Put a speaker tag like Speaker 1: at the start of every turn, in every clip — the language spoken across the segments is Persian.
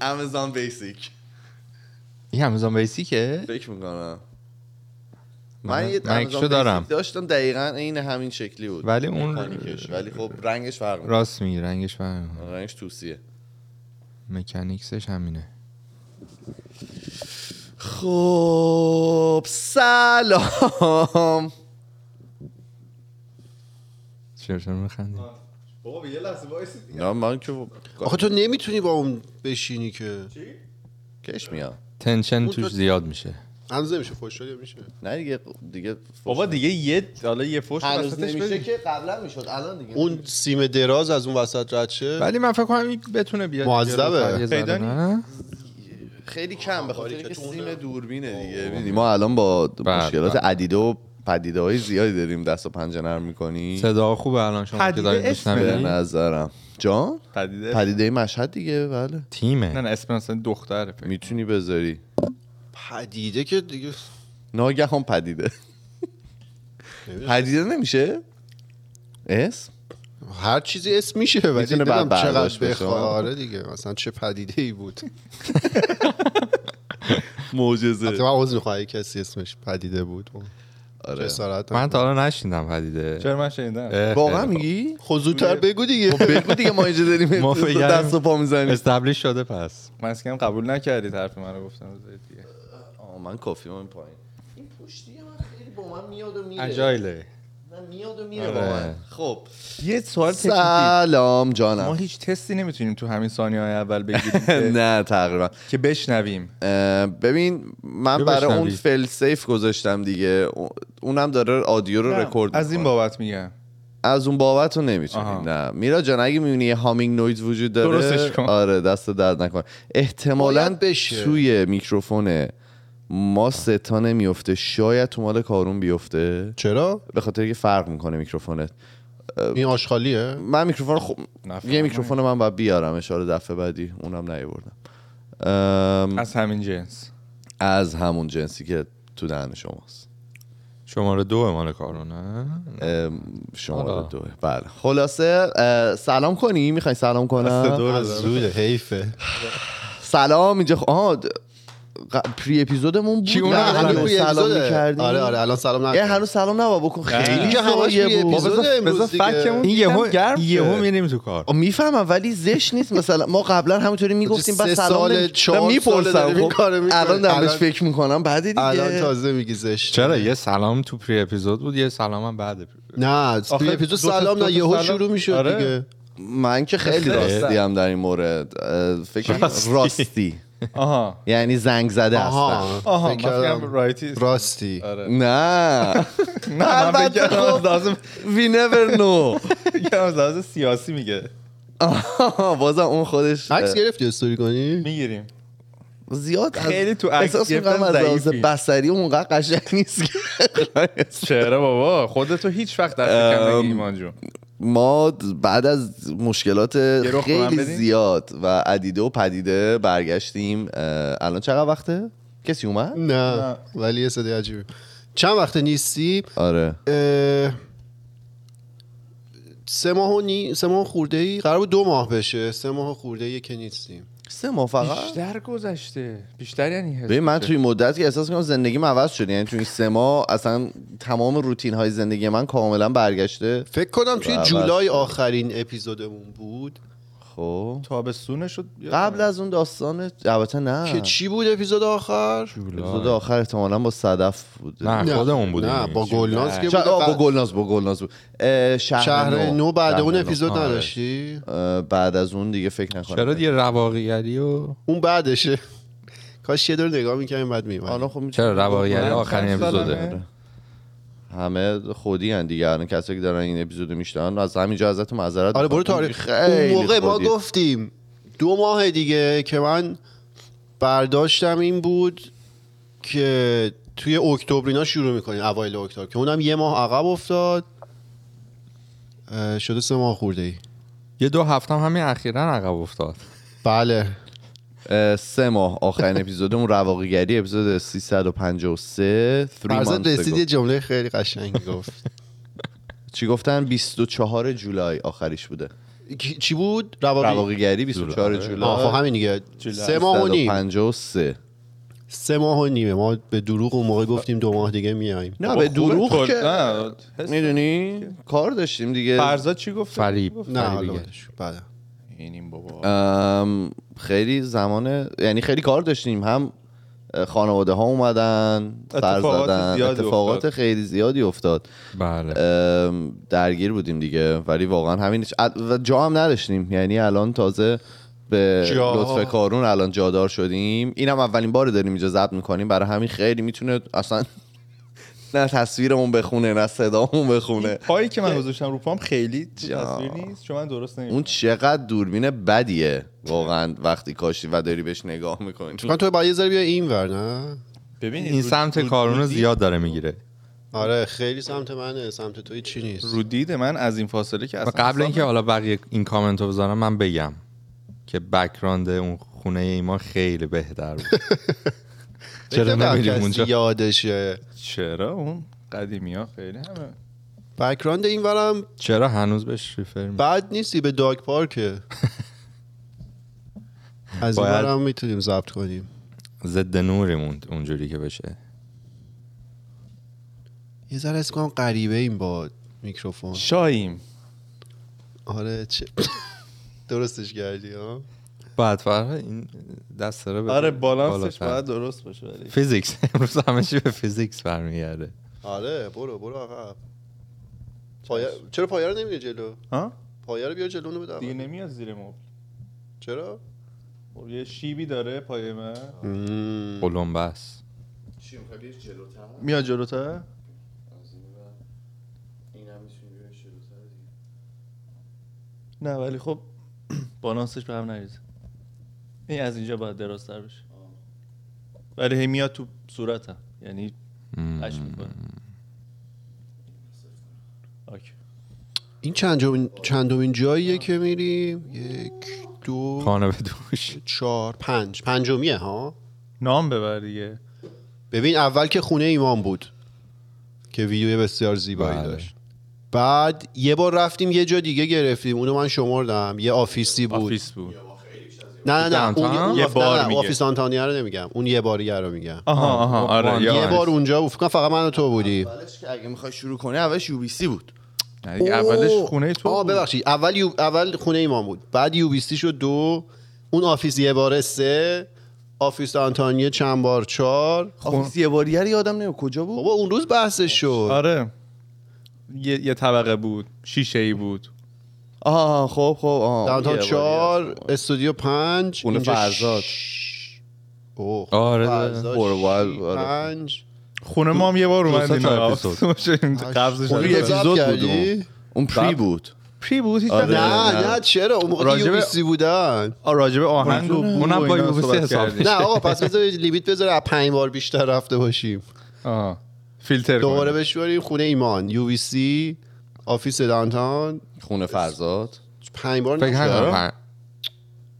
Speaker 1: امازون بیسیک
Speaker 2: این همزان بیسیکه
Speaker 1: فکر میکنم
Speaker 2: من-
Speaker 1: من یه
Speaker 2: من یکیشو
Speaker 1: Amazon
Speaker 2: دارم.
Speaker 1: Basic داشتم دقیقا عین همین شکلی بود
Speaker 2: ولی اون-
Speaker 1: مکانیکش. ولی خب رنگش فرق می‌کنه.
Speaker 2: راست میگی رنگش فرق می‌کنه.
Speaker 1: رنگش توسیه
Speaker 2: مکانیکسش همینه
Speaker 1: خب سلام
Speaker 2: چرا چرا میخندی
Speaker 3: بابا یه لحظه وایسید
Speaker 1: نه من که
Speaker 3: آخه تو نمیتونی با اون بشینی که
Speaker 1: کش میام
Speaker 2: تنشن
Speaker 3: تو-
Speaker 2: توش زیاد میشه
Speaker 3: هنوز نمیشه فوشداری میشه
Speaker 1: نه دیگه دیگه
Speaker 4: بابا دیگه یه حالا یه فوش
Speaker 1: هنوز
Speaker 4: وسطش
Speaker 1: نمیشه
Speaker 4: بدی.
Speaker 1: که قبلا میشد الان دیگه
Speaker 3: اون سیم دراز از اون وسط رد شه
Speaker 2: ولی من فکر کنم این بتونه بیاد
Speaker 3: معذبه.
Speaker 2: جلوتر یه ذره،
Speaker 4: پیدا نیست.
Speaker 2: نه؟
Speaker 1: خیلی کم به خاطر
Speaker 3: باریکه،
Speaker 1: اینکه
Speaker 3: تو اون
Speaker 1: سیم دوربینه دیگه می‌دونی، ما الان با
Speaker 2: بله،
Speaker 1: مشکلات
Speaker 2: بله.
Speaker 1: عدیده و پدیده های زیادی داریم دست و پنجه نرم میکنی
Speaker 2: صدا خوبه الان شما که
Speaker 4: پدیده
Speaker 2: دارید
Speaker 4: اسمه.
Speaker 1: به
Speaker 2: میشنوید
Speaker 4: بله.
Speaker 1: نظرم جان
Speaker 4: پدیده
Speaker 1: پدیده مشهد دیگه بله
Speaker 2: تیمه
Speaker 4: نه نه اسم مثلا دختره فکر
Speaker 1: میتونی بذاری
Speaker 3: پدیده که دیگه
Speaker 1: ناگهان پدیده پدیده نمیشه اسم
Speaker 3: هر چیزی اسم میشه ولی
Speaker 1: میتونه
Speaker 3: نمیدونم
Speaker 1: بعد
Speaker 3: چقدر
Speaker 1: برداشت بشه.
Speaker 3: بخواه آره دیگه مثلا چه پدیده ای بود حتی
Speaker 1: معجزه
Speaker 3: من عوض میخواه اگه کسی اسمش پدیده بود آره جسارت
Speaker 2: من تا حالا نشیندم پدیده
Speaker 4: چرا من شنیدم
Speaker 2: اه،
Speaker 1: واقعا
Speaker 2: خیلی خوب.
Speaker 1: میگی خب
Speaker 3: خودتر بگو دیگه
Speaker 1: بگو دیگه ما اینجا داریم
Speaker 2: ما فکر کردیم-
Speaker 1: دست و پا میزنیم
Speaker 2: استبلیش شده پس
Speaker 4: من از کم قبول نکردید حرف من رو گفتم بذارید دیگه
Speaker 1: من کافی من پایین این پشتی من خیلی با من میاد و میره
Speaker 2: اجایله
Speaker 1: نه، میاد و میره
Speaker 2: آره.
Speaker 1: با من خب
Speaker 4: یه سوال تکنیکی
Speaker 1: سلام
Speaker 4: ما
Speaker 1: جانم
Speaker 4: هیچ تستی نمیتونیم تو همین ثانیه های اول بگیریم که-
Speaker 1: نه تقریبا
Speaker 4: که بشنویم
Speaker 1: اه، ببین من
Speaker 2: بیا
Speaker 1: برای اون
Speaker 2: بشنوی.
Speaker 1: فلسیف گذاشتم دیگه او- اونم داره آدیو رو رکورد
Speaker 4: از این
Speaker 1: می‌کنه.
Speaker 4: بابت میگم
Speaker 1: از اون بابت رو
Speaker 4: آها.
Speaker 1: نمیتونیم نه میرا جان اگه میبینی یه هامینگ نویز وجود داره
Speaker 4: درستش کن.
Speaker 1: آره دست درد نکن احتمالا
Speaker 3: باید بشه.
Speaker 1: توی میکروفون ما ستا نمیفته شاید تو مال کارون بیفته
Speaker 3: چرا؟
Speaker 1: به خاطر که فرق میکنه میکروفونت
Speaker 3: این آشخالیه؟
Speaker 1: من میکروفون خب
Speaker 4: نفهمم.
Speaker 1: یه میکروفون من باید بیارم اشاره دفعه بعدی اونم نیاوردم ام،
Speaker 4: از همین جنس
Speaker 1: از همون جنسی که تو دهن شماست
Speaker 2: شماره دو مال کارو نه
Speaker 1: ام، شماره
Speaker 4: آره.
Speaker 2: حالا.
Speaker 1: دوه بله خلاصه اه، سلام کنی میخوای سلام کنم
Speaker 3: از زوده حیفه
Speaker 1: سلام اینجا خ... آها، د- ق- پری اپیزودمون بود یعنی
Speaker 2: کی اون
Speaker 1: نه،
Speaker 2: اولین
Speaker 1: هنوز
Speaker 3: روی
Speaker 1: سلام
Speaker 3: اپیزوده.
Speaker 1: میکردیم
Speaker 3: آره آره الان سلام
Speaker 1: یه
Speaker 3: نکن
Speaker 1: هنوز سلام نبا بکن خیلی
Speaker 3: اینجا همش
Speaker 1: زایه
Speaker 3: روی
Speaker 1: بود.
Speaker 3: اپیزود
Speaker 1: بابا، خب،
Speaker 3: امروز
Speaker 4: بذار
Speaker 3: دیگه.
Speaker 4: فکمون
Speaker 2: این
Speaker 4: یهو
Speaker 2: یهو
Speaker 4: گرم
Speaker 2: یهو
Speaker 4: شد.
Speaker 2: میریم تو کار
Speaker 1: میفهمم ولی زشت نیست مثلا ما قبلا همونطوری میگفتیم
Speaker 3: سه
Speaker 1: بعد سلام
Speaker 3: سال،
Speaker 1: نمی-
Speaker 3: چهار
Speaker 1: نه، میپرسم،
Speaker 3: ساله داریم این
Speaker 1: خب.
Speaker 3: کارو می‌کنیم.
Speaker 1: الان دمش
Speaker 3: الان-
Speaker 1: فکر میکنم بعد دیگه
Speaker 3: الان تازه میگی زشت
Speaker 2: چرا یه سلام تو پری اپیزود بود یه سلام هم بعد پری-
Speaker 3: نه
Speaker 4: آخه
Speaker 3: توی اپیزود
Speaker 4: دو تا-
Speaker 3: سلام
Speaker 4: دو تا
Speaker 3: نه یهو
Speaker 4: سلام.
Speaker 3: شروع میشد
Speaker 4: آره.
Speaker 3: دیگه
Speaker 1: من که خیلی
Speaker 4: خیلی.
Speaker 1: راستی هم در این مورد اه، فکر راستی, راستی.
Speaker 4: آها
Speaker 1: یعنی زنگ زده هستم
Speaker 3: آها
Speaker 4: آها من
Speaker 3: فکر کردم
Speaker 4: فکرم رایتی
Speaker 3: راستی
Speaker 4: آره.
Speaker 1: نه
Speaker 4: نه من
Speaker 1: البته
Speaker 4: فکرم
Speaker 1: خب.
Speaker 4: از لازم
Speaker 1: We never know
Speaker 4: فکرم از لحاظ سیاسی میگه
Speaker 1: آها، بازم اون خودش
Speaker 3: عکس گرفتی استوری کنی
Speaker 4: میگیریم
Speaker 1: زیاد از-
Speaker 4: خیلی تو عکس
Speaker 1: احساس
Speaker 4: گرفتن
Speaker 1: می‌کنم از لحاظ
Speaker 4: ضعیفی.
Speaker 1: بصری اونقدر قشنگ نیست که
Speaker 4: چرا بابا خودتو هیچ وقت دست کم نگی ایمان جون
Speaker 1: ما بعد از مشکلات
Speaker 4: رخ به من
Speaker 1: خیلی
Speaker 4: بدین؟
Speaker 1: زیاد و عدیده و پدیده برگشتیم اه، الان چقدر وقته کسی اومد
Speaker 3: نه ولی یه صدای عجیبه چند وقت نیستی
Speaker 1: آره
Speaker 3: اه، سه ماه و نی... سه ماه خورده ای قرار بود دو ماه بشه سه ماه خورده ای که نیستیم
Speaker 1: سه ماه فقط
Speaker 4: بیشتر گذشته بیشتر یعنی حس
Speaker 1: ببین من
Speaker 4: میشه.
Speaker 1: توی این مدت که احساس میکنم زندگیم عوض شده یعنی توی این سه ماه اصلا تمام روتین های زندگی من کاملا برگشته
Speaker 3: فکر کنم توی
Speaker 1: عوض
Speaker 3: جولای
Speaker 1: شد.
Speaker 3: آخرین اپیزودمون بود
Speaker 1: خب
Speaker 4: تابستونه شد یادم.
Speaker 1: قبل از اون داستان البته
Speaker 3: که
Speaker 1: نه
Speaker 3: چی بود اپیزود آخر
Speaker 1: اپیزود آخر احتمالا با صدف بوده
Speaker 2: نه خودمون بودیم
Speaker 3: نه با گلناز که
Speaker 1: چا-
Speaker 3: بود
Speaker 1: آه، با گلناز با گلناز بود اه، شهر,
Speaker 3: شهر نو بعد
Speaker 1: شهر
Speaker 3: اون
Speaker 1: نو.
Speaker 3: اپیزود
Speaker 2: آره.
Speaker 3: نداشتی
Speaker 1: اه، بعد از اون دیگه فکر نکنم
Speaker 2: چرا دیگه رواقیگری و
Speaker 3: اون بعدشه کاش یه دور نگاه میکردیم بعد میمد
Speaker 1: حالا خب می‌تونیم
Speaker 2: چرا رواقیگری
Speaker 4: من
Speaker 2: آخرین
Speaker 4: چند
Speaker 2: اپیزوده
Speaker 4: سالمه؟
Speaker 1: همه خودی هن دیگه الان کسایی که دارن این اپیزودو میشنن از همینجا ازتون معذرت
Speaker 3: آره برو
Speaker 1: می‌خوام.
Speaker 3: تاریخ اون
Speaker 1: خیلی
Speaker 3: موقع ما
Speaker 1: خودی.
Speaker 3: گفتیم دو ماه دیگه که من برداشتم این بود که توی اکتبر اینا شروع میکنیم اوایل اکتبر که اونم یه ماه عقب افتاد اه، شده سه ماه خورده ای
Speaker 2: یه دو هفتم همین اخیرا عقب افتاد
Speaker 3: بله
Speaker 1: اه، سه ماه آخرین اپیزودمون رواقیگری اپیزود 353 three
Speaker 3: فرزاد
Speaker 1: months
Speaker 3: رسید
Speaker 1: ago.
Speaker 3: یه جمله خیلی قشنگی گفت
Speaker 1: چی گفتن 24 جولای آخریش بوده
Speaker 3: کی- چی بود رواقی
Speaker 1: رواقیگری 24
Speaker 2: آره.
Speaker 1: جولای
Speaker 3: آره. آه، خب همین دیگه
Speaker 4: جولای.
Speaker 3: سه ماه و نیم
Speaker 1: 53
Speaker 3: سه ماه و نیمه ما به دروغ اون موقع گفتیم دو ماه دیگه میایم
Speaker 1: نه به دروغ که
Speaker 4: که
Speaker 1: میدونی کار داشتیم دیگه
Speaker 4: فرزاد چی گفت
Speaker 2: فریب.
Speaker 3: نه حالا بله.
Speaker 2: دیگه.
Speaker 3: بعدش، بعدا.
Speaker 4: این این بابا
Speaker 1: ام، خیلی زمان یعنی خیلی کار داشتیم هم خانواده ها اومدن سر
Speaker 4: اتفاقات
Speaker 1: زدن
Speaker 4: زیادی
Speaker 1: اتفاقات
Speaker 4: افتاد.
Speaker 1: خیلی زیادی افتاد
Speaker 2: بله
Speaker 1: ام، درگیر بودیم دیگه ولی واقعا همین و جا هم نداشتیم یعنی الان تازه به
Speaker 3: جا.
Speaker 1: لطف کارون الان جادار شدیم اینم اولین بار داریم اینجا ضبط میکنیم برای همین خیلی میتونه اصلا نه تصویرمون بخونه نه صدامون بخونه
Speaker 4: پایی که من گذاشتم رو پام خیلی
Speaker 1: جا.
Speaker 4: تصویر نیست چون من درست
Speaker 1: اون
Speaker 4: نمیدونم
Speaker 1: چقدر دوربین بدیه واقعا وقتی کاشتی و داری بهش نگاه میکنی
Speaker 3: من تو باید یه ذره بیا این ور نه
Speaker 4: ببین
Speaker 2: این سمت کارون رو زیاد داره میگیره
Speaker 3: آره خیلی سمت منه سمت توی چی نیست
Speaker 4: رو دید من از این فاصله که
Speaker 2: و
Speaker 4: اصلا
Speaker 2: قبل اینکه حالا بقیه این کامنت رو بذارم من بگم که بکراند اون خونه ایما خیلی بهتر بود چرا
Speaker 3: فکر نکنم
Speaker 2: نمیریم
Speaker 3: کسی
Speaker 2: اونجا
Speaker 3: یادشه
Speaker 4: چرا اون قدیمی ها خیلی همه
Speaker 3: بکراند این ورم
Speaker 2: چرا هنوز بهش ریفر می
Speaker 3: بد نیستی به داگ پارکه از این
Speaker 2: باید-
Speaker 3: ورم میتونیم ضبط کنیم
Speaker 2: ضد نوری موند اونجوری که بشه
Speaker 3: یه ذره اسم کنم قریبه این با میکروفون
Speaker 4: شاییم
Speaker 3: آره چه درستش کردی ها
Speaker 2: بعد فرها این دست رو بده
Speaker 4: آره بالانسش
Speaker 2: بالاتر.
Speaker 4: باید درست باشه ولی
Speaker 2: فیزیکس امروز همه چی به فیزیکس برمیگرده
Speaker 3: آره برو برو عقب پایا- چرا پایه رو نمیری جلو
Speaker 4: ها
Speaker 3: پایه رو بیا جلو اونو بده
Speaker 4: دیگه
Speaker 3: عقب.
Speaker 4: نمیاد زیر مبل
Speaker 3: چرا
Speaker 4: خب یه شیبی داره پای من
Speaker 2: قلمبس
Speaker 4: میاد جلوتر نه ولی خب بالانسش به هم نریزه این از اینجا باید درازتر بشه ولی هی میاد تو صورتم یعنی اش میکنه آکی.
Speaker 3: این چندمین چندمین جاییه که میریم یک دو
Speaker 2: خانه به دوش
Speaker 3: چهار پنج پنجمیه ها
Speaker 4: نام ببر دیگه
Speaker 3: ببین اول که خونه ایمان بود که ویدیو بسیار زیبایی
Speaker 2: بله.
Speaker 3: داشت بعد یه بار رفتیم یه جا دیگه گرفتیم اونو من شمردم یه آفیسی بود
Speaker 4: آفیس بود
Speaker 3: نه نه نه اون,
Speaker 2: دانتان؟
Speaker 3: اون
Speaker 4: یه
Speaker 3: آف- نه،
Speaker 4: بار
Speaker 3: نه،
Speaker 4: میگه.
Speaker 3: آفیس دانتانیه رو نمیگم اون یه باریه رو میگم
Speaker 4: آها آها آره
Speaker 2: یه
Speaker 3: یه
Speaker 2: آره.
Speaker 3: بار اونجا بود فکر کنم فقط من و تو بودی
Speaker 1: اولش که اگه میخوای شروع کنی اولش یو بی سی بود
Speaker 4: نه دیگه اولش
Speaker 3: اوه.
Speaker 4: خونه تو
Speaker 3: آه
Speaker 4: بود.
Speaker 3: ببخشید اول یو- اول خونه ایمان بود بعد یو بی سی شد دو اون آفیس یه باره سه آفیس آنتانیه چند بار چهار خب،
Speaker 1: آفیس یه بار یه یادم نمیاد کجا بود
Speaker 3: بابا اون روز بحثش شد
Speaker 4: آره یه, یه طبقه بود شیشه ای بود
Speaker 1: آها خب خب آها
Speaker 3: دانتان
Speaker 1: یه باری
Speaker 3: چهار
Speaker 1: هست.
Speaker 3: استودیو پنج
Speaker 1: خونه
Speaker 3: اینجا
Speaker 1: فرزاد.
Speaker 3: شش. اوه خب،
Speaker 2: آره،
Speaker 3: فرزاد
Speaker 1: برو،
Speaker 3: شی،
Speaker 1: برو.
Speaker 3: پنج
Speaker 4: خونه ما هم یه بار
Speaker 2: دو سه
Speaker 4: اومدیم
Speaker 2: تا
Speaker 4: آقا.
Speaker 2: اپیزود.
Speaker 4: شدیم، قبض
Speaker 1: اون
Speaker 4: شدیم.
Speaker 1: یه
Speaker 3: ضبط
Speaker 1: اپیزود بود
Speaker 3: کردی؟
Speaker 1: اون. اون پری بود
Speaker 2: خب،
Speaker 4: پری بود هیچ
Speaker 1: آره.
Speaker 4: وقت
Speaker 3: نه نه چرا اون موقع
Speaker 4: راجب-
Speaker 3: یو بی سی بودن
Speaker 4: آه، راجب آهنگ و بو
Speaker 2: اونم
Speaker 4: و
Speaker 2: با
Speaker 4: اینا
Speaker 2: یوبیسی
Speaker 4: صحبت
Speaker 2: حساب
Speaker 4: کردیم.
Speaker 3: نه آقا پس بذار یه لیمیت بذاره از پنج بار بیشتر رفته باشیم
Speaker 4: آه. فیلتر
Speaker 3: دوباره
Speaker 4: دوباره
Speaker 3: بشوریم خونه ایمان یو بی سی آفیس دانتان
Speaker 1: خونه فرزاد
Speaker 3: پنج بار
Speaker 2: فکر
Speaker 3: نشد.
Speaker 2: نکنم پن-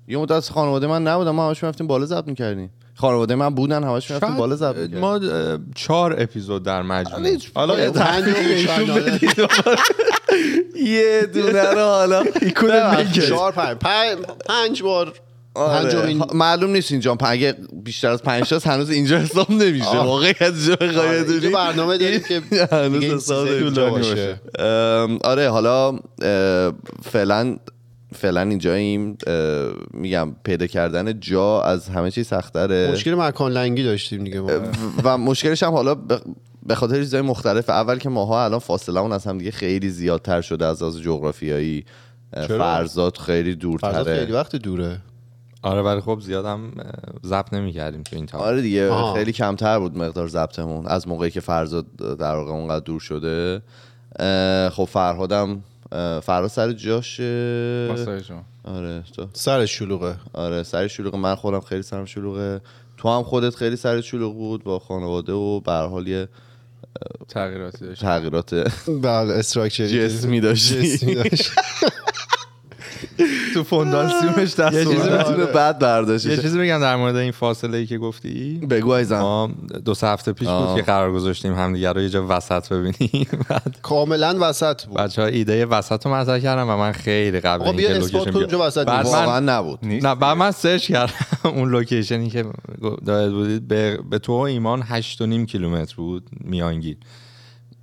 Speaker 1: یه مدت از خانواده من نبودم ما همش میرفتیم بالا ضبط میکردیم خانواده من بودن همش میرفتیم
Speaker 2: شاید
Speaker 1: بالا ضبط میکردیم
Speaker 2: ما اه، چهار اپیزود در مجموع
Speaker 4: حالا یه
Speaker 3: آره، پنج
Speaker 4: تحقیق
Speaker 3: بار
Speaker 4: نشون
Speaker 3: نشد.
Speaker 4: بدید
Speaker 1: یه دونه رو حالا
Speaker 3: چهار پنج پنج, پنج بار پنجمین
Speaker 1: آره. معلوم نیست اینجا اگه بیشتر از 5 تا هنوز اینجا حساب نمیشه واقعیت جو
Speaker 3: آره،
Speaker 1: بخوای
Speaker 3: اینجا
Speaker 1: بدونی
Speaker 3: برنامه داریم که
Speaker 1: هنوز
Speaker 3: دیگه این
Speaker 1: حساب
Speaker 3: چیزا
Speaker 1: اینجا
Speaker 3: طولانی
Speaker 1: باشه.
Speaker 3: باشه.
Speaker 1: ام، آره حالا اه، فعلا فعلا اینجاییم اه، میگم پیدا کردن جا از همه چی سختره
Speaker 3: مشکل مکان لنگی داشتیم دیگه ما
Speaker 1: و مشکلش هم حالا به- به خاطر چیزهای مختلف اول که ماها الان فاصلمون از هم دیگه خیلی زیادتر شده از از جغرافیایی اه،
Speaker 3: چرا؟
Speaker 1: فرزاد خیلی
Speaker 3: فرزاد
Speaker 1: دورتره
Speaker 3: خیلی وقت دوره
Speaker 2: آره ولی خب زیادم ضبط نمی کردیم تو این تایم
Speaker 1: آره دیگه
Speaker 3: آها.
Speaker 1: خیلی کمتر بود مقدار ضبطمون از موقعی که فرزاد در واقع اونقدر دور شده اه، خب فرهادم اه، فرهاد سر جاشه آره تو
Speaker 3: سر شلوغه
Speaker 1: آره سر شلوغ من خودم خیلی سرم شلوغه تو هم خودت خیلی سر شلوغ بود با خانواده و به هر حال یه
Speaker 4: تغییراتی داشت
Speaker 1: تغییرات
Speaker 3: بله استراکچری
Speaker 1: جسمی داشتی
Speaker 3: جسمی داشت
Speaker 4: تو تو فوندان سیمش دست
Speaker 2: یه چیزی آره.
Speaker 1: چیزی
Speaker 4: اومده.
Speaker 1: میتونه بد
Speaker 2: یه
Speaker 1: برداشتش
Speaker 2: چیزی بگم در مورد این فاصله ای که گفتی
Speaker 1: بگو ایزم
Speaker 2: ما دو سه هفته پیش
Speaker 1: آه.
Speaker 2: بود که قرار گذاشتیم همدیگه رو یه جا وسط ببینیم بعد
Speaker 3: کاملا وسط بود
Speaker 2: بچه ها ایده وسط رو مطرح کردم و من خیلی قبل
Speaker 3: آقا بیا
Speaker 2: اینکه
Speaker 3: اثبات
Speaker 2: لوکیشن
Speaker 3: کن
Speaker 2: بیا.
Speaker 3: اونجا وسط
Speaker 2: بعد
Speaker 3: نیست.
Speaker 2: من-
Speaker 1: واقعا نبود
Speaker 4: نیست.
Speaker 2: نه بعد من سرچ کردم اون لوکیشنی که دارید بودید به, به تو و ایمان 8 و نیم کیلومتر بود میانگین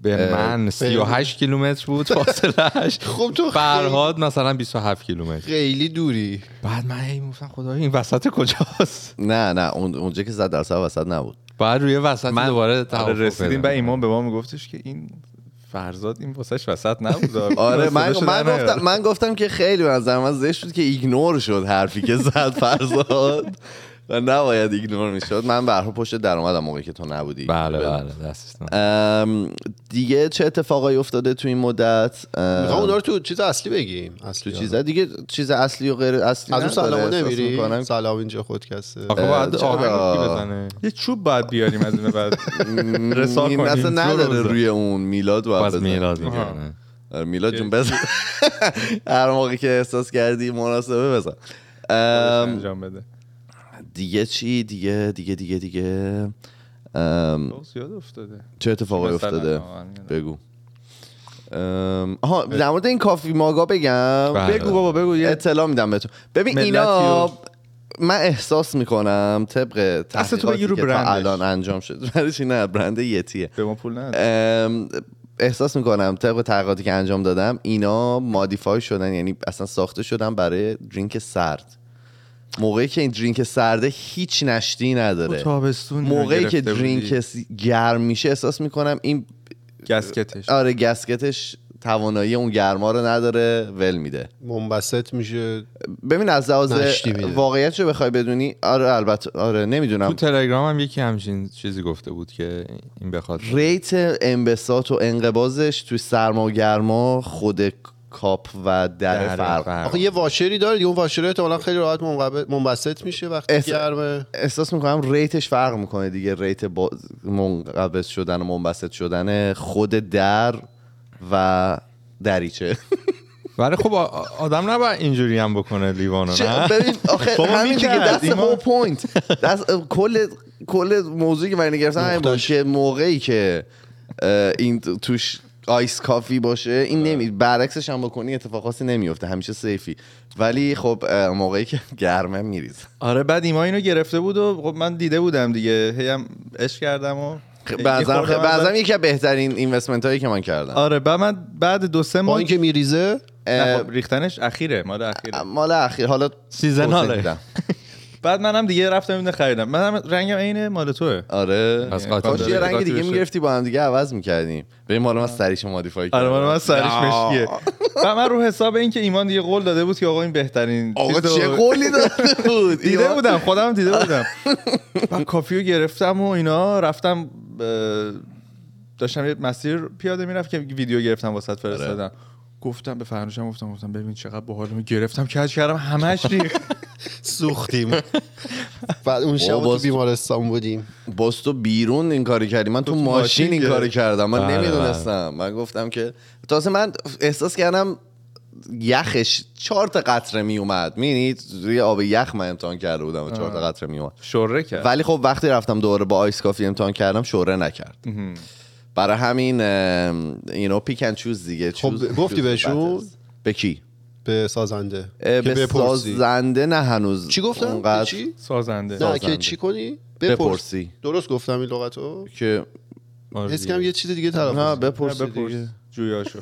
Speaker 2: به من 38 کیلومتر بود فاصلهش
Speaker 3: خب تو خیلی-
Speaker 2: فرهاد مثلا 27 کیلومتر
Speaker 3: خیلی دوری
Speaker 2: بعد من هی گفتم خدا این وسط کجاست
Speaker 1: نه نه اون- اونجا که صد درصد وسط نبود
Speaker 2: بعد روی وسط دوباره توافق
Speaker 4: آره رسیدیم
Speaker 2: پیدا
Speaker 4: و ایمان به ما میگفتش که این فرزاد این واسش وسط نبود
Speaker 1: آره من,
Speaker 4: صداشو
Speaker 1: من
Speaker 4: در نیار.
Speaker 1: گفتم من گفتم که خیلی به نظر من زشت بود که ایگنور شد حرفی که زد فرزاد و نباید ایگنور میشد من به هر حال پشت در اومدم موقعی که تو نبودی
Speaker 2: بله بله دستش نه.
Speaker 1: ام، دیگه چه اتفاقایی افتاده تو این مدت ام،
Speaker 3: میخوام اونا رو تو چیز اصلی بگیم اصلی
Speaker 1: تو چیزا دیگه چیز اصلی و غیر اصلی
Speaker 3: از اون
Speaker 1: نداره.
Speaker 3: سلامو
Speaker 1: احساس
Speaker 3: نمیری
Speaker 1: می‌کنم
Speaker 3: سلام اینجا خودکسته
Speaker 2: آخه باید
Speaker 1: چرا؟
Speaker 2: آهنگ کی بزنه
Speaker 4: یه چوب باید بیاریم از این به بعد رسا
Speaker 1: این
Speaker 4: کنیم
Speaker 1: اصلا نداره
Speaker 4: دو روزه.
Speaker 1: روی اون میلاد باید
Speaker 2: باز
Speaker 1: بزن.
Speaker 2: میلاد میگه
Speaker 4: آها.
Speaker 2: نه.
Speaker 1: آره، میلاد جون بزن هر موقعی که احساس کردی مناسبه بزن ام،
Speaker 4: انجام بده
Speaker 1: دیگه چی دیگه دیگه دیگه دیگه ام،
Speaker 4: اوس یاد افتاده
Speaker 1: چه اتفاقی
Speaker 4: مثلا
Speaker 1: افتاده
Speaker 4: آهنگ نه.
Speaker 1: بگو ام، آها در مورد این کافی ماگا بگم
Speaker 2: بله.
Speaker 1: بگو بابا بگو یه اطلاع میدم بهتون ببین
Speaker 4: ملتی
Speaker 1: اینا
Speaker 4: و-
Speaker 1: من احساس میکنم طبق
Speaker 4: اصلا تو
Speaker 1: تحقیقاتی
Speaker 4: بگی رو
Speaker 1: که تا
Speaker 4: برندش.
Speaker 1: الان انجام شد برای چی نه برند یتیه
Speaker 4: به ما پول نداد
Speaker 1: ام، احساس میکنم طبق تحقیقاتی که انجام دادم اینا مادیفای شدن یعنی اصلا ساخته شدن برای درینک سرد موقعی که این درینک سرده هیچ نشتی نداره
Speaker 4: تابستون
Speaker 1: موقعی که
Speaker 4: گرفته بودی.
Speaker 1: درینک س- گرم میشه احساس میکنم این
Speaker 4: گسکتش
Speaker 1: آره گسکتش توانایی اون گرما رو نداره ول میده
Speaker 3: منبسط میشه
Speaker 1: ببین از لحاظ
Speaker 3: نشتی میده.
Speaker 1: واقعیت رو بخوای بدونی آره البته آره
Speaker 2: تو
Speaker 1: نمیدونم
Speaker 2: تلگرام هم یکی همچین چیزی گفته بود که این بخواد
Speaker 1: ریت انبساط و انقبازش توی سرما و گرما خود کاپ و در
Speaker 2: در
Speaker 1: فرق
Speaker 2: فرق.
Speaker 3: آخه یه واشری داره دیگه اون واشری احتمالا خیلی راحت منقب- منبسط میشه وقتی
Speaker 1: احس-
Speaker 3: گرمه
Speaker 1: احساس میکنم ریتش فرق میکنه دیگه ریت با... منقبض شدن و منبسط شدن خود در و دریچه
Speaker 2: ولی خب آ- آ- آدم نباید اینجوری هم بکنه لیوانو
Speaker 1: چه-
Speaker 2: نه
Speaker 1: ببین آخه
Speaker 2: بابا
Speaker 1: همین دیگه
Speaker 2: می‌کرد،
Speaker 1: دست
Speaker 2: ایمان.
Speaker 1: هو پوینت دست کل کل موضوعی که من گرفتم همین بود
Speaker 3: نقطه‌ش.
Speaker 1: که موقعی که اه، این تو- توش آیس کافی باشه این
Speaker 4: آره.
Speaker 1: نمی برعکسش هم بکنی اتفاق خاصی نمیفته همیشه سیفی ولی خب اه، موقعی که گرمه میریز
Speaker 4: آره بعد ایما اینو گرفته بود و خب من دیده بودم دیگه هی هم عشق کردم و خب، یه
Speaker 1: بعضم
Speaker 4: خورده من
Speaker 1: بعضم
Speaker 4: بعد-
Speaker 1: یکی از بهترین اینوستمنت هایی که من کردم
Speaker 4: آره بعد من بعد دو سه
Speaker 3: با
Speaker 4: ماه
Speaker 3: اینکه میریزه
Speaker 4: نه،
Speaker 1: اه،
Speaker 4: خب، ریختنش اخیره مال اخیره
Speaker 1: مال اخیر حالا
Speaker 2: سیزناله.
Speaker 1: توضیح میدم.
Speaker 4: بعد منم دیگه رفتم اینو خریدم منم رنگم عین مال توه
Speaker 1: آره
Speaker 2: پس
Speaker 4: یعنی
Speaker 2: قاطع
Speaker 1: کاش
Speaker 4: کاش
Speaker 1: یه
Speaker 2: می‌شه.
Speaker 1: رنگ
Speaker 4: قاطی
Speaker 1: دیگه
Speaker 4: بشه.
Speaker 1: میگرفتی با هم دیگه عوض میکردیم ببین مال من سریش مودیفای
Speaker 4: آره مال من سرش
Speaker 2: آه.
Speaker 4: مشکیه و من رو حساب این که ایمان دیگه قول داده بود که آقا این بهترین
Speaker 1: آقا
Speaker 4: چیزو-
Speaker 1: چه قولی داده بود
Speaker 4: دیده
Speaker 1: اینا-
Speaker 4: بودم خودم دیده بودم من کافیو گرفتم و اینا رفتم اه، داشتم یه مسیر پیاده میرفت که ویدیو گرفتم واسه
Speaker 2: آره.
Speaker 4: فرستادم گفتم به فرنوشم گفتم گفتم ببین چقدر باحال گرفتم کج کردم همش ریخت
Speaker 3: سوختیم بعد اون شب
Speaker 1: بابا،
Speaker 3: تو بیمارستان بودیم
Speaker 1: باز تو بیرون این کاری کردی من تو,
Speaker 4: تو
Speaker 1: ماشین,
Speaker 4: ماشین
Speaker 1: این
Speaker 4: گرفت.
Speaker 1: کاری کردم من
Speaker 3: آره.
Speaker 2: بله،
Speaker 1: نمیدونستم من گفتم که تازه من احساس کردم یخش چهار تا قطره می اومد میبینید روی آب یخ من امتحان کرده بودم و چهار تا قطره می اومد
Speaker 4: شره کرد
Speaker 1: ولی خب وقتی رفتم دوباره با آیس کافی امتحان کردم شوره نکرد برای همین اینو پیک اند چوز دیگه چوز-
Speaker 3: خب، گفتی
Speaker 1: چوز
Speaker 3: بهشون؟
Speaker 1: بترز. به کی
Speaker 3: به سازنده
Speaker 1: اه،
Speaker 3: که
Speaker 1: به
Speaker 3: بپرسی.
Speaker 1: سازنده نه هنوز
Speaker 3: چی گفتم به
Speaker 1: اونقدر
Speaker 3: چی
Speaker 4: سازنده
Speaker 3: نه
Speaker 1: سازنده.
Speaker 3: که چی کنی بپرس
Speaker 1: بپرسی
Speaker 3: درست گفتم این لغتو
Speaker 1: که
Speaker 2: آره
Speaker 3: حس
Speaker 2: دیگه.
Speaker 3: کنم یه چیز دیگه
Speaker 1: نه
Speaker 3: طرف
Speaker 1: بپرسی
Speaker 4: نه،
Speaker 1: دیگه. خب.
Speaker 4: جویاشو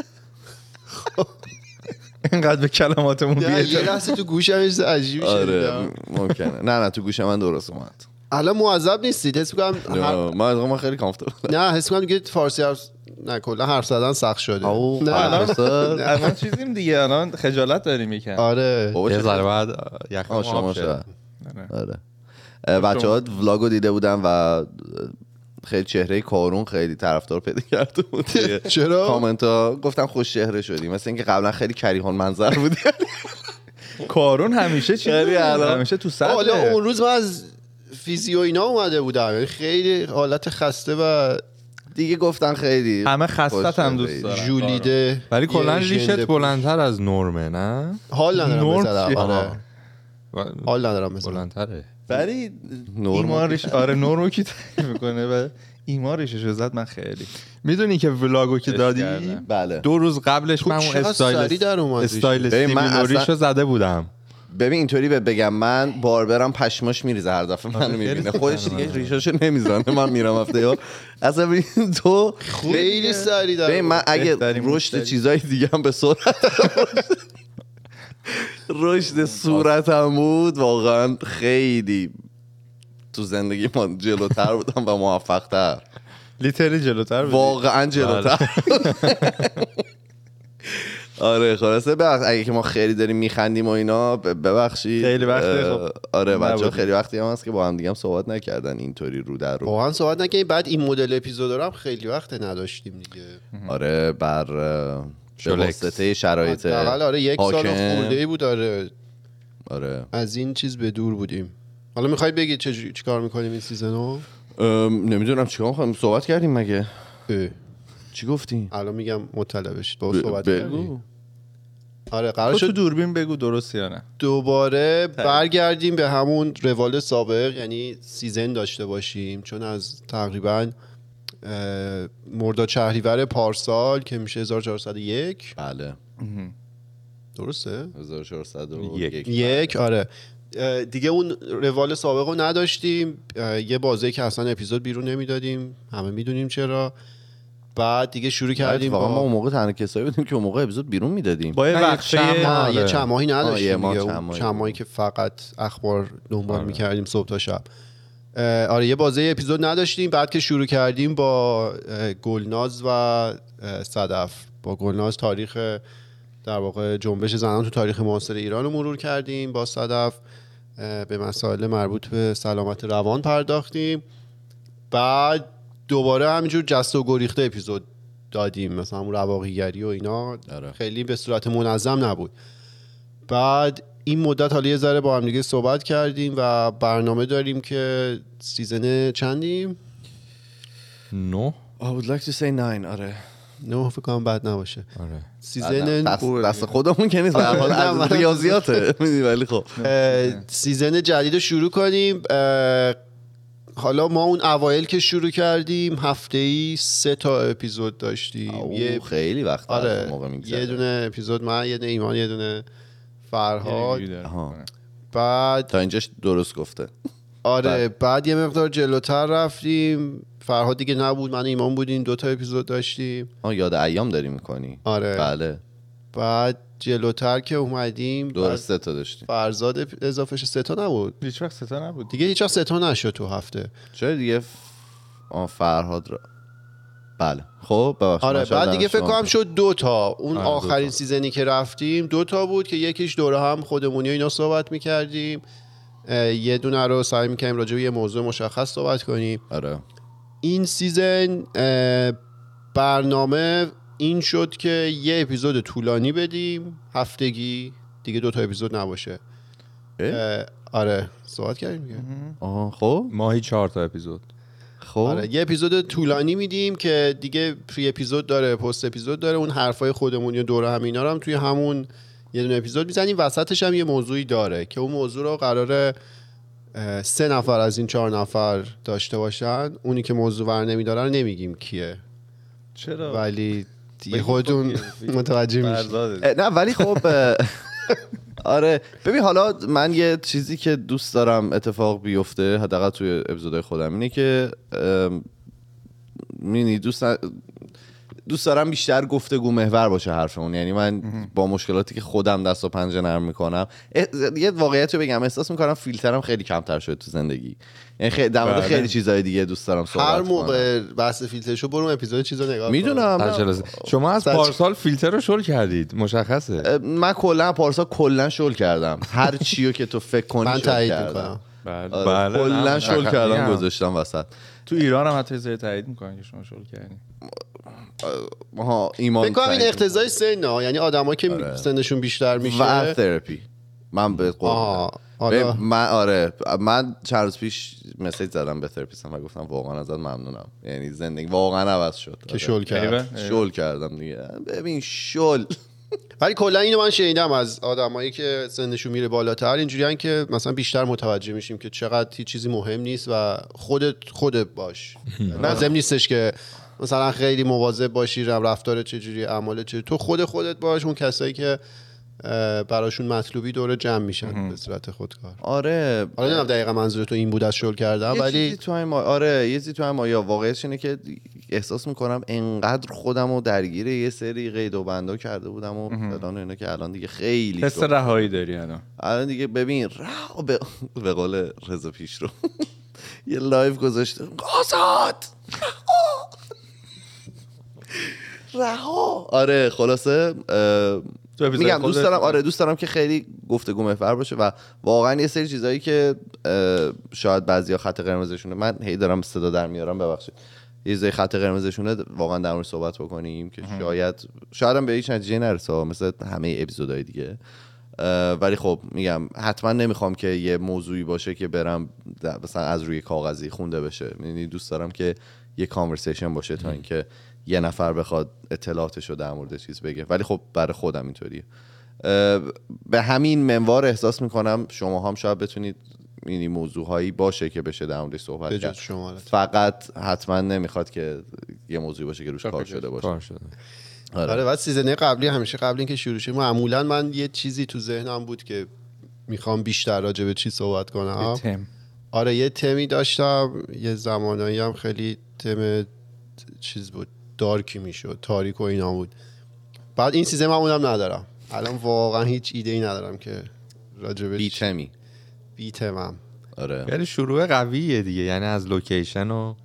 Speaker 4: اینقدر به کلماتمون
Speaker 3: یه
Speaker 4: بیه
Speaker 3: لحظه تو گوشمش عجیبی
Speaker 1: آره
Speaker 3: شد
Speaker 1: م- ممکنه نه نه تو گوش من درست اومد
Speaker 3: الان معذب نیستید حس کنم هر-
Speaker 1: نه، من من خیلی کامفورت بودم
Speaker 3: نه حس کنم دیگه فارسی حرف نه کلا حرف زدن سخت شده
Speaker 1: آو،
Speaker 3: نه
Speaker 1: الان-
Speaker 3: نه.
Speaker 4: الان چیزیم دیگه الان خجالت داریم یکم
Speaker 3: آره
Speaker 1: بابا
Speaker 2: یه
Speaker 1: چه
Speaker 2: ذره بعد یخ
Speaker 1: آه، شما شده
Speaker 4: نه، نه.
Speaker 1: آره بچه ها ولاگو دیده بودم و خیلی چهره کارون خیلی طرفدار پیدا کرده بود توی
Speaker 3: چرا؟
Speaker 1: کامنت ها گفتن خوش چهره شدی مثل اینکه قبلا خیلی کریهان منظر بودی
Speaker 4: کارون همیشه چی
Speaker 1: خیلی الان.
Speaker 4: همیشه تو صدره
Speaker 3: حالا اون روز من از فیزیو اینا اومده بودم یعنی خیلی حالت خسته و
Speaker 1: دیگه گفتن خیلی
Speaker 5: همه خستت هم دوست آره. دارم
Speaker 3: جولیده
Speaker 4: ولی
Speaker 3: یه
Speaker 4: کلا
Speaker 3: ژنده
Speaker 4: لیشت
Speaker 3: پوش.
Speaker 4: بلندتر از نرمه نه
Speaker 3: حال ندارم
Speaker 4: نرم
Speaker 3: بزنم
Speaker 4: چیه؟
Speaker 3: آره.
Speaker 4: و-
Speaker 3: حال ندارم بزنم
Speaker 4: بلندتره
Speaker 5: ولی
Speaker 1: نرم.
Speaker 5: ایمارش آره نورو کی تعریف میکنه و ایمارش رو زد من خیلی
Speaker 4: میدونی که ولاگو که
Speaker 5: عشق
Speaker 4: دادی
Speaker 5: کردم.
Speaker 1: بله
Speaker 4: دو روز قبلش
Speaker 3: تو
Speaker 4: من اون
Speaker 3: چقدر سریع
Speaker 4: استایل
Speaker 3: در اومدی.
Speaker 4: استایل
Speaker 1: ببین، من
Speaker 4: سیمیلوریشو
Speaker 1: اصلا-
Speaker 4: زده بودم
Speaker 1: ببین اینطوری بهت بگم من باربرم پشماش میریزه هر دفعه منو
Speaker 4: خیلی
Speaker 1: میبینه
Speaker 4: سخنه
Speaker 1: خودش دیگه
Speaker 4: من.
Speaker 1: ریشاشو نمیزنه من میرم هفته یا اصلا ببین تو
Speaker 3: خیلی سری در
Speaker 1: ببین من
Speaker 3: اومد.
Speaker 1: اگه
Speaker 5: بهترین
Speaker 1: رشد
Speaker 5: مشتری.
Speaker 1: چیزای دیگه هم به سرعت رشد صورتم بود واقعا خیلی تو زندگی ما جلوتر بودم و موفق تر
Speaker 4: لیتری جلوتر
Speaker 1: واقعا
Speaker 3: بله.
Speaker 1: جلوتر آره خلاصه ببخش اگه که ما خیلی داریم میخندیم و اینا ب- ببخشید
Speaker 5: خیلی وقته، خب.
Speaker 1: اه، آره بچه
Speaker 5: نبودیم.
Speaker 1: خیلی وقتی هم هست که با هم دیگه هم صحبت نکردن اینطوری رو در رو
Speaker 3: واقعا صحبت نکنیم بعد این مدل اپیزود رو هم خیلی وقت نداشتیم دیگه
Speaker 1: آره بر اه، به
Speaker 4: شلکس.
Speaker 1: واسطه شرایط
Speaker 3: حداقل آره یک سال
Speaker 1: حاکم.
Speaker 3: خورده ای بود آره
Speaker 1: آره
Speaker 3: از این چیز به دور بودیم حالا میخوای بگی چه جوری- چیکار میکنیم این سیزن رو
Speaker 1: ام، نمیدونم چیکار می‌خوایم صحبت کردیم مگه
Speaker 3: اه،
Speaker 1: چی گفتیم
Speaker 3: الان میگم مطلع بشید با خب، صحبت
Speaker 1: ب-
Speaker 3: کردی؟ آره قرار
Speaker 5: تو
Speaker 3: شد
Speaker 5: تو دوربین بگو درست یا نه
Speaker 3: دوباره برگردیم به همون روال سابق یعنی سیزن داشته باشیم چون از تقریبا اه، مرداد شهریور پارسال که میشه 1401
Speaker 1: بله
Speaker 3: درسته
Speaker 1: 1401
Speaker 3: یک آره اه، دیگه اون روال سابق رو نداشتیم اه، یه بازه که اصلا اپیزود بیرون نمیدادیم همه میدونیم چرا بعد دیگه شروع کردیم
Speaker 1: واقعا ما
Speaker 3: با
Speaker 1: اون موقع تنها کسایی بودیم که اون موقع اپیزود بیرون میدادیم
Speaker 5: با یه
Speaker 4: نه، یه
Speaker 5: وقفه
Speaker 4: چند
Speaker 3: نه
Speaker 4: آره.
Speaker 3: یه چند ماهی
Speaker 1: آه، یه
Speaker 3: نداشتیم
Speaker 1: ماه آره.
Speaker 3: دیگه.
Speaker 1: چند
Speaker 3: اون
Speaker 1: ماهی
Speaker 3: چند
Speaker 1: بود.
Speaker 3: ماهی که فقط اخبار دنبال میکردیم صبح تا شب اه، آره یه بازه اپیزود نداشتیم بعد که شروع کردیم با اه، گلناز و اه، صدف با گلناز تاریخ در واقع جنبش زنان تو تاریخ معاصر ایران رو مرور کردیم با صدف اه، به مسائل مربوط به سلامت روان پرداختیم بعد دوباره همینجور جست و گریخته اپیزود دادیم مثلا اون رواقیگری و اینا
Speaker 1: آره.
Speaker 3: خیلی به صورت منظم نبود بعد این مدت حالا یه ذره با هم دیگه صحبت کردیم و برنامه داریم که سیزن چندیم
Speaker 4: نه
Speaker 1: I would like to say nine آره
Speaker 3: نه فکر کنم بد نباشه
Speaker 4: آره
Speaker 3: سیزن
Speaker 1: دست, دست خودمون که نیست به هر حال
Speaker 3: آره، نه،
Speaker 1: از
Speaker 3: من-
Speaker 1: ریاضیاته می‌دونی، ولی خب
Speaker 3: اه، سیزن جدید رو شروع کنیم اه، حالا ما اون اوایل که شروع کردیم هفته ای سه تا اپیزود داشتیم یه
Speaker 1: او، خیلی وقت از اون
Speaker 3: آره
Speaker 1: موقع
Speaker 3: یه
Speaker 1: میگذره
Speaker 3: دونه اپیزود من یه دونه ایمان یه دونه فرهاد
Speaker 1: آها.
Speaker 3: بعد
Speaker 1: تا بله. اینجاش درست گفته
Speaker 3: آره بعد یه مقدار جلوتر رفتیم فرهاد دیگه نبود من و ایمان بودیم دو تا اپیزود داشتیم
Speaker 1: آه یاد ایام داری میکنی
Speaker 3: آره
Speaker 1: بله
Speaker 3: بعد جلوتر که اومدیم بعد
Speaker 1: درسته تا داشتیم
Speaker 3: فرزاد اپ- اضافه شد سه تا نبود
Speaker 5: هیچ وقت ستا نبود
Speaker 3: دیگه هیچ وقت سه تا نشد تو هفته
Speaker 1: چرا دیگه ف... آه، فرهاد را بله خب ببخشید، من
Speaker 3: آره
Speaker 1: شاید
Speaker 3: بعد
Speaker 1: دارم
Speaker 3: دیگه فکر
Speaker 1: شما-
Speaker 3: کنم شد دو تا اون
Speaker 4: آره، دو
Speaker 3: آخرین
Speaker 4: تا.
Speaker 3: سیزنی که رفتیم دو تا بود که یکیش دوره هم خودمونی و اینا صحبت میکردیم یه دونه رو سعی میکردیم راجع به یه موضوع مشخص صحبت کنیم
Speaker 1: آره
Speaker 3: این سیزن اه، برنامه این شد که یه اپیزود طولانی بدیم هفتگی دیگه دو تا اپیزود نباشه
Speaker 1: اه؟
Speaker 3: اه، آره صحبت کردیم دیگه.
Speaker 1: آها خب
Speaker 4: ماهی چهار تا اپیزود
Speaker 1: خب
Speaker 3: آره یه اپیزود طولانی میدیم که دیگه پری اپیزود داره پست اپیزود داره اون حرفای خودمونی و دوره همینا رو هم توی همون یه دونه اپیزود میزنیم وسطش هم یه موضوعی داره که اون موضوع رو قراره اه، سه نفر از این چهار نفر داشته باشن اونی که موضوع ور نمیداره رو نمیگیم کیه
Speaker 5: چرا
Speaker 3: ولی دیگه
Speaker 5: بگو
Speaker 3: خودتون
Speaker 5: خب کیه.
Speaker 3: متوجه میشید
Speaker 5: فرزاده
Speaker 1: اه، نه ولی خب اه، آره ببین حالا من یه چیزی که دوست دارم اتفاق بیفته حداقل توی اپیزودهای خودم اینه که مینی دوست ن- دوست دارم بیشتر گفتگو محور باشه حرفمون یعنی من با مشکلاتی که خودم دست و پنجه نرم میکنم یه واقعیت رو بگم احساس میکنم فیلترم خیلی کمتر شده تو زندگی یعنی خیلی در مورد
Speaker 4: بله.
Speaker 1: خیلی چیزهای دیگه دوست دارم صحبت
Speaker 3: هر
Speaker 1: کنم.
Speaker 3: موقع بحث فیلترشو برو اون اپیزود چیزا نگاه کن.
Speaker 1: میدونم
Speaker 4: سر جلسه. شما از
Speaker 3: سر-
Speaker 4: پارسال فیلتر رو شل کردید مشخصه
Speaker 1: من کلا پارسا کلا شل کردم هر چیو که تو فکر کنی
Speaker 3: من
Speaker 1: شل
Speaker 3: تایید
Speaker 1: کردم.
Speaker 3: میکنم
Speaker 5: بله.
Speaker 1: آره،
Speaker 4: بله، نه،
Speaker 1: کلا
Speaker 4: من
Speaker 1: شل
Speaker 4: فقط
Speaker 1: کردم
Speaker 4: میگم.
Speaker 1: گذاشتم وسط
Speaker 5: تو ایران هم حتی یه سری تایید میکنن که شما شل کردین
Speaker 1: ها ایمان
Speaker 3: فکر کنم این
Speaker 1: تایید
Speaker 3: اقتضای سن ها یعنی آدما که سنشون بیشتر
Speaker 1: میکنه.
Speaker 3: میشه
Speaker 1: و تراپی من به قول
Speaker 3: آه حالا
Speaker 1: ببین، من آره من چند روز پیش مسیج زدم به تراپیستم و گفتم واقعا ازت ممنونم یعنی زندگی واقعا عوض شد آره.
Speaker 3: که شل کرد
Speaker 5: ایول.
Speaker 1: شل کردم دیگه ببین شل
Speaker 3: ولی کلا اینو من شنیدم از آدمایی که سنشون میره بالاتر اینجوریان که مثلا بیشتر متوجه میشیم که چقدر هیچ چیزی مهم نیست و خودت خودت باش لازم نیستش که مثلا خیلی مواظب باشی رم- رفتار چجوری اعمال چجوری تو خود خودت باش اون کسایی که اه، براشون مطلوبی دوره جمع میشن به صورت خودکار
Speaker 1: آره
Speaker 3: حالا نمیدونم دقیقا منظور تو این بود از شل کردم
Speaker 1: یه چیزی
Speaker 3: ولی
Speaker 1: تو هم آره یه چیزی تو هم آیا واقعیتش اینه که احساس میکنم انقدر خودم رو درگیر یه سری قید و بندا کرده بودم و فلان و اینا که الان دیگه خیلی
Speaker 4: حس
Speaker 1: شد.
Speaker 4: رهایی داری الان
Speaker 1: الان دیگه ببین را به, به قول رضا پیش رو یه لایف گذاشته آزاد رها آره خلاصه اه،
Speaker 5: تو اپیزود
Speaker 1: میگم
Speaker 5: خودت-
Speaker 1: دوست دارم آره دوست دارم که خیلی گفتگو محور باشه و واقعا یه سری چیزایی که اه، شاید بعضیا خط قرمزشونه من هی دارم صدا در میارم ببخشید یه چیزای خط قرمزشونه واقعا در مورد صحبت بکنیم که شاید شاید هم به هیچ نتیجه نرسه مثل همه اپیزودهای دیگه اه، ولی خب میگم حتما نمیخوام که یه موضوعی باشه که برم د- مثلا از روی کاغذی خونده بشه یعنی دوست دارم که یه کانورسیشن باشه تا اینکه یه نفر بخواد اطلاعاتش رو در مورد چیز بگه ولی خب برای خودم اینطوریه اه، به همین منوار احساس میکنم شما هم شاید بتونید یعنی موضوع هایی باشه که بشه در موردش صحبت
Speaker 3: به جز
Speaker 1: کرد
Speaker 3: شما البته.
Speaker 1: فقط حتما نمیخواد که یه موضوعی باشه که روش کار شده باشه
Speaker 4: کار شده
Speaker 1: آره.
Speaker 3: آره بعد سیزن قبلی همیشه قبل اینکه شروع شه معمولا من یه چیزی تو ذهنم بود که میخوام بیشتر راجع به چی صحبت
Speaker 4: یه
Speaker 3: کنم
Speaker 4: تم.
Speaker 3: آره یه تمی داشتم یه زمانایی هم خیلی تم چیز بود دارکی میشد تاریک و اینا بود بعد این سیزن من اونم ندارم الان واقعا هیچ ایده ای ندارم که راجع به
Speaker 1: بی
Speaker 3: چی-
Speaker 1: تمی.
Speaker 3: بی تمم
Speaker 1: آره
Speaker 4: ولی یعنی شروع قویه دیگه یعنی از لوکیشن و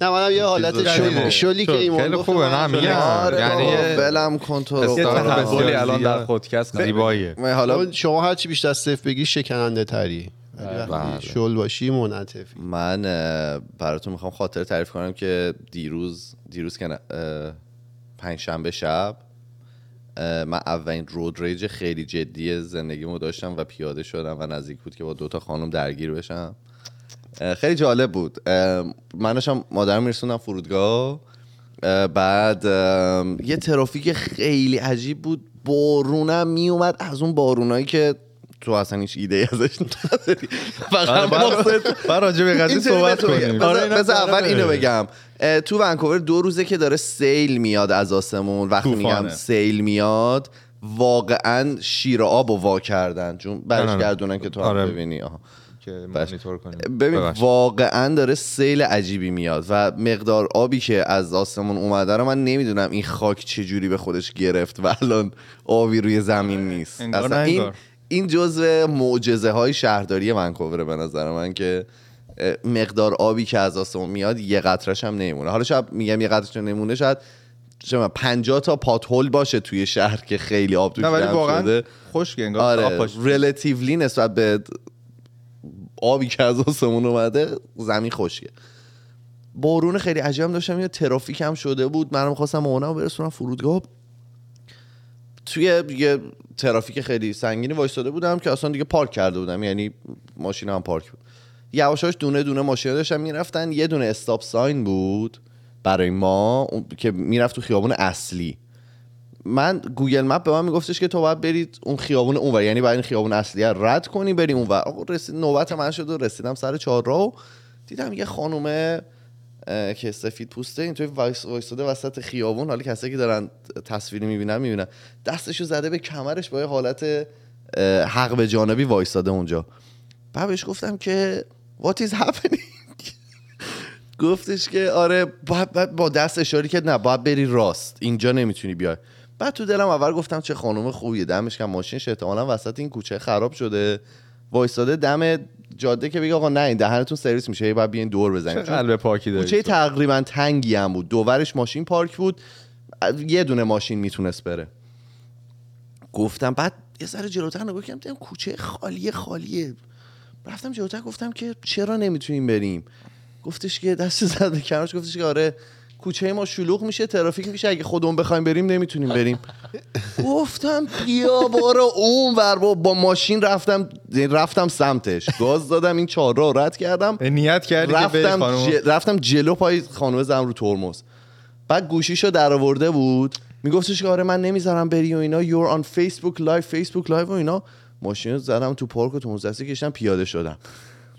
Speaker 3: نه منم یه حالت
Speaker 1: چیز
Speaker 3: شل-
Speaker 1: رو-
Speaker 3: شلی که
Speaker 4: خیلی
Speaker 3: ایمان گفت
Speaker 4: خوبه،
Speaker 3: منم
Speaker 4: نه،
Speaker 3: شل-
Speaker 4: میگم.
Speaker 1: آره
Speaker 4: یعنی
Speaker 1: بابا،
Speaker 4: یه-
Speaker 1: ولم کن تو رو.
Speaker 4: یه
Speaker 1: آره.
Speaker 4: تحولی
Speaker 5: تحولی
Speaker 4: بسیار
Speaker 5: الان در
Speaker 4: زیاد.
Speaker 5: خودکست
Speaker 4: زیبایه
Speaker 1: من حالا
Speaker 3: چون شما هرچی بیشتر صفر بگی شکننده تری ولی
Speaker 4: بله. آره.
Speaker 3: وقتی شل باشی منعطفی
Speaker 1: من اه، براتون میخوام خاطر تعریف کنم که دیروز دیروز که نه، اه، پنجشنبه شب اه، من اولین رود ریج خیلی جدی زندگیمو داشتم و پیاده شدم و نزدیک بود که با دوتا خانم درگیر بشم اه، خیلی جالب بود اه، من داشتم مادرم میرسوندم فرودگاه اه، بعد اه، یه ترافیک خیلی عجیب بود بارونم میومد از اون بارونایی که تو اصلا هیچ ایده ازش نداری
Speaker 2: آره،
Speaker 1: فقط مقصد-
Speaker 4: آره، بعد راجع به قضیه
Speaker 1: این سری
Speaker 4: صحبت
Speaker 1: بهتون
Speaker 4: کنیم
Speaker 1: بگم. بذار-
Speaker 4: اینا
Speaker 1: بذار
Speaker 4: جالبه.
Speaker 1: اول اینو بگم اه، تو ونکوور دو روزه که داره سیل میاد از آسمون وقتی
Speaker 5: طوفانه.
Speaker 1: میگم سیل میاد واقعا شیر آب و وا کردن چون
Speaker 4: نه،
Speaker 1: برش
Speaker 4: نه.
Speaker 1: گردونن که تو هم
Speaker 4: آره.
Speaker 1: ببینی آها.
Speaker 4: که مانیتور کنیم
Speaker 1: ببین
Speaker 4: ببخشید.
Speaker 1: واقعا داره سیل عجیبی میاد و مقدار آبی که از آسمون اومده رو من نمیدونم این خاک چجوری به خودش گرفت و الان آبی روی زمین نیست
Speaker 5: آره، انگار
Speaker 1: اصلا
Speaker 5: نه
Speaker 1: این
Speaker 5: انگار.
Speaker 1: این جزء معجزه های شهرداری ونکووره به نظر من که اه، مقدار آبی که از آسمون میاد یه قطرش هم نمیمونه حالا شب میگم یه قطرش نمیمونه شاید چه می‌دونم، 50 تا پاتول باشه توی شهر که خیلی آب توش
Speaker 5: نه ولی
Speaker 1: جمع
Speaker 5: واقعا
Speaker 1: شده.
Speaker 5: خوش انگار آب
Speaker 1: آره
Speaker 5: پاش-
Speaker 1: ریلیتیولی نسبت به آبی که از آسمون اومده زمین خشکه بارون خیلی عجیب هم داشتم یه ترافیک هم شده بود منم خواستم مامانم برسونم فرودگاه توی یه ترافیک خیلی سنگینی وایستاده بودم که اصلا دیگه پارک کرده بودم یعنی ماشین هم پارک بود یواشاش دونه دونه ماشینا داشتن میرفتن یه دونه استاپ ساین بود برای ما اون- که میرفت تو خیابون اصلی من گوگل مپ به من میگفتش که تو باید برید اون خیابون اونور یعنی باید این خیابون اصلی رو رد کنی بریم اونور آقا رسید نوبت من شد و رسیدم سر چهارراه و دیدم یه خانومه اه، که سفید پوسته اینطوری وایس- وایستاده وسط خیابون حالا کسایی که دارن تصویری میبینن میبینن دستشو زده به کمرش با یه حالت اه، حق به جانبی وایستاده اونجا بعد بهش گفتم که what is happening گفتش که آره باید- باید با دست اشاره کرد نه باید بری راست اینجا نمیتونی بیای بعد تو دلم اول گفتم چه خانم خوبیه دمش کم ماشینش احتمالا وسط این کوچه خراب شده وایستاده دم جاده که بگه آقا نه این دهنتون سرویس میشه هی باید بیاین دور
Speaker 4: چه
Speaker 1: بزنیم چون
Speaker 4: قلب پاکی داری
Speaker 1: کوچه
Speaker 4: تو.
Speaker 1: تقریبا تنگی هم بود دوورش ماشین پارک بود یه دونه ماشین میتونست بره گفتم بعد یه ذره جلوتر نگاه کردم دیدم کوچه خالیه خالیه رفتم جلوتر گفتم که چرا نمیتونیم بریم گفتش که دست زد به کمرش گفتش که آره کوچه ما شلوغ میشه ترافیک میشه اگه خودمون بخوایم بریم نمیتونیم بریم گفتم بیا برو اون ور با, با ماشین رفتم رفتم سمتش گاز دادم این چهار رو رد کردم
Speaker 4: نیت کردی که بری
Speaker 1: رفتم,
Speaker 4: خانم
Speaker 1: ج- رفتم جلو پای خانم زم رو ترمز بعد گوشیشو در آورده بود میگفتش که آره من نمیذارم بری و اینا you're on Facebook live Facebook live و اینا ماشین رو زدم تو پارک و تو دستی کشتم پیاده شدم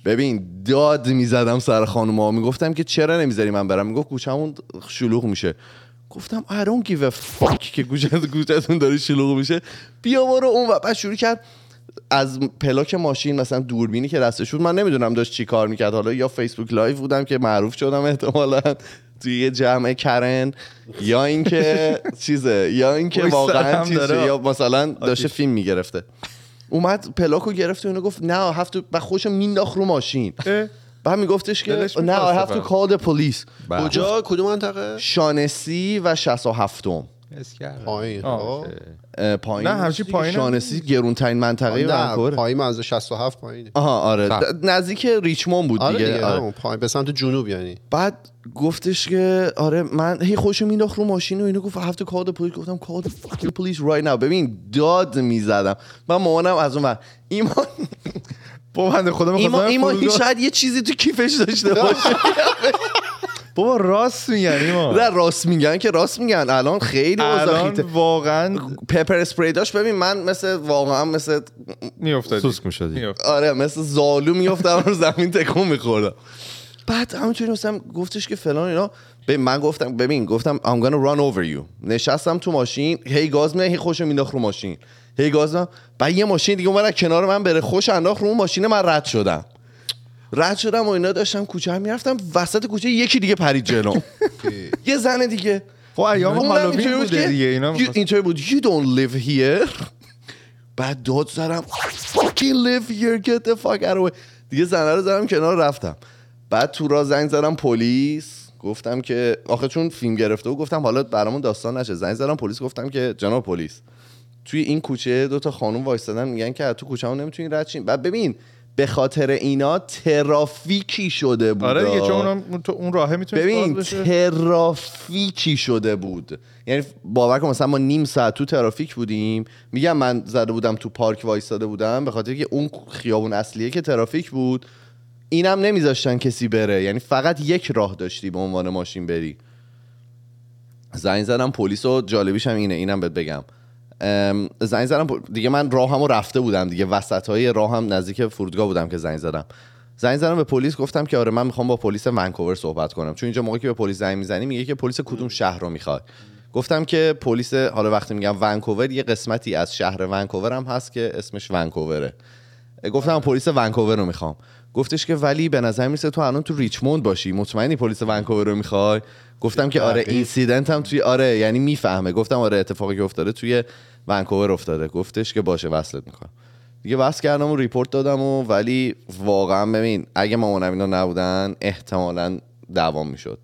Speaker 1: ببین داد میزدم سر خانوما میگفتم که چرا نمیذاری من برم میگفت کوچمون شلوغ میشه گفتم I don't give a fuck که کوچه- کوچه‌تون داره شلوغ میشه بیا برو اون و بعد شروع کرد از پلاک ماشین مثلا دوربینی که دستش بود من نمیدونم داشت چی کار میکرد حالا یا فیسبوک لایو بودم که معروف شدم احتمالا توی یه جمع کرن یا اینکه چیزه یا اینکه
Speaker 4: وایسادم
Speaker 1: واقعا چیزه
Speaker 4: داره.
Speaker 1: یا مثلا داشته فیلم میگرفته اومد پلاکو گرفت و اینو گفت نه هفت و خوش مینداخت رو ماشین
Speaker 4: اه.
Speaker 1: بعد میگفتش که
Speaker 4: دلش
Speaker 1: نه I
Speaker 4: می‌خواسته
Speaker 1: have to
Speaker 4: فقط.
Speaker 1: call the police
Speaker 4: بله.
Speaker 3: کجا کدوم منطقه
Speaker 1: شانسی و 67
Speaker 4: حس کرد.
Speaker 3: پایین آه.
Speaker 4: آه،
Speaker 1: اه، پایین
Speaker 4: نه، همچی
Speaker 1: نیست دیگه.
Speaker 4: پایینه.
Speaker 1: شانسی گرونترین منطقه
Speaker 3: نه
Speaker 1: ونکووره.
Speaker 3: پایین منظور 67 پایینه
Speaker 1: آها آره
Speaker 4: خب.
Speaker 1: د- نزدیک ریچمون بود
Speaker 3: آره
Speaker 1: دیگه,
Speaker 3: دیگه
Speaker 1: آره.
Speaker 3: همون پایین به سمت جنوب یعنی
Speaker 1: بعد گفتش که آره من هی خوش مینداخت رو ماشین و اینو گفت هفته کاد پلیس گفتم کاد فاکین پلیس رایت ناو ببین داد میزدم من مامانم از اون ور ایمان
Speaker 4: با بنده خدا می‌خواست
Speaker 1: ایمان,
Speaker 4: برم
Speaker 1: ایمان هیچ
Speaker 4: فرودگاه.
Speaker 1: شاید یه چیزی تو کیفش داشته باشه
Speaker 4: بابا راست میگن ایمان
Speaker 1: نه راست میگن که راست میگن الان خیلی وضع
Speaker 4: الان
Speaker 1: خیته.
Speaker 4: واقعا
Speaker 1: پپر اسپری داشت ببین من مثل واقعا مثل
Speaker 4: میافتادی سوسک می‌شدی.
Speaker 1: آره مثل زالو میافتم رو زمین تکون میخوردم بعد همونطوری مثلا گفتش که فلان اینا به من گفتم ببین گفتم I'm gonna run over you نشستم تو ماشین هی گاز میدم هی خوشم مینداخت رو ماشین هی گاز میدم بعد یه ماشین دیگه اومد از کنار من بره خوش انداخت رو اون ماشین من رد شدم رد شدم و اینا داشتم کوچه هم میرفتم وسط کوچه یکی دیگه پرید جلوم یه زن دیگه
Speaker 4: خب ایام
Speaker 1: اونم اینطوری
Speaker 4: هالووین
Speaker 1: بود
Speaker 4: بوده
Speaker 1: که
Speaker 4: دیگه اینا
Speaker 1: you-
Speaker 4: می‌خواست-
Speaker 1: اینطوری بود you don't live here بعد داد زدم fucking live here get the fuck out of here. دیگه زنه رو زدم کنار رفتم بعد تو را زنگ زدم پلیس گفتم که آخه چون فیلم گرفته و گفتم حالا برامون داستان نشه زنگ زدم پلیس گفتم که جناب پلیس توی این کوچه دو تا خانم وایستادن میگن که از تو کوچه نمیتونین رد شین بعد ببین به خاطر اینا ترافیکی شده بود
Speaker 4: آره دیگه چون
Speaker 1: آه.
Speaker 4: اونم- تو- اون راهه میتونه
Speaker 1: ببین ترافیکی شده بود یعنی باور کن مثلا ما نیم ساعت تو ترافیک بودیم میگم من زده بودم تو پارک وایستاده بودم به خاطر که اون خیابون اصلیه که ترافیک بود اینم نمیذاشتن کسی بره یعنی فقط یک راه داشتی به عنوان ماشین بری زنگ زدم پلیس و جالبیش هم اینه اینم بهت بگم ام، زنگ زدم پل- دیگه من راهمو رفته بودم دیگه وسط های راهم نزدیک فرودگاه بودم که زنگ زدم زنگ زدم به پلیس گفتم که آره من میخوام با پلیس ونکوور صحبت کنم چون اینجا موقعی که به پلیس زنگ میزنی میگه که پلیس کدوم شهر رو میخواد گفتم که پلیس حالا وقتی میگم ونکوور یه قسمتی از شهر ونکوور هم هست که اسمش ونکووره گفتم پلیس ونکوور رو میخوام گفتش که ولی به نظر میرسه تو الان تو ریچموند باشی مطمئنی پلیس ونکوور رو میخوای گفتم که آره اینسیدنت هم توی آره یعنی میفهمه گفتم آره اتفاقی که افتاده توی ونکوور افتاده گفتش که باشه وصلت میکنم دیگه وصل کردم و ریپورت دادم و ولی واقعا ببین اگه مامانم اینا نبودن احتمالا دوام میشد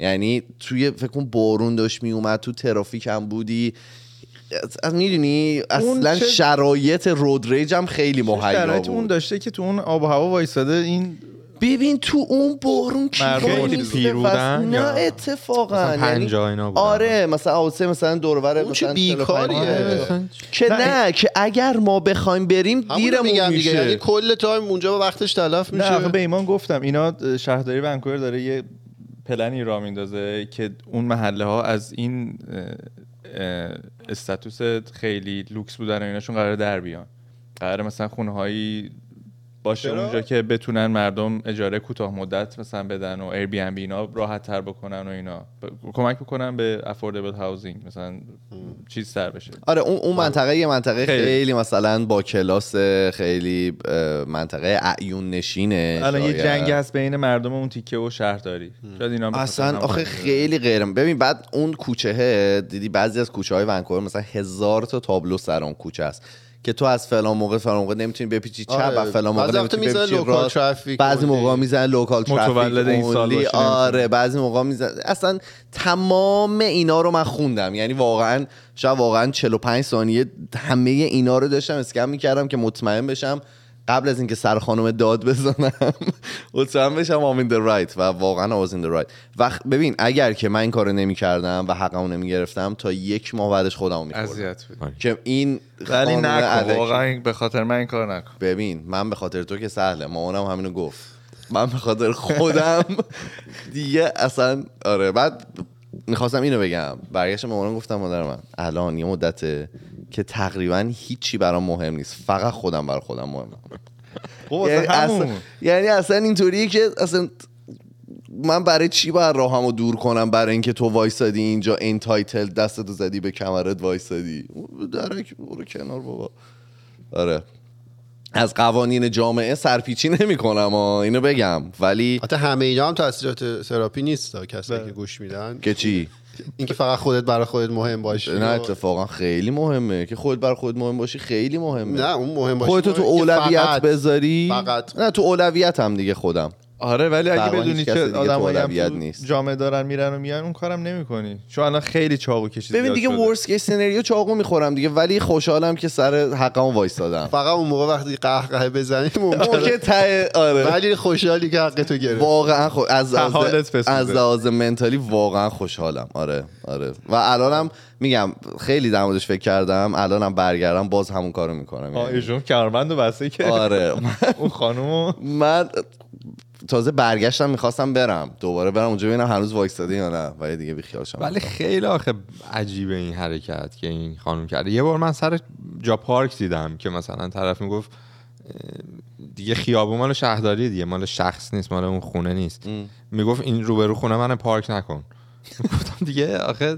Speaker 1: یعنی توی فکر کن بارون داشت میومد تو ترافیک هم بودی میدونی اصلا
Speaker 4: چه-
Speaker 1: شرایط رود ریج هم خیلی مهیا
Speaker 4: شرایط اون
Speaker 1: بود
Speaker 4: داشته که تو اون آب و هوا وایساده این
Speaker 1: ببین تو اون بارون کیا
Speaker 4: مردم خیلی
Speaker 1: نیسته
Speaker 4: پیرودن
Speaker 1: وس- نه
Speaker 4: یا-
Speaker 1: اتفاقا
Speaker 4: مثلا
Speaker 1: یعنی-
Speaker 4: پنجاه اینا بودن.
Speaker 1: آره مثلا حادثه مثلا دورور
Speaker 3: اون چه
Speaker 1: مثلا
Speaker 3: بیکاریه.
Speaker 1: 45
Speaker 3: آره.
Speaker 1: که
Speaker 4: نه،
Speaker 1: نه که اگر ما بخوایم بریم
Speaker 3: همون
Speaker 1: دیرمون
Speaker 3: میگم دیگه یعنی
Speaker 1: میشه
Speaker 3: کل تایم اونجا به وقتش تلف
Speaker 4: نه آخه به
Speaker 3: میشه
Speaker 4: ایمان گفتم اینا شهرداری ونکوور داره یه پلنی را میندازه که اون محله ها از این اه، اه، استاتوس خیلی لوکس بودن و ایناشون قرار در بیان قرار مثلا خونه هایی باشه
Speaker 3: چرا؟
Speaker 4: اونجا که بتونن مردم اجاره کوتاه مدت مثلا بدن و ایر بی ام بی اینا راحت تر بکنن و اینا ب- کمک بکنن به افوردبل هاوزینگ مثلا چیز تر بشه
Speaker 1: آره اون اون منطقه یه منطقه
Speaker 4: بله. خیلی.
Speaker 1: خیلی, مثلا با کلاس خیلی اه، منطقه اعیون نشینه
Speaker 4: الان یه
Speaker 1: شاید.
Speaker 4: جنگ هست بین مردم اون تیکه و شهرداری شاید اینا هم بخواستن
Speaker 1: اصلا
Speaker 4: هماهنگ
Speaker 1: آخه
Speaker 4: کنن.
Speaker 1: خیلی غیرم ببین بعد اون کوچه دیدی بعضی از کوچه های ونکوور مثلا هزار تا تابلو سر اون کوچه است که تو از فلان موقع فلان موقع نمیتونی بپیچی چپ
Speaker 3: آره.
Speaker 1: و فلان موقع
Speaker 3: بعضی وقتا
Speaker 1: نمیتونی
Speaker 3: میزنن
Speaker 1: بپیچی
Speaker 3: لوکال
Speaker 1: راست.
Speaker 3: ترافیک
Speaker 1: بعضی
Speaker 3: اون
Speaker 1: موقع
Speaker 3: دیگه.
Speaker 1: میزنن لوکال ترافیک
Speaker 4: متولد این سال
Speaker 1: اونلی.
Speaker 4: باشی، نمیتونی.
Speaker 1: آره بعضی موقع میزن اصلا تمام اینا رو من خوندم یعنی واقعا شاید واقعا 45 ثانیه همه اینا رو داشتم اسکم میکردم که مطمئن بشم قبل از اینکه سر خانم داد بزنم مطمئن بشم آمین the right و واقعا I was in the right وقت ببین اگر که من این کارو نمیکردم و حقمو نمیگرفتم تا یک ماه بعدش خودمو میخوردم
Speaker 4: اذیت بود
Speaker 1: که این
Speaker 4: ولی
Speaker 1: خانم
Speaker 4: نکن
Speaker 1: علکی-
Speaker 4: واقعا به خاطر من این کار نکن
Speaker 1: ببین من به خاطر تو که سهله مامانم همینو گفت من به خاطر خودم دیگه اصلا آره بعد میخواستم اینو بگم برگشت مامانم گفتم مادر من الان یه مدته که تقریبا هیچی برام مهم نیست فقط خودم بر خودم مهمم
Speaker 4: خب
Speaker 1: یعنی
Speaker 4: واسه
Speaker 1: اصلا,
Speaker 4: همون
Speaker 1: یعنی اصلا اینطوریه که اصلا من برای چی باید راهمو دور کنم برای اینکه تو وایسادی اینجا انتایتل دستتو زدی به کمرت وایسادی درک برو کنار بابا آره از قوانین جامعه سرپیچی نمی کنم اینو بگم ولی
Speaker 3: حتی همه اینا هم تاثیرات تراپی نیست تا کسایی که گوش میدن
Speaker 1: بله. که چی
Speaker 3: اینکه فقط خودت برای خودت مهم باشی
Speaker 1: نه
Speaker 3: و-
Speaker 1: اتفاقا خیلی مهمه که خودت بر خود مهم باشی خیلی مهمه
Speaker 3: نه اون مهم باشه
Speaker 1: خودتو تو
Speaker 3: مهم اینکه
Speaker 1: اولویت
Speaker 3: فقط-
Speaker 1: بذاری
Speaker 3: فقط.
Speaker 1: نه تو اولویت هم دیگه خودم
Speaker 4: آره ولی اگه
Speaker 1: فرقا
Speaker 4: بدونی
Speaker 1: هیچ کس دیگه
Speaker 4: چه
Speaker 1: تو
Speaker 4: آدمایی هم
Speaker 1: اولویت
Speaker 4: تو
Speaker 1: نیست.
Speaker 4: جامعه دارن میرن و میان اون کارم نمیکنی چون الان خیلی چاقو کشید
Speaker 1: ببین دیگه ورست کیس سناریو چاقو میخورم دیگه ولی خوشحالم که سر حقمو وایستادم
Speaker 3: فقط اون موقع وقتی قهقه بزنی ممکنه
Speaker 1: که ته آره
Speaker 3: ولی خوشحالی که حق تو گرفت
Speaker 1: واقعا خو... از از
Speaker 4: حالت
Speaker 1: از
Speaker 4: فسوده.
Speaker 1: لحاظ منتالی واقعا خوشحالم آره آره و الانم میگم خیلی در موردش فکر کردم الانم برگردم باز همون کارو میکنم یعنی-
Speaker 4: ایشون کارمند و بسته که
Speaker 1: آره من-
Speaker 4: اون خانومو
Speaker 1: من تازه برگشتم میخواستم برم دوباره برم اونجا ببینم هنوز وایستاده یا نه ولی دیگه بیخیال شدم
Speaker 2: ولی خیلی آخه عجیبه این حرکت که این خانم کرده یه بار من سر جا پارک دیدم که مثلا طرف میگفت اه، دیگه خیابون مال شهرداری دیگه مال شخص نیست مال اون خونه نیست میگفت این روبرو خونه من پارک نکن گفتم دیگه آخه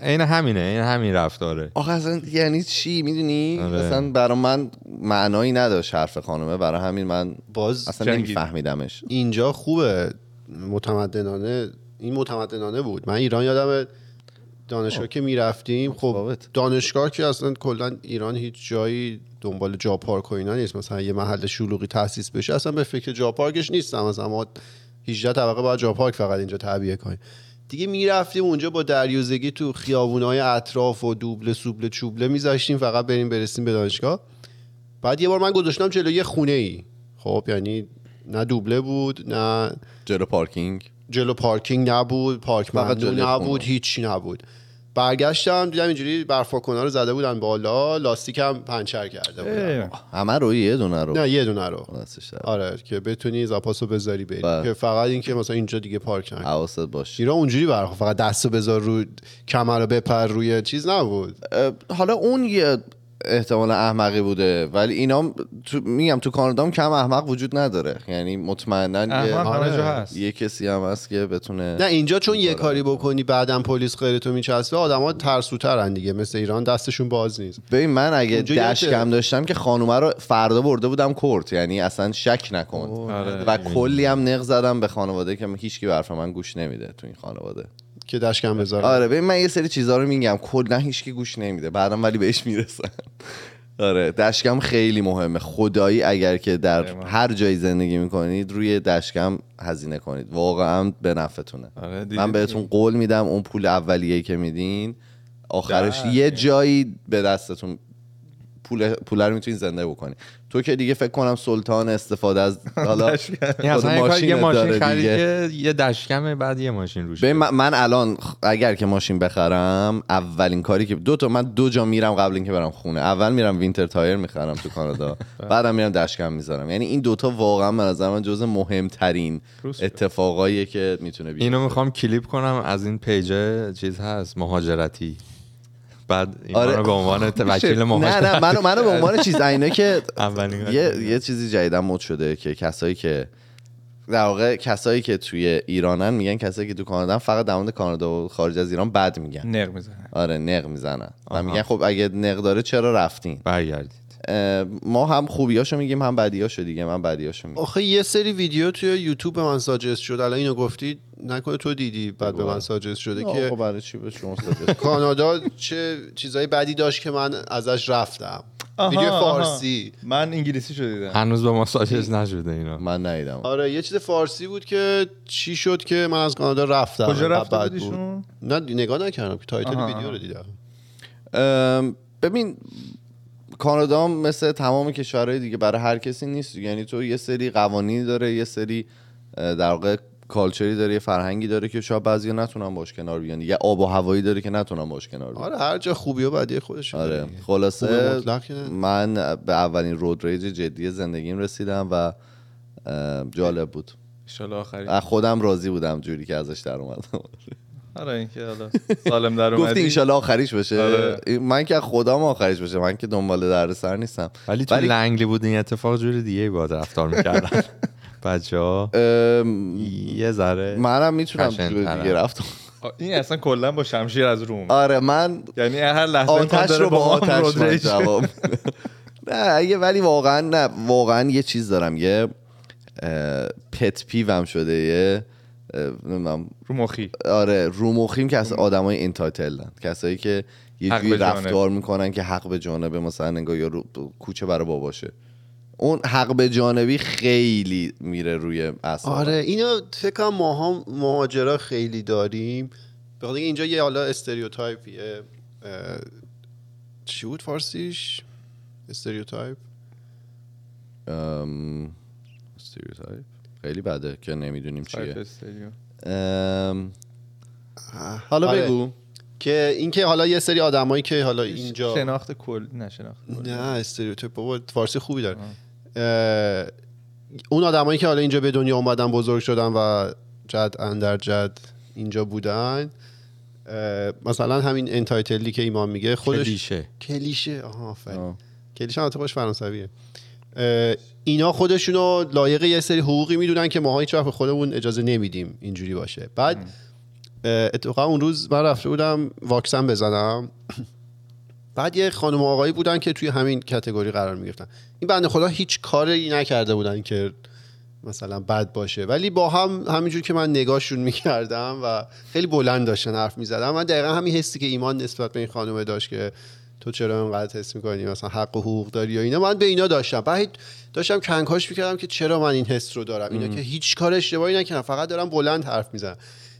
Speaker 2: عین همینه این همین رفتاره
Speaker 1: آخه اصلا یعنی چی میدونی
Speaker 2: آره.
Speaker 1: اصلا برای من معنایی نداشت حرف خانومه برای همین من
Speaker 3: باز
Speaker 1: اصلا
Speaker 4: جنگی.
Speaker 1: نمیفهمیدمش
Speaker 3: اینجا خوبه متمدنانه این متمدنانه بود من ایران یادم دانشگاه که میرفتیم خب
Speaker 1: متفاوت.
Speaker 3: دانشگاه که اصلا کلا ایران هیچ جایی دنبال جا پارک و اینا نیست مثلا یه محل شلوغی تاسیس بشه اصلا به فکر جا پارکش نیستم مثلا ما 18 طبقه باید جا پارک فقط اینجا تعبیه کنیم دیگه میرفتیم اونجا با دریوزگی تو خیابونای اطراف و دوبله سوبله چوبله میذاشتیم فقط بریم برسیم به دانشگاه بعد یه بار من گذاشتم جلوی یه خونه ای خب یعنی نه دوبله بود نه
Speaker 1: جلو پارکینگ
Speaker 3: جلو پارکینگ نبود پارک
Speaker 1: فقط
Speaker 3: ممنوع
Speaker 1: جلوی خونه.
Speaker 3: نبود هیچی نبود برگشتم دیدم اینجوری برفاکونا رو زده بودن بالا لاستیکم پنچر کرده بودن
Speaker 1: همه رو یه دونه رو
Speaker 3: نه یه دونه رو
Speaker 1: دستش در.
Speaker 3: آره که بتونی زاپاسو بذاری بری
Speaker 1: بله.
Speaker 3: که فقط اینکه مثلا اینجا دیگه پارک نکن
Speaker 1: حواست باش
Speaker 3: ایران اونجوری برخ فقط دستو بذار رو کمر رو بپر روی چیز نبود
Speaker 1: اه، حالا اون یه احتمال احمقی بوده ولی اینا هم تو میگم تو کانادا هم کم احمق وجود نداره یعنی مطمئنا
Speaker 4: احمق
Speaker 1: یه,
Speaker 4: همه
Speaker 3: آره.
Speaker 4: جا هست
Speaker 1: یه کسی هم هست که بتونه
Speaker 3: نه اینجا چون یه کاری بکنی بعدم پلیس غیرتو میچسبه آدما ترسوترن دیگه مثل ایران دستشون باز نیست
Speaker 1: ببین من اگه
Speaker 3: اونجا یه
Speaker 1: دش
Speaker 3: چه-
Speaker 1: کم داشتم که خانومه رو فردا برده بودم کرت یعنی اصلا شک نکن
Speaker 4: آره.
Speaker 1: و کلی هم نق زدم به خانواده که هیچکی به حرف من گوش نمیده تو این خانواده
Speaker 3: که دشکم بذارن
Speaker 1: آره ببین من یه سری چیزها رو میگم کلا هیچکی گوش نمیده بعدم ولی بهش میرسن آره دشکم خیلی مهمه خدایی اگر که در هر جایی زندگی میکنید روی دشکم هزینه کنید واقعا به نفعتونه
Speaker 4: آره، دیدی
Speaker 1: من بهتون قول میدم اون پول اولیه که میدین آخرش یه جایی به دستتون پول پول رو میتونید زنده بکنی تو که دیگه فکر کنم سلطان استفاده از حالا
Speaker 2: این
Speaker 1: خود
Speaker 2: اصلا یه کار- یه
Speaker 1: ماشینت
Speaker 2: ماشین
Speaker 1: داره
Speaker 2: خرید
Speaker 1: دیگه.
Speaker 2: که یه دشکمه بعد یه ماشین روش
Speaker 1: ببین من, من الان خ- اگر که ماشین بخرم اولین کاری که دو تا من دو جا میرم قبل اینکه برم خونه اول میرم وینتر تایر میخرم تو کانادا
Speaker 2: بله.
Speaker 1: بعدم میرم دشکم میذارم یعنی این دوتا واقعا به نظر من جز مهمترین اتفاقاییه که میتونه بیاد
Speaker 2: اینو میخوام کلیپ کنم از این پیجه چیز هست مهاجرتی بعد این
Speaker 1: آره.
Speaker 2: رو به عنوان وکیل
Speaker 1: نه
Speaker 2: مهاجرت
Speaker 1: نه منو منو به عنوان چیز اینه که
Speaker 2: اولین بار
Speaker 1: یه
Speaker 2: دیدم.
Speaker 1: یه چیزی جدیدا مد شده که کسایی که در واقع کسایی که توی ایرانن میگن کسایی که تو کانادا فقط در مورد کانادا و خارج از ایران بد میگن
Speaker 4: نق میزنه
Speaker 1: آره نق میزنن و میگن خب اگه نق داره چرا رفتین
Speaker 2: برگردید
Speaker 1: اه، ما هم خوبیاشو میگیم هم بدیاشو دیگه من بدیاشو میگم
Speaker 3: آخه یه سری ویدیو توی یوتیوب به من ساجست شد الان اینو گفتی نکنه تو دیدی بعد به من ساجست شده که
Speaker 1: آقا برای چی به شما سجست؟
Speaker 3: کانادا چه چیزای بدی داشت که من ازش رفتم ویدیو
Speaker 4: آها، آها.
Speaker 3: فارسی
Speaker 4: من انگلیسی شو دیدم
Speaker 2: هنوز به ما ساجز نشده اینا
Speaker 1: من ندیدم
Speaker 3: آره یه چیز فارسی بود که چی شد که من از کانادا رفتم
Speaker 4: کجا رفته
Speaker 3: بد
Speaker 4: بود ایشون؟
Speaker 3: نه نگاه نکردم که تایتل ویدیو رو دیدم
Speaker 1: ام، ببین کانادا هم مثل تمام کشورهای دیگه برای هر کسی نیست یعنی تو یه سری قوانینی داره یه سری اه، در واقع کالچری داره یه فرهنگی داره که شاید بعضیا نتونن باش کنار بیان یه آب و هوایی داره که نتونن باش کنار بیان
Speaker 3: آره هر جا خوبی و بدی خودش
Speaker 1: آره
Speaker 3: خوبه
Speaker 1: خلاصه
Speaker 3: مطلق که نه.
Speaker 1: من به اولین رود ریج جدی زندگیم رسیدم و اه، جالب بود
Speaker 4: ایشالا آخری
Speaker 1: از خودم راضی بودم جوری که ازش در اومدم
Speaker 4: آره اینکه حالا سالم در
Speaker 1: گفتی
Speaker 4: اومدی
Speaker 1: انشالله آخریش بشه
Speaker 4: آره.
Speaker 1: من که از خودم آخریش بشه من که دنبال دردسر نیستم
Speaker 2: ولی تو لنگلی بود این اتفاق جور دیگه باید رفتار میکردن بچه ها
Speaker 1: ام،
Speaker 2: یه ذره
Speaker 1: منم میتونم
Speaker 2: خشن
Speaker 1: جور
Speaker 2: ترم.
Speaker 1: دیگه رفتم
Speaker 4: آ، خب، این اصلا کلا با شمشیر از روم
Speaker 1: آره من
Speaker 4: یعنی هر لحظه امکان
Speaker 1: آتش
Speaker 4: داره
Speaker 1: رو با
Speaker 4: ما هم
Speaker 1: آتش
Speaker 4: رد
Speaker 1: من
Speaker 4: ریش.
Speaker 1: جواب می‌دم. نه اگه ولی واقعا نه واقعا یه چیز دارم یه اه، پت پیوم شده یه اه، نمی‌دونم،
Speaker 4: رو مخی
Speaker 1: آره رو مخیم که اصلا آدمای انتایتلن کسایی که یه
Speaker 4: حق
Speaker 1: جوری
Speaker 4: به جانب.
Speaker 1: رفتار میکنن که حق به جانبه مثلا انگار یا رو کوچه برای باباشه اون حق به جانبی خیلی میره روی اصلا
Speaker 3: آره اینو فکر کنم ماها مهاجرا خیلی داریم به خاطر اینکه اینجا یه حالا استریوتایپیه اه، چی بود فارسیش استریوتایپ
Speaker 1: خیلی بده که نمیدونیم چیه
Speaker 4: تایپ استریو.
Speaker 1: ام،
Speaker 3: حالا
Speaker 1: بگو.
Speaker 3: آره. که اینکه حالا یه سری آدمایی که حالا اینجا
Speaker 4: شناخت کل نه شناخت کل.
Speaker 3: نه استریوتایپ بابا فارسی خوبی داره اه، اون آدمایی که حالا اینجا به دنیا اومدن بزرگ شدن و جد اندر جد اینجا بودن اه، مثلا همین انتایتلی که ایمان میگه خودش
Speaker 2: کلیشه.
Speaker 3: کلیشه آها آفرین.
Speaker 1: آه.
Speaker 3: کلیشه هم خودش فرانسویه اه، اینا خودشونو لایق یه سری حقوقی میدونن که ماها هیچ وقت به خودمون اجازه نمیدیم اینجوری باشه بعد اه، اتفاقا اون روز من رفته بودم واکسن بزنم بعد یه خانم و آقایی بودن که توی همین کتگوری قرار میگرفتن این بنده خدا هیچ کاری نکرده بودن که مثلا بد باشه ولی با هم همینجور که من نگاهشون میکردم و خیلی بلند داشتن حرف میزدم من دقیقا همین حسی که ایمان نسبت به این خانومه داشت که تو چرا اینقدر حس میکنی مثلا حق و حقوق داری یا اینا من به اینا داشتم بعد داشتم کنکاش میکردم که چرا من این حس رو دارم اینا که هیچ کار اشتباهی نکردم فقط دارم بلند حرف میزنم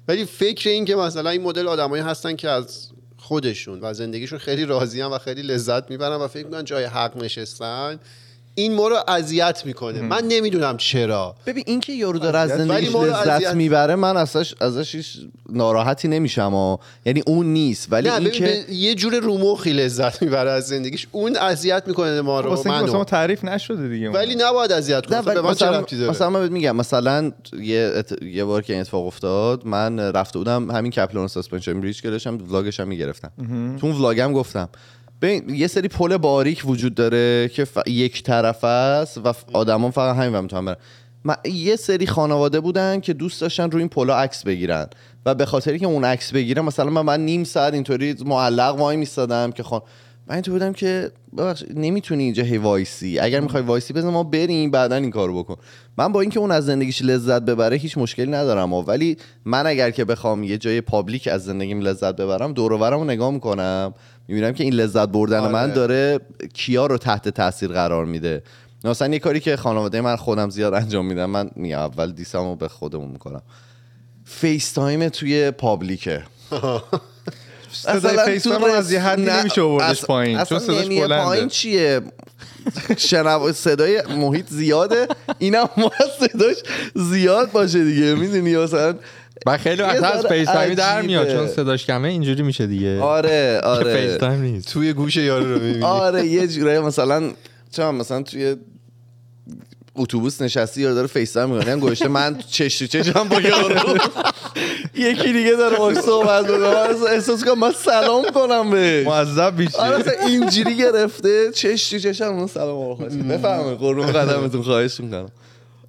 Speaker 3: ولی فکر این که مثلا این مدل آدمایی هستن که از خودشون و زندگیشون خیلی راضی و خیلی لذت میبرن و فکر میکنن جای حق نشستن این ما رو اذیت میکنه من نمیدونم چرا
Speaker 1: ببین این که یارو داره از
Speaker 3: ولی
Speaker 1: زندگیش
Speaker 3: ما رو
Speaker 1: لذت
Speaker 3: اذیت-
Speaker 1: میبره من ازش ازش هیچ ناراحتی نمیشم ها یعنی اون نیست ولی
Speaker 3: نه
Speaker 1: این
Speaker 3: ببین
Speaker 1: که
Speaker 3: به- یه جور رومخی لذت میبره از زندگیش اون اذیت میکنه ما رو
Speaker 4: خب، واسه اینکه واسه ما
Speaker 3: منو
Speaker 4: تعریف نشده دیگه اون.
Speaker 3: ولی نباید اذیت کنه
Speaker 1: نه
Speaker 3: به
Speaker 1: ولی
Speaker 3: من چه
Speaker 1: مثلا,
Speaker 3: ربطی داره
Speaker 1: مثلا من بهت میگم مثلا یه, ات- یه بار که این اتفاق افتاد من رفته بودم همین کپلون ساسپنشن بریج که داشتم ولاگش هم میگرفتم تو اون ولاگم گفتم ببین یه سری پل باریک وجود داره که ف- یک طرف است و ف- آدما فقط همین ور میتونن برن من یه سری خانواده بودن که دوست داشتن روی این پلا عکس بگیرن و به خاطری که اون عکس بگیرن مثلا من, من نیم ساعت اینطوری معلق وای میستادم که خان من اینطور بودم که ببخش نمیتونی اینجا هی وایسی اگر میخوای وایسی بزن ما بریم بعدا این کارو بکن من با اینکه اون از زندگیش لذت ببره هیچ مشکلی ندارم ها. ولی من اگر که بخوام یه جای پابلیک از زندگیم لذت ببرم دور و برم رو نگاه میکنم میبینم که این لذت بردن
Speaker 3: آره.
Speaker 1: من داره کیا رو تحت تاثیر قرار میده مثلا یه کاری که خانواده من خودم زیاد انجام میدم من میگم اول دیسم رو به خودمون میکنم فیس تایم توی پابلیکه
Speaker 4: صدای فیس
Speaker 1: تو
Speaker 4: من از یه
Speaker 1: رس-
Speaker 4: حدی
Speaker 1: نه،
Speaker 4: نمیشه آوردش
Speaker 1: اص-
Speaker 4: پایین
Speaker 1: اصلا
Speaker 4: چون صداش
Speaker 1: نمیه پایین
Speaker 4: بلنده
Speaker 1: چیه شنو صدای محیط زیاده اینم ما صداش زیاد باشه دیگه میدونی مثلا
Speaker 2: و خیلی وقت
Speaker 1: یه
Speaker 2: از
Speaker 1: ذره
Speaker 2: فیس تایمی در
Speaker 1: عجیبه.
Speaker 2: میاد چون صداش کمه اینجوری میشه دیگه
Speaker 1: آره
Speaker 2: که فیس
Speaker 1: آره
Speaker 2: تایم نیست
Speaker 3: توی گوش یارو رو میبینی
Speaker 1: آره یه جورایی مثلا چرا مثلا توی اتوبوس نشستی یارو داره فیس تایم می‌کنه. هم گوشته من چش تو چشم با یارو یکی دیگه داره باش صحبت می‌کنه من احساس کنم من سلام کنم بهش
Speaker 4: معذب میشه
Speaker 1: آره مثلا اینجوری گرفته چش تو چشم من سلام آقا بفرمایید قربون قدمتون خواهش میکنم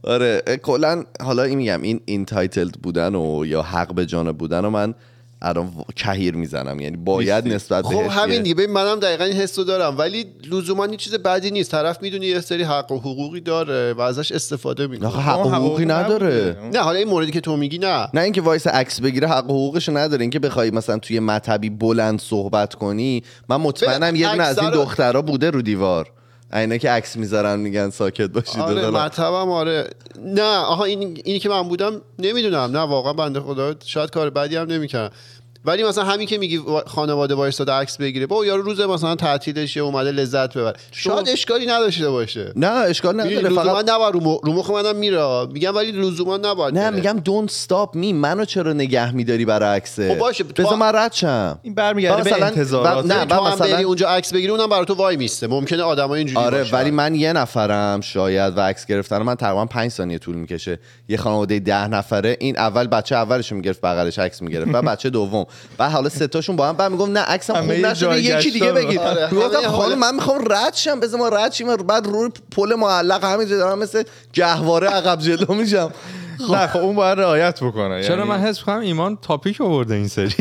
Speaker 1: آره اه، کلا حالا این میگم این اینتایتلد بودن و یا حق به جانب بودن و من الان و- کهیر میزنم یعنی باید نسبت
Speaker 3: خب
Speaker 1: بهش یه-
Speaker 3: همین دیگه ببین، منم دقیقا این حس رو دارم ولی لزوما این چیز بدی نیست طرف میدونی یه سری حق و حقوقی داره و ازش استفاده میکنه
Speaker 1: آخه حق
Speaker 4: اون
Speaker 1: حقوقی
Speaker 4: حقوق
Speaker 1: نداره
Speaker 4: نبوده.
Speaker 3: نه حالا این موردی که تو میگی نه
Speaker 1: نه اینکه وایس عکس بگیره حق حقوقش نداره اینکه بخوای مثلا توی مطبی بلند صحبت کنی من مطمئنم یه دونه از این
Speaker 3: اکثر-
Speaker 1: دخترها بوده رو دیوار اینا که عکس میذارن میگن ساکت باشید و
Speaker 3: آره
Speaker 1: فلان.
Speaker 3: مطبم آره نه آها این اینی که من بودم نمیدونم نه واقعا بنده خدا شاید کار بدی هم نمیکردم ولی مثلا همین که میگی وا- خانواده وایستاده عکس بگیره با یارو روز مثلا تعطیلش اومده لذت ببره شاید اشکالی نداشته باشه
Speaker 1: نه اشکال
Speaker 3: می‌دونی،
Speaker 1: نداره
Speaker 3: لزوما
Speaker 1: فقط
Speaker 3: نباید رو مخ- رو مخ منم میره میگم ولی لزوما نباید
Speaker 1: نه
Speaker 3: بره.
Speaker 1: میگم دونت استاپ می منو چرا نگه میداری برای عکسه
Speaker 3: خب باشه، تو-
Speaker 1: بذار من رد شم
Speaker 4: این برمیگرده به
Speaker 1: آره، مثلا-
Speaker 4: انتظارات
Speaker 1: و- نه،
Speaker 3: تو هم
Speaker 1: مثلا-
Speaker 3: بری اونجا عکس بگیری اونم برای تو وای میسته ممکنه آدمای اینجوری
Speaker 1: آره
Speaker 3: باشن.
Speaker 1: ولی من یه نفرم شاید و عکس گرفتن من تقریبا پنج ثانیه طول میکشه یه خانواده ده نفره این اول بچه اولش میگرفت بغلش عکس میگرفت و بچه دوم و حالا سه با هم بعد میگفت نه عکسم
Speaker 4: همه
Speaker 1: خوب نشده
Speaker 4: جایگشتا
Speaker 1: یکی دیگه
Speaker 4: رو.
Speaker 1: بگیر
Speaker 3: آره، همه
Speaker 1: گفتم
Speaker 3: حالا-
Speaker 1: خانم من میخوام رد شم بذار ما رد شیم بعد روی پل معلق همینجا دارم مثل گهواره عقب جلو میشم
Speaker 4: نه خب اون باید رعایت بکنه
Speaker 2: چرا
Speaker 4: یعنی
Speaker 2: من حس کنم ایمان تاپیک آورده این سری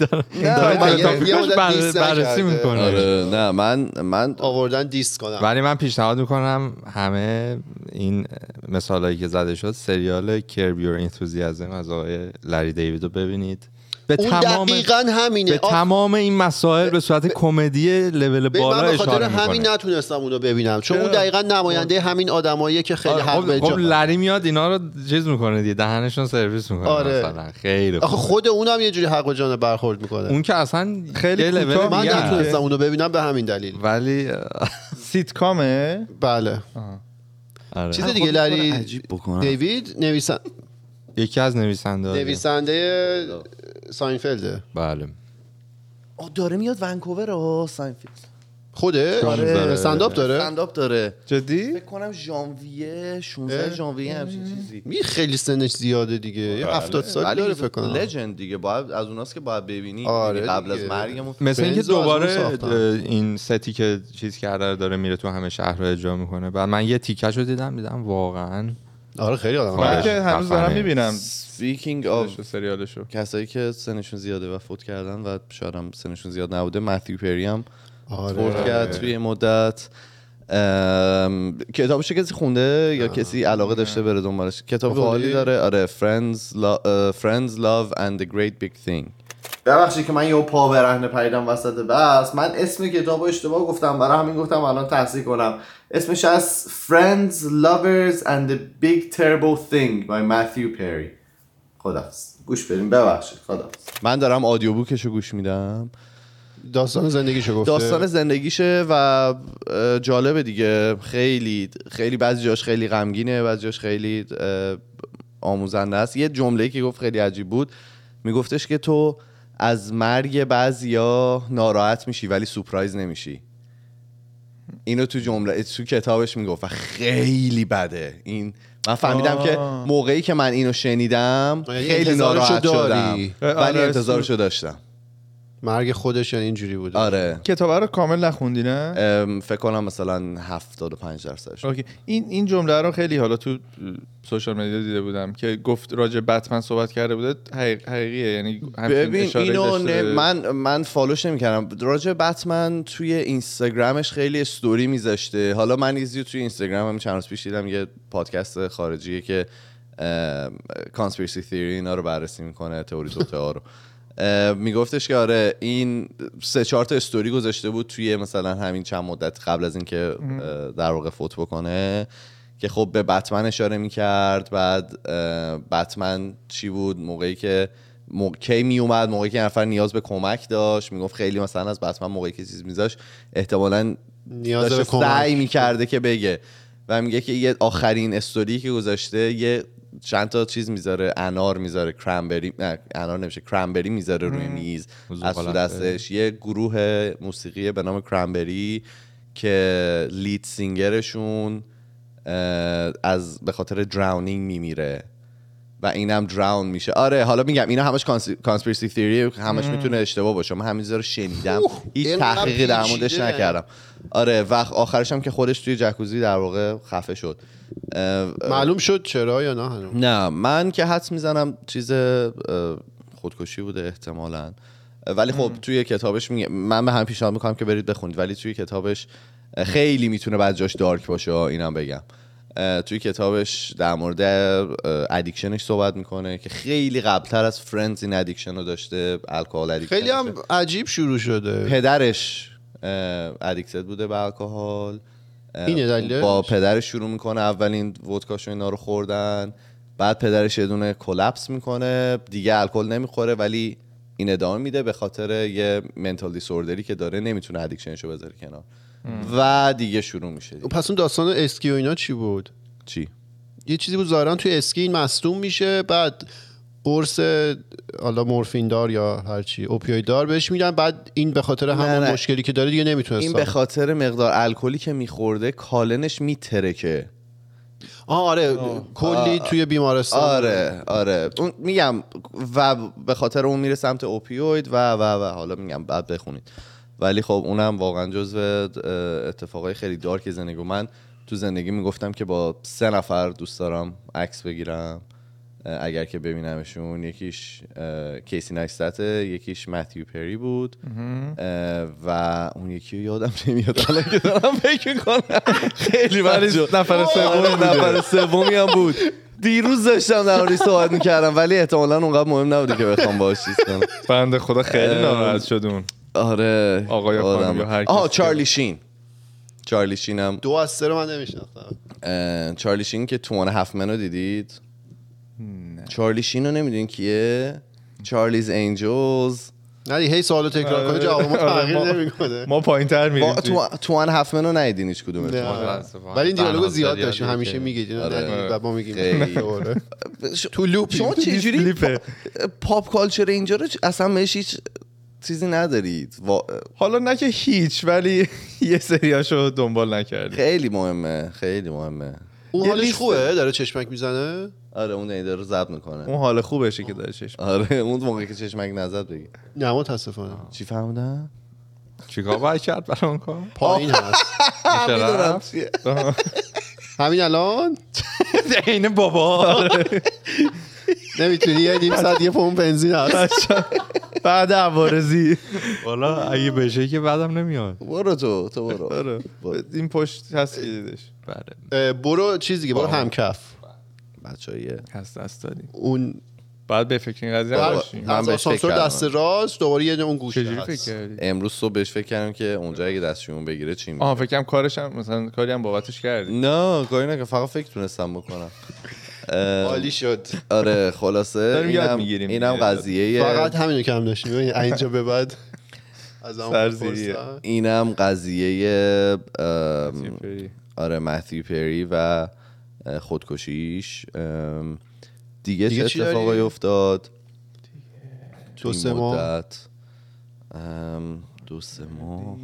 Speaker 2: داره-
Speaker 1: نه،
Speaker 2: داره
Speaker 1: من یه-
Speaker 2: تاپیکاش
Speaker 3: یه مدت
Speaker 2: بر-
Speaker 3: لیست
Speaker 2: بررسی
Speaker 3: نکرده.
Speaker 2: میکنه
Speaker 1: آره نه من من
Speaker 3: آوردن دیست کنم
Speaker 2: ولی من پیشنهاد میکنم همه این مثالایی که زده شد سریال کرب یور انتوزیازم از آقای لری دیوید رو ببینید به
Speaker 3: اون
Speaker 2: تمام
Speaker 3: دقیقا همینه
Speaker 2: به
Speaker 3: آف-
Speaker 2: تمام این مسائل به صورت کمدی لول
Speaker 3: به-
Speaker 2: بالا
Speaker 3: من به خاطر
Speaker 2: اشاره
Speaker 3: همین
Speaker 2: میکنه
Speaker 3: نتونستم اونو ببینم چون اون دقیقا نماینده همین آدماییه که خیلی حق
Speaker 2: خب,
Speaker 3: به
Speaker 2: خب
Speaker 3: جا-
Speaker 2: لری میاد اینا رو چیز میکنه دیگه دهنشون سرویس میکنه
Speaker 3: آره.
Speaker 2: مثلا خیلی خوب.
Speaker 3: آخه خود اونم یه جوری حق و جانب برخورد میکنه
Speaker 2: اون که اصلا
Speaker 4: خیلی
Speaker 2: یه لول
Speaker 4: کوتاه
Speaker 3: من
Speaker 2: دیگه است.
Speaker 3: نتونستم اونو ببینم به همین دلیل
Speaker 2: ولی
Speaker 4: سیتکامه
Speaker 3: بله
Speaker 2: آره.
Speaker 3: چیز دیگه لری
Speaker 1: خب، عجیب بکنم
Speaker 3: دیوید نویسن...
Speaker 2: یکی از نویسنده
Speaker 3: نویسنده ساینفلده
Speaker 2: بله
Speaker 1: آه، داره میاد ونکوور رو ساینفیلد
Speaker 3: خوده
Speaker 2: داره.
Speaker 3: سنداب داره
Speaker 1: صندوق داره
Speaker 4: جدی
Speaker 1: فکر کنم ژانویه
Speaker 3: اه.
Speaker 1: 16 ژانویه همچین چیزی
Speaker 3: می خیلی سنش زیاده دیگه یه
Speaker 2: بله.
Speaker 3: 70 سال داره فکر کنم
Speaker 1: لجند دیگه باید از اوناست که باید ببینی
Speaker 3: آره
Speaker 1: یعنی قبل
Speaker 3: دیگه.
Speaker 1: از مرگمون
Speaker 2: مثل اینکه
Speaker 3: بنز رو از اون
Speaker 2: دوباره
Speaker 3: ساختن.
Speaker 2: اه، این ستی که چیز کرده رو داره میره تو همه شهر رو اجرا میکنه بعد من یه تیکش رو دیدم دیدم واقعا
Speaker 3: آره خیلی
Speaker 2: آره.
Speaker 4: من
Speaker 3: آدم
Speaker 4: که هنوز دارم
Speaker 2: خفنه.
Speaker 4: میبینم
Speaker 1: speaking of
Speaker 4: سریالشو
Speaker 1: کسایی که سنشون زیاده و فوت کردن و شاید هم سنشون زیاد نبوده متیو پری هم
Speaker 3: آره.
Speaker 1: فوت کرد توی یه مدت ام... کتابش کسی خونده یا کسی علاقه داشته بره دنبالش کتاب
Speaker 3: بخوندی؟
Speaker 1: حالی داره آره Friends, Lo- اه، Friends Love and the Great Big Thing ببخشید که من یه پا برهنه پریدم وسط بس من اسم کتاب اشتباه گفتم برای همین گفتم الان تحصیل کنم اسمش از Friends, Lovers and the Big Terrible Thing by Matthew Perry خدافز گوش بریم ببخشید خدافز من دارم آدیو بوکشو گوش میدم
Speaker 3: داستان زندگیشو گفته
Speaker 1: خب. داستان زندگیشه و اه، جالبه دیگه خیلی خیلی بعضی جاش خیلی غمگینه بعضی جاش خیلی اه، آموزنده است یه جمله‌ای که گفت خیلی عجیب بود میگفتش که تو از مرگ بعضیا ناراحت میشی ولی سورپرایز نمیشی اینو تو جمله تو کتابش میگفت و خیلی بده این من فهمیدم
Speaker 4: آه.
Speaker 1: که موقعی که من اینو شنیدم
Speaker 3: یعنی
Speaker 1: خیلی
Speaker 3: انتظارشو
Speaker 1: ناراحت شدم
Speaker 3: داری.
Speaker 1: ولی
Speaker 4: آره،
Speaker 1: انتظارشو داشتم
Speaker 3: مرگ خودش یعنی اینجوری بوده
Speaker 1: آره
Speaker 4: کتاب رو کامل نخوندی نه
Speaker 1: ام، فکر کنم مثلا 75 درصدش
Speaker 4: اوکی. این این جمله رو خیلی حالا تو سوشال مدیا دیده بودم که گفت راجع بتمن صحبت کرده بوده حقیق- حقیقیه یعنی همچین
Speaker 1: ببین
Speaker 4: اشاره‌ای
Speaker 1: اینو
Speaker 4: داشته
Speaker 1: نه-
Speaker 4: به-
Speaker 1: من من فالوش نمیکردم راجع بتمن توی اینستاگرامش خیلی استوری میذاشته حالا من ایزیو توی اینستاگرام هم چند روز پیش دیدم یه پادکست خارجیه که کانسپیرسی تیوری اینا رو بررسی میکنه تئوری توتعا رو اه، میگفتش که آره این سه چهار تا استوری گذاشته بود توی مثلا همین چند مدت قبل از اینکه اه، در واقع فوت بکنه که خب به بتمن اشاره میکرد بعد اه، بتمن چی بود موقعی که موقع کی می اومد موقعی که نفر نیاز به کمک داشت میگفت خیلی مثلا از بتمن موقعی که چیز میذاشت احتمالا
Speaker 3: نیاز به
Speaker 1: داشته
Speaker 3: کمک
Speaker 1: سعی میکرده که بگه و میگه که یه آخرین استوری که گذاشته یه چند تا چیز میذاره انار میذاره کرمبری نه انار نمیشه کرمبری میذاره روی میز از تو
Speaker 2: زغالخه.
Speaker 1: دستش یه گروه موسیقی به نام کرمبری که لید سینگرشون اه، از به خاطر دراونینگ میمیره و اینم دراون میشه آره حالا میگم اینا همش کانسپیرسی تیوری همش میتونه اشتباه باشه من همینجا رو شنیدم هیچ
Speaker 3: اینقدر
Speaker 1: تحقیقی در موردش
Speaker 3: پیچیده.
Speaker 1: نکردم آره و آخرش هم که خودش توی جکوزی در واقع خفه شد اه، اه،
Speaker 3: معلوم شد چرا یا نه هنوز
Speaker 1: نه من که حدس میزنم چیز اه، خودکشی بوده احتمالا اه، ولی خب توی کتابش میگه من به هم پیشنهاد میکنم که برید بخونید ولی توی کتابش اه، خیلی میتونه بعد جاش دارک باشه ها، اینم بگم اه، توی کتابش در مورد ادیکشنش صحبت میکنه که خیلی قبلتر از فرندز این ادیکشن رو داشته الکل ادیکشن
Speaker 3: خیلی هم عجیب شروع شده
Speaker 1: پدرش ادیکتد بوده به الکل
Speaker 3: اینه دلیلش؟
Speaker 1: با پدرش شروع میکنه اولین ودکاشو اینا رو خوردن بعد پدرش یه دونه کلپس میکنه دیگه الکل نمیخوره ولی این ادامه میده به خاطر یه منتال دیسوردری که داره نمیتونه ادیکشنشو بذاره کنار و دیگه شروع میشه دیگه.
Speaker 3: پس اون داستان اسکی و اینا چی بود
Speaker 1: چی
Speaker 3: یه چیزی بود ظاهرا توی اسکی این مصدوم میشه بعد قرص حالا مورفین دار یا هرچی اوپیوید دار بهش میدن بعد این به خاطر همون
Speaker 1: نه.
Speaker 3: مشکلی که داره دیگه نمیتونه
Speaker 1: این به خاطر مقدار الکلی که میخورده کالنش میترکه
Speaker 3: آه آره کلی توی بیمارستان
Speaker 1: آره آره اون میگم و به خاطر اون میره سمت اوپیوید و و و حالا میگم بعد بخونید ولی خب اونم واقعا جزو اه، اتفاقای خیلی دارک زندگی من تو زندگی میگفتم که با سه نفر دوست دارم عکس بگیرم اه، اگر که ببینمشون یکیش اه، کیسی نکستته یکیش متیو پری بود اه، و اون یکی رو یادم نمیاد الان که دارم فکر کنم خیلی ولی نفر سوم آره، نفر سومی هم بود دیروز داشتم در موردش صحبت میکردم ولی احتمالا اونقدر مهم نبوده که بخوام باهاش چیز کنم
Speaker 4: بنده خدا خیلی ناراحت شد اون
Speaker 1: آره
Speaker 4: آقا یا خانم
Speaker 1: آدم.
Speaker 4: یا هر کسی
Speaker 1: آها
Speaker 4: که-
Speaker 1: چارلی شین چارلی شین هم
Speaker 3: دو از سه رو من نمیشناختم
Speaker 1: اه، چارلی شین که توان هفمن رو دیدید چارلی شین رو نمیدونین کیه چارلیز انجلز
Speaker 3: نه دیگه هی سوالو تکرار کنه جواب ما
Speaker 4: آره،
Speaker 3: تغییر
Speaker 4: ما-
Speaker 3: نمیکنه
Speaker 4: ما پایین تر میریم
Speaker 1: با- تو- توان هفمن رو ندیدین هیچ کدومتون
Speaker 2: متاسفانه.
Speaker 3: ولی این دیالوگو
Speaker 2: تنها
Speaker 3: زیاد
Speaker 2: سریالی
Speaker 3: داشتیم
Speaker 2: که-
Speaker 3: همیشه میگید اینو
Speaker 1: آره.
Speaker 3: ندید و ما میگیم
Speaker 1: خیلی.
Speaker 3: آره.
Speaker 1: تو لوپ شما چجوری
Speaker 4: دیسلیپه.
Speaker 1: پا- پاپ کالچر اینجا رو چ- اصلا بهش هیچ چیزی ندارید وا-
Speaker 4: حالا نه که هیچ ولی یه سریاشو دنبال نکردیم
Speaker 1: خیلی مهمه خیلی مهمه
Speaker 3: اون
Speaker 1: یه
Speaker 3: حالش
Speaker 1: لیست-
Speaker 3: خوبه داره چشمک میزنه
Speaker 1: آره اون ایده رو ضبط میکنه
Speaker 4: اون حال خوبشه که داره چشم
Speaker 1: آره اون موقع که چشمک نزد بگی
Speaker 3: نه متاسفانه
Speaker 1: چی فهمودم
Speaker 2: چیکار باید کرد برای اون کار
Speaker 3: پایین هست
Speaker 2: میشه
Speaker 1: میدونم
Speaker 2: رفت؟
Speaker 1: چیه
Speaker 3: همین الان
Speaker 4: عین بابا
Speaker 3: نمیتونی یه نیم ساعت یه پمپ بنزین هست
Speaker 4: بعد عوارضی
Speaker 2: والا اگه بشه که بعدم نمیاد
Speaker 1: برو تو تو برو
Speaker 4: آره
Speaker 1: برو.
Speaker 4: این پشت هست که دیدش
Speaker 2: بله
Speaker 3: اه، برو چیز دیگه برو همکف
Speaker 1: بچه های
Speaker 4: هست دست داریم
Speaker 3: اون
Speaker 4: بعد به فکر این قضیه باشیم
Speaker 1: من
Speaker 3: از
Speaker 1: بهش فکر
Speaker 3: آسانسور
Speaker 1: کردم.
Speaker 3: دست راست دوباره یه اون گوشه
Speaker 4: چجوری
Speaker 3: هست
Speaker 4: فکر کردی
Speaker 1: امروز صبح بهش فکر کردم که اونجا اگه دستشویمون بگیره چی می‌کنه.
Speaker 4: آها فکرم کارش هم مثلا کاری هم بابتش کردی
Speaker 1: نه کاری نکن فقط فکر تونستم بکنم اه،
Speaker 3: عالی شد
Speaker 1: آره خلاصه
Speaker 4: داریم یاد
Speaker 1: اینم
Speaker 4: می‌گیریم.
Speaker 1: اینم قضیه
Speaker 3: فقط همینو کم داشتیم ببین، اینجا به بعد از همون
Speaker 4: سرزیریه.
Speaker 3: پرسن.
Speaker 1: اینم قضیه ام،
Speaker 4: پری.
Speaker 1: آره متیو پری و اه، خودکشیش ام، دیگه,
Speaker 3: دیگه چی
Speaker 1: چه اتفاقایی
Speaker 3: داری؟
Speaker 1: افتاد
Speaker 3: دو
Speaker 1: این
Speaker 3: سه ماه
Speaker 1: مدت ام، دو سه ماه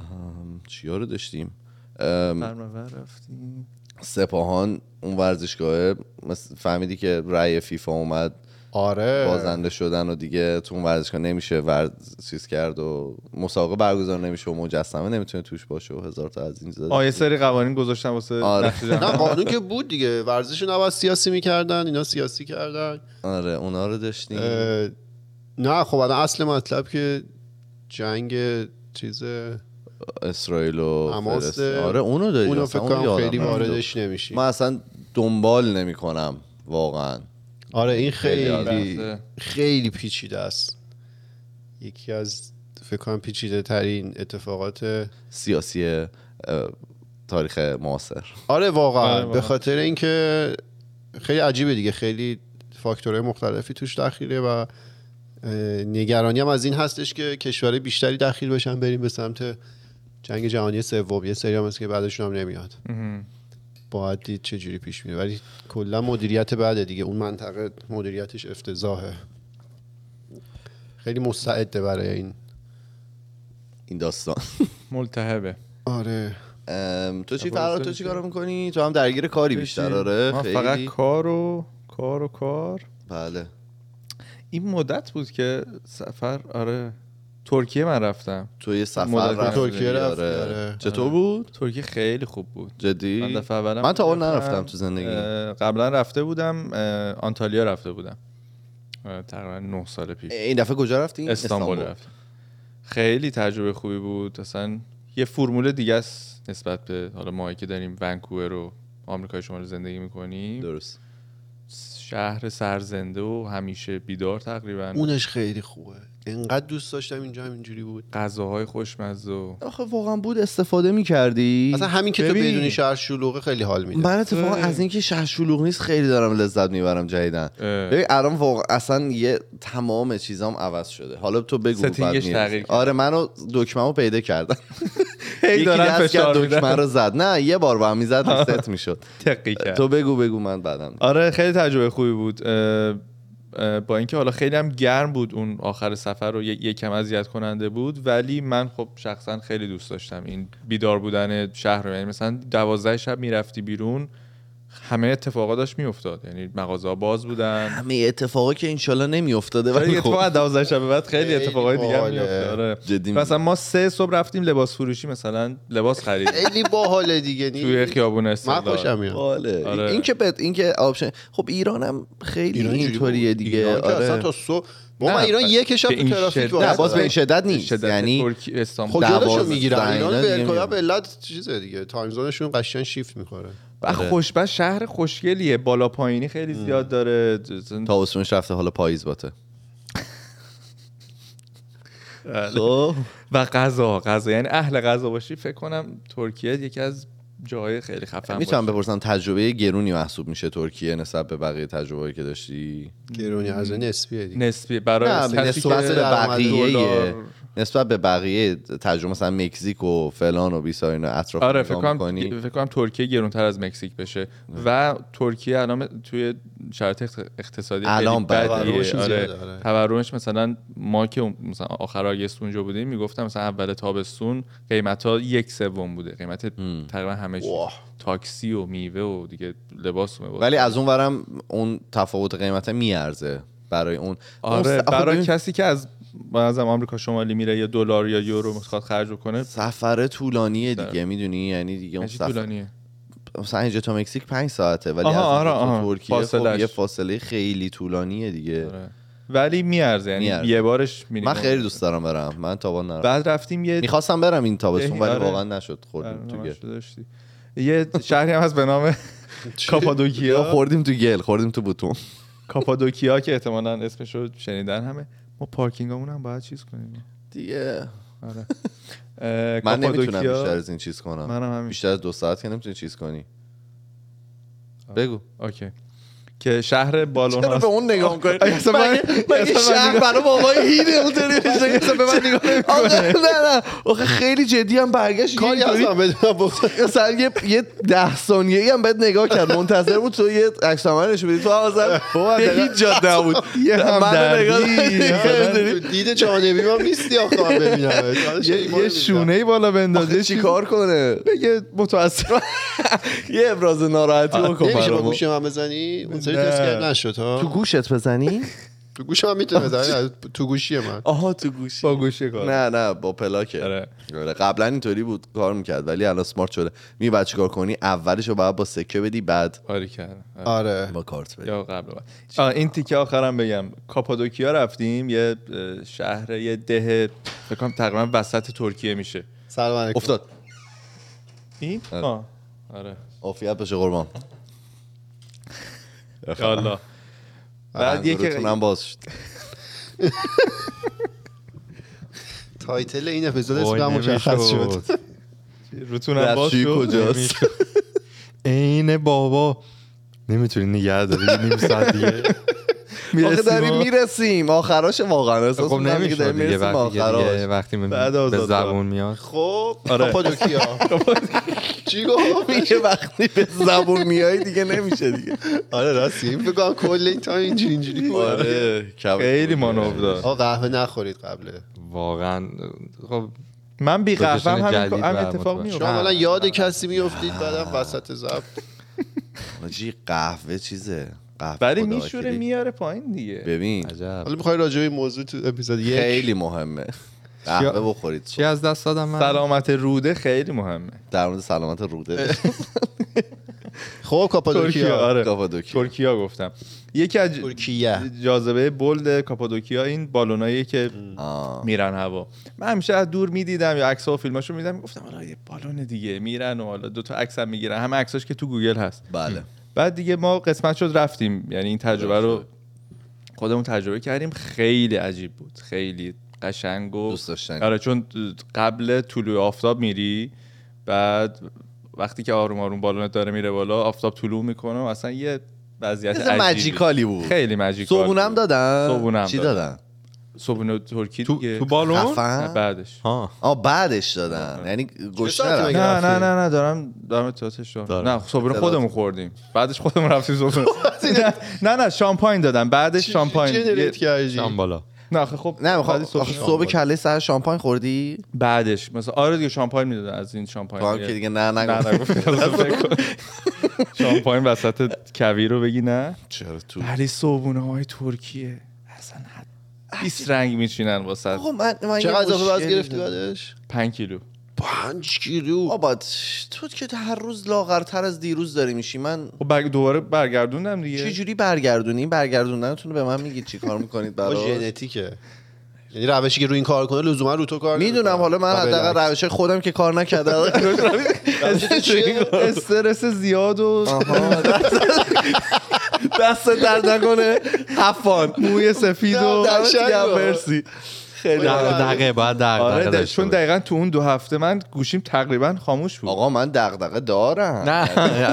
Speaker 1: ام، چیا رو داشتیم ام،
Speaker 4: برمور رفتیم
Speaker 1: سپاهان اون ورزشگاه فهمیدی که رأی فیفا اومد
Speaker 3: آره
Speaker 1: بازنده شدن و دیگه تو اون ورزشگاه نمیشه ورز چیز کرد و مسابقه برگزار نمیشه و مجسمه نمیتونه توش باشه و هزار تا از این زد
Speaker 4: آه یه سری قوانین گذاشتم واسه
Speaker 1: آره.
Speaker 4: نقش
Speaker 3: نه
Speaker 4: جمعی.
Speaker 3: قانون که بود دیگه ورزش رو نباید سیاسی میکردن اینا سیاسی کردن
Speaker 1: آره اونا رو داشتیم
Speaker 3: اه، نه خب الان اصل مطلب که جنگ چیز
Speaker 1: اسرائیل و
Speaker 3: حماس.
Speaker 1: فلسطین. آره اونو داریم
Speaker 3: اونو فکر کنم خیلی واردش نمیشی
Speaker 1: من اصلا دنبال نمیکنم واقعا
Speaker 3: آره این خیلی
Speaker 4: بحثه.
Speaker 3: خیلی پیچیده است یکی از فکر کنم پیچیده ترین اتفاقات
Speaker 1: سیاسی اه، تاریخ معاصر
Speaker 3: آره
Speaker 4: آره
Speaker 3: واقعا
Speaker 4: واقعا.
Speaker 3: به خاطر اینکه خیلی عجیبه دیگه خیلی فاکتورهای مختلفی توش دخیله و اه، نگرانی هم از این هستش که کشورهای بیشتری دخیل بشن بریم به سمت جنگ جهانی سوم یه سری هم هست که بعدشون هم نمیاد
Speaker 4: مهم.
Speaker 3: باید دید چه جوری پیش میره ولی کلا مدیریت بعده دیگه اون منطقه مدیریتش افتضاحه خیلی مستعده برای این
Speaker 1: این داستان
Speaker 4: ملتهبه
Speaker 3: آره
Speaker 1: ام، تو چی فرار تو چی کارو میکنی تو هم درگیر کاری بیشتر آره
Speaker 4: من
Speaker 1: خیلی
Speaker 4: فقط کار و کار و کار
Speaker 1: بله
Speaker 4: این مدت بود که سفر آره ترکیه من رفتم
Speaker 1: تو یه سفر
Speaker 4: مدت
Speaker 1: رفت
Speaker 3: ترکیه رفتی، آره.
Speaker 1: چطور بود
Speaker 4: ترکیه خیلی خوب بود
Speaker 1: جدی
Speaker 4: من دفعه اولم
Speaker 1: من تا حال
Speaker 4: رفتم.
Speaker 1: نرفتم تو زندگی
Speaker 4: اه، قبلا رفته بودم اه، آنتالیا رفته بودم اه، تقریبا 9 سال پیش
Speaker 1: این دفعه کجا رفتی
Speaker 4: استانبول رفتم خیلی تجربه خوبی بود اصلا یه فرمول دیگه است نسبت به حالا ماهایی که داریم ونکوور و آمریکای شمال زندگی میکنیم
Speaker 1: درست
Speaker 4: شهر سرزنده و همیشه بیدار تقریبا
Speaker 3: اونش خیلی خوبه انقدر دوست داشتم اینجا همینجوری بود
Speaker 4: غذاهای خوشمزه و
Speaker 1: آخه واقعا بود استفاده میکردی
Speaker 3: اصلا همین که
Speaker 1: ببین،
Speaker 3: تو بدونی شهر شلوغه خیلی حال میده
Speaker 1: من اتفاقا از اینکه شهر شلوغ نیست خیلی دارم لذت میبرم جدیدن
Speaker 4: اه.
Speaker 1: ببین الان واقعا اصلا یه تمام چیزام عوض شده حالا تو بگو
Speaker 4: ستینگش
Speaker 1: بعد میرسیم.
Speaker 4: تغییر کرد.
Speaker 1: آره منو دکمه‌مو پیدا کردم یکی
Speaker 4: دارن
Speaker 1: دست
Speaker 4: فشار
Speaker 1: کرد
Speaker 4: میدن.
Speaker 1: دکمه رو زد نه یه بار با هم میزد ریست میشد
Speaker 4: تقی کرد
Speaker 1: تو بگو بگو من بعدم
Speaker 4: آره خیلی تجربه خوبی بود اه، اه، با اینکه حالا خیلی هم گرم بود اون آخر سفر رو یک کم اذیت کننده بود ولی من خب شخصا خیلی دوست داشتم این بیدار بودن شهر رو یعنی مثلا دوازده شب میرفتی بیرون همه اتفاقا داشت میافتاد یعنی مغازه باز بودن
Speaker 1: همه اتفاقا که انشالله نمیافتاده
Speaker 4: ولی
Speaker 1: ولی خب
Speaker 4: آره، اتفاق از 12 شب به بعد خیلی
Speaker 3: خیلی
Speaker 4: اتفاقای دیگه هم
Speaker 3: باحاله.
Speaker 4: می‌افتاد، آره.
Speaker 1: جدی میگم.
Speaker 4: مثلا ما سه صبح رفتیم لباس فروشی مثلا لباس خرید
Speaker 3: خیلی باحال دیگه
Speaker 4: توی
Speaker 3: نی
Speaker 4: خیابون
Speaker 3: من
Speaker 4: استقلال
Speaker 3: خوشم میاد
Speaker 1: آره.
Speaker 4: آره.
Speaker 1: این که بد این که آپشن خب ایرانم خیلی
Speaker 3: ایران اینجوری
Speaker 1: اینطوریه
Speaker 3: بود.
Speaker 1: دیگه
Speaker 3: ایران که
Speaker 1: آره
Speaker 3: اصلا تا صبح ما
Speaker 4: نه،
Speaker 3: ایران یک شب
Speaker 4: به
Speaker 3: تو
Speaker 4: این
Speaker 3: ترافیک
Speaker 4: شدت.
Speaker 3: وای
Speaker 1: نه باز به این
Speaker 3: نستادم.
Speaker 1: شدت نیست
Speaker 4: شدت
Speaker 1: یعنی
Speaker 4: ترکی- استانبول
Speaker 3: خب جلوشو
Speaker 1: دوازده
Speaker 3: میگیرن
Speaker 1: اینا
Speaker 3: ایران
Speaker 1: دیگه
Speaker 3: به الکایا
Speaker 1: میان.
Speaker 3: به علت چیزه دیگه تایم زونشون قشنگ شیفت میخوره
Speaker 4: و
Speaker 3: آره.
Speaker 4: خوش بعد شهر خوشگلیه بالا پایینی خیلی زیاد داره
Speaker 1: تابستونش رفته حالا پاییز باته خب.
Speaker 4: و غذا غذا یعنی اهل غذا باشی فکر کنم ترکیه یکی از جاهای خیلی خفن
Speaker 1: میتونم
Speaker 4: باشه.
Speaker 1: بپرسم تجربه گرونی محسوب میشه ترکیه نسبت به بقیه تجربه که داشتی
Speaker 3: گرونی از نسبیه دیگه
Speaker 4: نسبی برای
Speaker 1: نه
Speaker 4: آره، کسی
Speaker 1: نسبت
Speaker 4: که
Speaker 1: به
Speaker 3: درآمد
Speaker 1: بقیه
Speaker 4: دلار-
Speaker 1: نسبت به بقیه تجربه مثلا مکزیک و فلان و بیسار اینا اطراف
Speaker 4: آره
Speaker 1: نگاه
Speaker 4: فکر کنم
Speaker 1: می‌کنی. آره.
Speaker 4: فکر کنم ترکیه گرونتر از مکزیک بشه و ترکیه الان توی شرایط اقت- اقتصادی
Speaker 1: الان بله.
Speaker 4: الان
Speaker 3: تورمش
Speaker 4: بدیه آره
Speaker 3: زیاده، آره.
Speaker 4: تورمش مثلا ما که اون- مثلا آخر آگست اونجا بودیم میگفتم مثلا اول تابستون قیمت ها یک سوم بوده قیمت تقریبا همه چی
Speaker 3: واه.
Speaker 4: تاکسی و میوه و دیگه لباس و مباس.
Speaker 1: ولی از اون ورم اون تفاوت قیمت میارزه برای اون اون
Speaker 4: آره
Speaker 1: س- آخه
Speaker 4: برای
Speaker 1: ببین،
Speaker 4: کسی که از از آمریکا شمالی میره یا دلار یا یورو میخواد خرج کنه
Speaker 1: سفر طولانیه
Speaker 4: آره.
Speaker 1: دیگه میدونی یعنی دیگه اون
Speaker 4: خیلی
Speaker 1: سفر
Speaker 4: طولانیه
Speaker 1: مثلا اینجا تا مکزیک پنج ساعته ولی
Speaker 4: آها،
Speaker 1: از اینجا
Speaker 4: آره،
Speaker 1: تا
Speaker 4: آها.
Speaker 1: ترکیه خب
Speaker 4: فاصله‌اش.
Speaker 1: یه فاصله خیلی طولانیه دیگه
Speaker 4: آره. ولی میارزه یعنی
Speaker 1: میارزه.
Speaker 4: یه بارش مینیمم.
Speaker 1: من خیلی دوست دارم برم من تابان نرم
Speaker 4: بعد رفتیم یه
Speaker 1: میخواستم برم این تابستون
Speaker 4: دهی،
Speaker 1: ولی
Speaker 4: آره.
Speaker 1: واقعا نشد خوردیم تو
Speaker 4: برنامه‌اش
Speaker 1: گل
Speaker 4: رو داشتی. یه شهری هم هست به نام کاپادوکیا
Speaker 1: خوردیم تو گل خوردیم تو بوتون
Speaker 4: کاپادوکیا که احتمالا اسمش رو شنیدن همه ما پارکینگامون هم باید چیز کنیم
Speaker 1: دیگه
Speaker 4: آره. اه،
Speaker 1: من نمیتونم
Speaker 4: کاپادوکیا-
Speaker 1: بیشتر از این چیز کنم
Speaker 4: منم همین
Speaker 1: بیشتر از دو ساعت که نمیتونی چیز کنی بگو
Speaker 4: اوکی که شهر بالون
Speaker 1: چرا به اون نگاه می‌کنی
Speaker 4: آره. اصلا من-
Speaker 1: مگه- مگه
Speaker 4: اصلا من
Speaker 1: شهر
Speaker 4: نگاه-
Speaker 1: برای بابای هیده اونطوری میشه
Speaker 4: اصلا به من نگاه نمی‌کنه.
Speaker 1: آقا نه نه آخه خیلی جدی هم برگشت یه
Speaker 3: کاری از
Speaker 1: اینطوری-
Speaker 3: من بدونم بخوری.
Speaker 1: مثلا یه یه ده ثانیه ای هم بهت نگاه کرد منتظر بود تو یه عکس عمل نشون بدی تو هم مثلا
Speaker 2: خب،
Speaker 1: به هیچ جا نبود
Speaker 4: یه هم
Speaker 1: منو نگاه
Speaker 4: دردی،
Speaker 1: کردی.
Speaker 4: مثلا
Speaker 3: تو دید جانبی ما نیستی آخه من ببینم
Speaker 4: یه- یه شونه ای بالا
Speaker 1: آخه
Speaker 4: بندازه
Speaker 1: چی کار کنه
Speaker 4: بگه متاسفم
Speaker 1: یه ابراز ناراحتی
Speaker 4: آره.
Speaker 1: بکن
Speaker 3: نمیشه با
Speaker 1: برامون.
Speaker 3: گوش من بزنی اون سری
Speaker 4: نه.
Speaker 3: تست کرد نشد ها
Speaker 1: تو گوشت بزنی
Speaker 3: تو گوش من میتونه بزنی تو گوشی من
Speaker 1: آها تو گوشی
Speaker 4: با گوشه کار
Speaker 1: نه نه با پلاکه
Speaker 4: آره.
Speaker 1: آره، قبلا اینطوری بود کار میکرد ولی الان سمارت شده می بعد چیکار کنی اولش رو باید با سکه بدی بعد
Speaker 4: آره کرد
Speaker 3: آره
Speaker 1: با کارت بدی
Speaker 4: یا قبل و بعد. آه، این تیکه آخرم بگم کاپادوکیا رفتیم یه اه، شهر یه ده فکر کنم تقریبا وسط ترکیه میشه
Speaker 3: سلام علیکم
Speaker 1: افتاد
Speaker 4: این آه. آره
Speaker 1: عافیت باشه قربان
Speaker 4: یالا بعد
Speaker 1: انگورتون
Speaker 4: یکی
Speaker 1: هم باز شد
Speaker 3: تایتل این اپیزود
Speaker 1: آره،
Speaker 2: وای،
Speaker 3: اسمم مشخص شد
Speaker 2: نمی‌شد. خب.
Speaker 4: روتونم باز
Speaker 1: دستشویی
Speaker 4: شد
Speaker 1: کجاست
Speaker 2: عین بابا نمیتونی نگه داری نیم ساعت دیگه
Speaker 1: آخه
Speaker 2: میرسیم
Speaker 1: داریم
Speaker 2: آقا.
Speaker 1: میرسیم آخراش واقعا احساس
Speaker 2: خب
Speaker 1: می‌کنم دیگه
Speaker 2: نمیشه
Speaker 1: داریم
Speaker 2: دیگه
Speaker 1: میرسیم
Speaker 2: وقتی که دیگه
Speaker 1: آخراش
Speaker 2: وقتی
Speaker 4: بعد
Speaker 2: به- به
Speaker 4: آزاد
Speaker 2: زبون میاد
Speaker 3: خب
Speaker 4: آره.
Speaker 3: کاپادوکیا چی گفت
Speaker 1: میگه وقتی به زبون میای دیگه نمیشه دیگه
Speaker 3: آره راستی این فکر کنم کل این تایم اینجوری اینجوری بود
Speaker 1: آره
Speaker 4: خیلی مانور داد
Speaker 3: آقا قهوه نخورید قبله
Speaker 2: واقعا خب
Speaker 4: من بی قهوه هم
Speaker 2: پوزیشن
Speaker 4: همین
Speaker 2: جدید
Speaker 4: هم
Speaker 2: و
Speaker 4: اتفاق
Speaker 2: متوجه.
Speaker 4: میفته
Speaker 3: شما حالا یاد کسی میافتید بعدم وسط زب
Speaker 1: جی قهوه چیزه قهوه
Speaker 4: ولی
Speaker 1: خدا
Speaker 4: میشوره
Speaker 1: وکیلی.
Speaker 4: میاره پایین دیگه
Speaker 1: ببین
Speaker 2: عجب
Speaker 3: حالا میخوای راجع به این موضوع تو اپیزود یک
Speaker 1: خیلی مهمه قهوه بخورید
Speaker 2: چی از دست دادم من
Speaker 4: سلامت روده خیلی مهمه
Speaker 1: در مورد سلامت روده
Speaker 3: خب
Speaker 4: ترکیه
Speaker 3: کاپادوکیا
Speaker 4: آره
Speaker 1: کاپادوکیا.
Speaker 4: ترکیه گفتم یکی از ج-
Speaker 3: ترکیه
Speaker 4: جاذبه بلد کاپادوکیا این بالونایی که
Speaker 1: آه.
Speaker 4: میرن هوا من همیشه از دور میدیدم یا عکس ها و فیلماشو میدیدم میگفتم حالا یه بالون دیگه میرن و حالا دو تا عکس هم میگیرن همه عکساش که تو گوگل هست
Speaker 1: بله
Speaker 4: بعد دیگه ما قسمت شد رفتیم یعنی این تجربه رو خودمون تجربه کردیم خیلی عجیب بود خیلی قشنگ و
Speaker 1: دوست داشتنی.
Speaker 4: آره چون قبل طلوع آفتاب میری بعد وقتی که آروم آروم بالونت داره میره بالا آفتاب طلوع میکنه و اصلا یه وضعیت
Speaker 1: مثل
Speaker 4: عجیبی
Speaker 1: مجیکالی بود.
Speaker 4: خیلی مجیکال
Speaker 1: صبونم
Speaker 4: بود.
Speaker 1: دادن
Speaker 4: صبحونه هم
Speaker 1: چی
Speaker 4: دادن.
Speaker 1: دادن
Speaker 4: صبحونه ترکی
Speaker 2: تو,
Speaker 4: دیگه.
Speaker 2: تو بالون
Speaker 4: نه،
Speaker 1: خفن
Speaker 4: بعدش
Speaker 2: ها
Speaker 1: آ بعدش دادن یعنی گشنه
Speaker 3: ساعتی
Speaker 1: رفت
Speaker 3: مگه؟
Speaker 4: نه
Speaker 3: رفتی؟
Speaker 4: نه نه نه دارم دارم اطلاعاتش دارم
Speaker 2: دارم.
Speaker 4: نه صبحونه خودمون خوردیم بعدش خودمون رفتیم صبحونه نه، نه نه شامپاین دادم بعدش شامپاین یه-
Speaker 3: جنریت کردی
Speaker 2: شام بالا
Speaker 4: نه آخه خب
Speaker 1: نه میخوام
Speaker 4: بعدش صبحونه-
Speaker 1: صبح کله سر شامپاین خوردی
Speaker 4: بعدش مثلا آره دیگه شامپاین میدادن از این شامپاین
Speaker 1: تو هم که خب، دیگه نه
Speaker 4: آره. نه
Speaker 1: نگو
Speaker 4: نه، فکر کن. شامپاین وسط کوی رو بگی نه
Speaker 1: چرا تو
Speaker 4: ولی صبحونه های ترکیه اصلا 20 رنگ میچینن واسه
Speaker 1: آقا من من یه
Speaker 3: چقدر اضافه وزن
Speaker 1: مشکلی
Speaker 3: گرفتی
Speaker 1: دارم.
Speaker 3: بعدش
Speaker 4: 5 کیلو
Speaker 3: پنج کیلو
Speaker 1: بابا تو که هر روز لاغرتر از دیروز داری میشی من
Speaker 4: خب بر- دوباره برگردوندم
Speaker 1: چه
Speaker 4: دیگه
Speaker 1: جوری برگردونی برگردوندنتون رو به من میگی چی کار میکنید
Speaker 3: با
Speaker 1: براش
Speaker 3: خب، ژنتیکه یعنی روشی که روی این کار کنه لزوما رو تو کار
Speaker 1: میدونم
Speaker 3: نمی‌کنه.
Speaker 1: حالا من
Speaker 3: و
Speaker 1: حداقل
Speaker 3: بالعکس.
Speaker 1: روش خودم که کار نکرده
Speaker 4: استرس زیاد و
Speaker 1: آها. دست درد نکنه
Speaker 4: افان موی سفید و
Speaker 1: دمت
Speaker 3: قشنگ
Speaker 1: گرم،
Speaker 3: بود.
Speaker 1: مرسی
Speaker 2: دقیقه دقیقه باید دقیقه
Speaker 4: آره ده-
Speaker 2: داشته
Speaker 4: چون
Speaker 2: باشی.
Speaker 4: دقیقا تو اون دو هفته من گوشیم تقریبا خاموش بود
Speaker 1: آقا من دغدغه دارم
Speaker 2: نه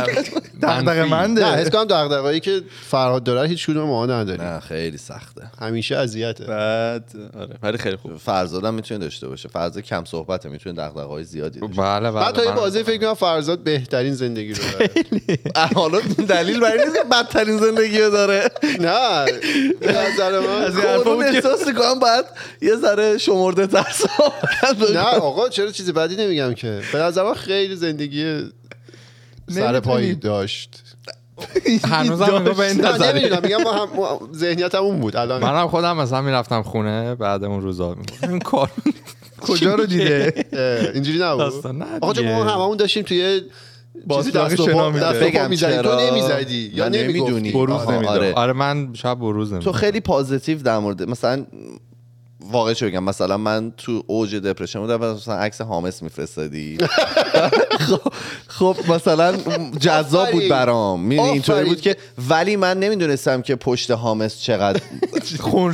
Speaker 4: دقدقه
Speaker 2: منفی.
Speaker 4: منده
Speaker 3: نه حس کنم دغدغه‌ای که فرهاد داره هیچ کدوم ما نداریم
Speaker 1: نه خیلی سخته
Speaker 3: همیشه اذیته
Speaker 4: بعد آره ولی خیلی خوب
Speaker 1: فرزادم میتونه داشته باشه فرزاد کم صحبته میتونه دغدغه‌های زیادی داشته
Speaker 2: بله بله
Speaker 3: بعد تا این
Speaker 2: من-
Speaker 3: بازی فکر کنم فرزاد بهترین زندگی رو داره
Speaker 1: باشه. حالا دلیل برای نیست که بدترین زندگی رو داره
Speaker 3: نه به نظر من
Speaker 1: خب اون احساس میکنم باید یه ذره شمرده تر صحبت
Speaker 3: نه
Speaker 1: کنه.
Speaker 3: آقا چرا چیز بدی نمیگم که به نظر من خیلی زندگی سر
Speaker 4: نمی‌تونی.
Speaker 3: پایی داشت
Speaker 2: هنوزم انگار به این
Speaker 3: نه
Speaker 2: نظری.
Speaker 3: نمیدونم میگم ما هم ما- ذهنیتم اون بود الان
Speaker 2: منم خودم مثلا میرفتم خونه بعد اون روزا این کار
Speaker 4: کجا رو دیده
Speaker 3: اه، اینجوری نبود
Speaker 2: داستان نه
Speaker 3: آقا چون ما
Speaker 2: دیگه.
Speaker 3: هممون داشتیم توی چیزی
Speaker 4: باطلاقی
Speaker 3: دست و
Speaker 4: شنا
Speaker 3: پا
Speaker 4: می‌ده.
Speaker 3: دست و پا
Speaker 1: بگم
Speaker 3: می‌زدی. تو
Speaker 1: چرا؟
Speaker 3: نمیزدی یا
Speaker 1: نه، نمی‌دونی.
Speaker 3: نمیدونی
Speaker 4: بروز
Speaker 1: آها،
Speaker 4: نمی‌دم.
Speaker 1: آره.
Speaker 2: آره من شب بروز نمیدم
Speaker 1: تو خیلی پازیتیو در مورد مثلا واقع چه بگم مثلا من تو اوج دپرشن بودم و مثلا عکس حامس میفرستادی خب- خب مثلا جذاب بود
Speaker 3: آفرین.
Speaker 1: برام میدونی اینطوری
Speaker 3: آفرین.
Speaker 1: بود که ولی من نمیدونستم که پشت حامس چقدر
Speaker 4: خون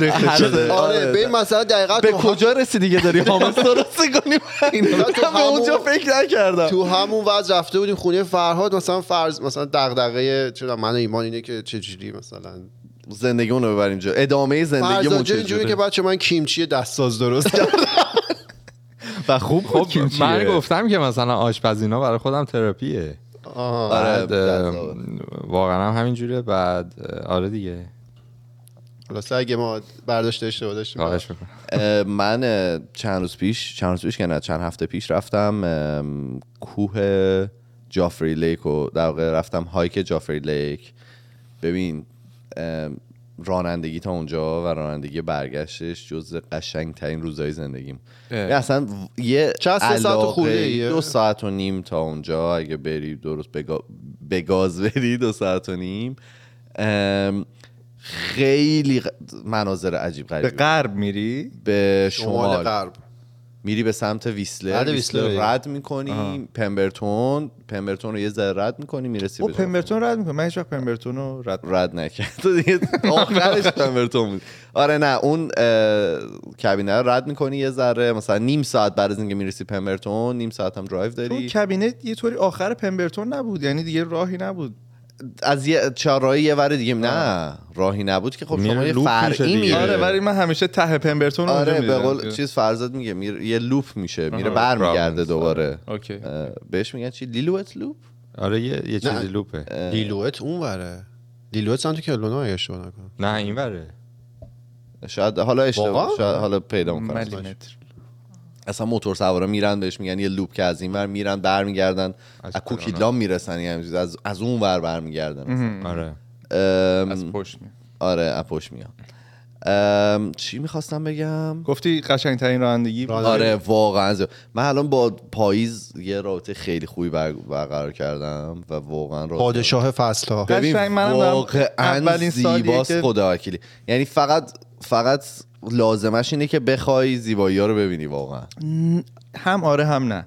Speaker 4: ریخته شده
Speaker 3: آره به این مسئله دقیقا
Speaker 1: به
Speaker 3: تو هم-
Speaker 1: کجا رسیدی که داری حامس درست کنی من
Speaker 3: تو
Speaker 1: به اونجا
Speaker 3: همون-
Speaker 1: فکر نکردم
Speaker 3: تو همون وضع رفته بودیم خونه فرهاد مثلا فرض مثلا دغدغه چرا من و ایمان اینه که چجوری مثلا
Speaker 1: زندگیمون رو ببریم جا ادامه زندگیمون
Speaker 3: فرزاد جا اینجوری
Speaker 1: چجوره
Speaker 3: که بچه من کیمچی دستساز درست کردم
Speaker 4: و خوب
Speaker 2: خب
Speaker 4: کیمچیه.
Speaker 2: من گفتم که مثلا آشپزینا برای خودم تراپیه
Speaker 3: آها.
Speaker 1: آره،
Speaker 2: بعد اه،
Speaker 1: جذابه.
Speaker 2: واقعا هم همینجوره بعد اه، آره دیگه
Speaker 3: خلاصه اگه ما برداشت اشتباه داشتیم
Speaker 2: خواهش میکنم
Speaker 1: اه، من اه، چند روز پیش چند روز پیش که نه چند هفته پیش رفتم ام، کوه جافری لیک و در واقع رفتم هایک جافری لیک ببین ام، رانندگی تا اونجا و رانندگی برگشتش جز قشنگ ترین روزهای زندگیم
Speaker 4: اه.
Speaker 1: یعنی اصلا یه
Speaker 3: چند سه ساعت
Speaker 1: علاقه
Speaker 3: خورده ایه؟
Speaker 1: دو ساعت و نیم تا اونجا اگه بری درست به گا- به گاز بری دو ساعت و نیم ام، خیلی ق- مناظر عجیب
Speaker 4: به
Speaker 1: غریبی
Speaker 4: غرب
Speaker 1: خب،
Speaker 4: میری
Speaker 1: به
Speaker 3: شمال
Speaker 1: شمال
Speaker 3: غرب
Speaker 1: میری به سمت ویسلر
Speaker 3: بعد
Speaker 1: ویسلر,
Speaker 3: ویسلر بریم.
Speaker 1: رد میکنی پمبرتون پمبرتون رو یه ذره رد میکنی میرسی
Speaker 4: او
Speaker 1: به جاده.
Speaker 4: پمبرتون رد میکنه من هیچ وقت پمبرتون رو رد
Speaker 1: رد نکرد تو دیگه آخرش پمبرتون بود آره نه اون اه، کابینه رو رد میکنی یه ذره مثلا نیم ساعت بعد از اینکه میرسی پمبرتون نیم ساعت هم درایو
Speaker 4: اون
Speaker 1: داری
Speaker 4: کابینه یه طوری آخر پمبرتون نبود یعنی دیگه راهی نبود
Speaker 1: از یه چهارراهی یه ور دیگه نه راهی نبود که خب شما
Speaker 2: میره
Speaker 1: یه
Speaker 2: لوپ میشه
Speaker 1: فرعی
Speaker 2: دیگه.
Speaker 1: میری
Speaker 4: آره ولی من همیشه ته پمبرتون رو
Speaker 1: آره به
Speaker 4: اونجا می‌دیدم.
Speaker 1: قول چیز فرزاد میگه میره یه لوپ میشه میره
Speaker 2: آها.
Speaker 1: برمیگرده
Speaker 2: رابنز.
Speaker 1: دوباره
Speaker 4: اوکی
Speaker 1: اه، بهش میگن چی لیلوت لوپ
Speaker 2: آره یه, یه چیزی لوپه
Speaker 3: لیلوت اونوره لیلوت سمت کلونا اگه اشتباه نکنم
Speaker 2: نه اینوره
Speaker 1: شاید حالا اشتباه
Speaker 3: واقعا؟
Speaker 1: شاید حالا
Speaker 4: خب،
Speaker 1: پیدا میکنم
Speaker 4: ملی متر
Speaker 1: اصلا موتور سوارا میرن بهش میگن یه لوپ که از این ور میرن برمیگردن
Speaker 2: از
Speaker 1: از
Speaker 2: کرونا.
Speaker 1: کوکیدلام میرسن یه همچین چیز. از از اون ور برمیگردن
Speaker 2: آره
Speaker 4: از
Speaker 1: ام،
Speaker 4: پشت میاد
Speaker 1: آره اپوش میان ام، چی میخواستم بگم
Speaker 4: گفتی قشنگ ترین رانندگی بود.
Speaker 1: آره واقعا زیاد. من الان با پاییز یه رابطه خیلی خوبی بر- برقرار کردم و واقعا رابطه
Speaker 3: پادشاه فصل ها
Speaker 1: ببین
Speaker 4: قشنگ منم دارم.
Speaker 1: واقعا
Speaker 4: اولین سالیه
Speaker 1: زیباست
Speaker 4: که-
Speaker 1: خدا وکیلی یعنی فقط فقط لازمش اینه که بخوای زیبایی ها رو ببینی واقعا
Speaker 4: هم آره هم نه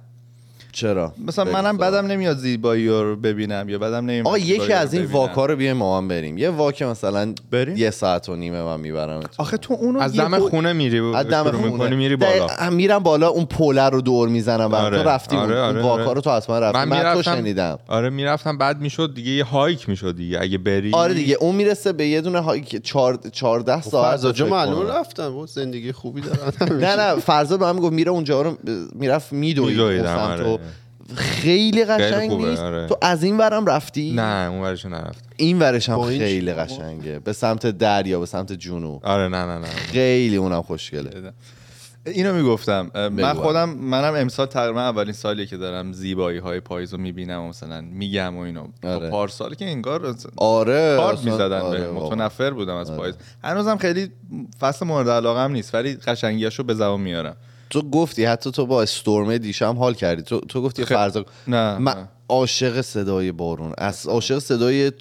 Speaker 1: چرا
Speaker 4: مثلا
Speaker 1: بگو
Speaker 4: منم
Speaker 1: سوال.
Speaker 4: بدم نمیاد زیبایی رو ببینم یا بدم نمیاد
Speaker 1: آقا
Speaker 4: زیبایی
Speaker 1: یکی
Speaker 4: رو
Speaker 1: از این
Speaker 4: ببینم.
Speaker 1: واکا رو بیایم ما هم بریم یه واک مثلا
Speaker 4: بریم؟
Speaker 1: یه ساعت و نیمه من میبرم
Speaker 4: آخه تو اونو
Speaker 2: از
Speaker 4: یه
Speaker 2: دم
Speaker 4: بو-
Speaker 2: خونه میری و
Speaker 1: از دم
Speaker 2: شروع می‌کنی
Speaker 1: خونه
Speaker 2: میری بالا
Speaker 1: دقیقاً میرم بالا اون پوله رو دور میزنم برام.
Speaker 2: آره،
Speaker 1: تو رفتی
Speaker 2: آره،
Speaker 1: اون-
Speaker 2: آره،
Speaker 1: اون واکا
Speaker 2: آره.
Speaker 1: رو تو حتما رفتی من, تو
Speaker 2: میرفتم-
Speaker 1: شنیدم
Speaker 2: آره میرفتم بعد میشد دیگه یه هایک میشد دیگه اگه بری
Speaker 1: آره دیگه اون میرسه به یه دونه های که چار... چارده ساعت
Speaker 3: فرزا جا
Speaker 1: فکر کنم.
Speaker 3: معلوم رفتن با زندگی خوبی دارن
Speaker 1: نه نه فرزاد به من میگفت میره اونجا رو میرفت میدوید
Speaker 2: می‌دویدم،
Speaker 1: گفتم
Speaker 2: آره.
Speaker 1: تو خیلی
Speaker 2: خیلی
Speaker 1: قشنگ
Speaker 2: خوبه،
Speaker 1: نیست
Speaker 2: آره.
Speaker 1: تو از این ورم رفتی
Speaker 2: نه اون ورشو نرفتم
Speaker 1: این ورش هم
Speaker 3: با این
Speaker 1: خیلی
Speaker 3: چی؟
Speaker 1: قشنگه به سمت دریا به سمت جنوب
Speaker 2: آره نه نه نه
Speaker 1: خیلی اونم خوشگله
Speaker 4: اینو میگفتم اه، من
Speaker 1: بگو.
Speaker 4: خودم منم امسال تقریبا اولین سالیه که دارم زیبایی های پاییز رو میبینم و مثلا میگم و اینو
Speaker 1: آره.
Speaker 4: آره. پارسال که انگار
Speaker 1: آره
Speaker 4: پارت
Speaker 1: اصلا-
Speaker 4: میزدن
Speaker 1: آره،
Speaker 4: به
Speaker 1: واقعا.
Speaker 4: متنفر بودم از پاییز هنوزم خیلی فصل مورد علاقه هم نیست ولی قشنگیاشو به زبان میارم
Speaker 1: تو گفتی حتی تو با استورم دیشب حال کردی تو, تو گفتی
Speaker 4: خ-
Speaker 1: فرزاد
Speaker 4: نه،
Speaker 1: من
Speaker 4: نه.
Speaker 1: عاشق صدای بارون از عاشق صدای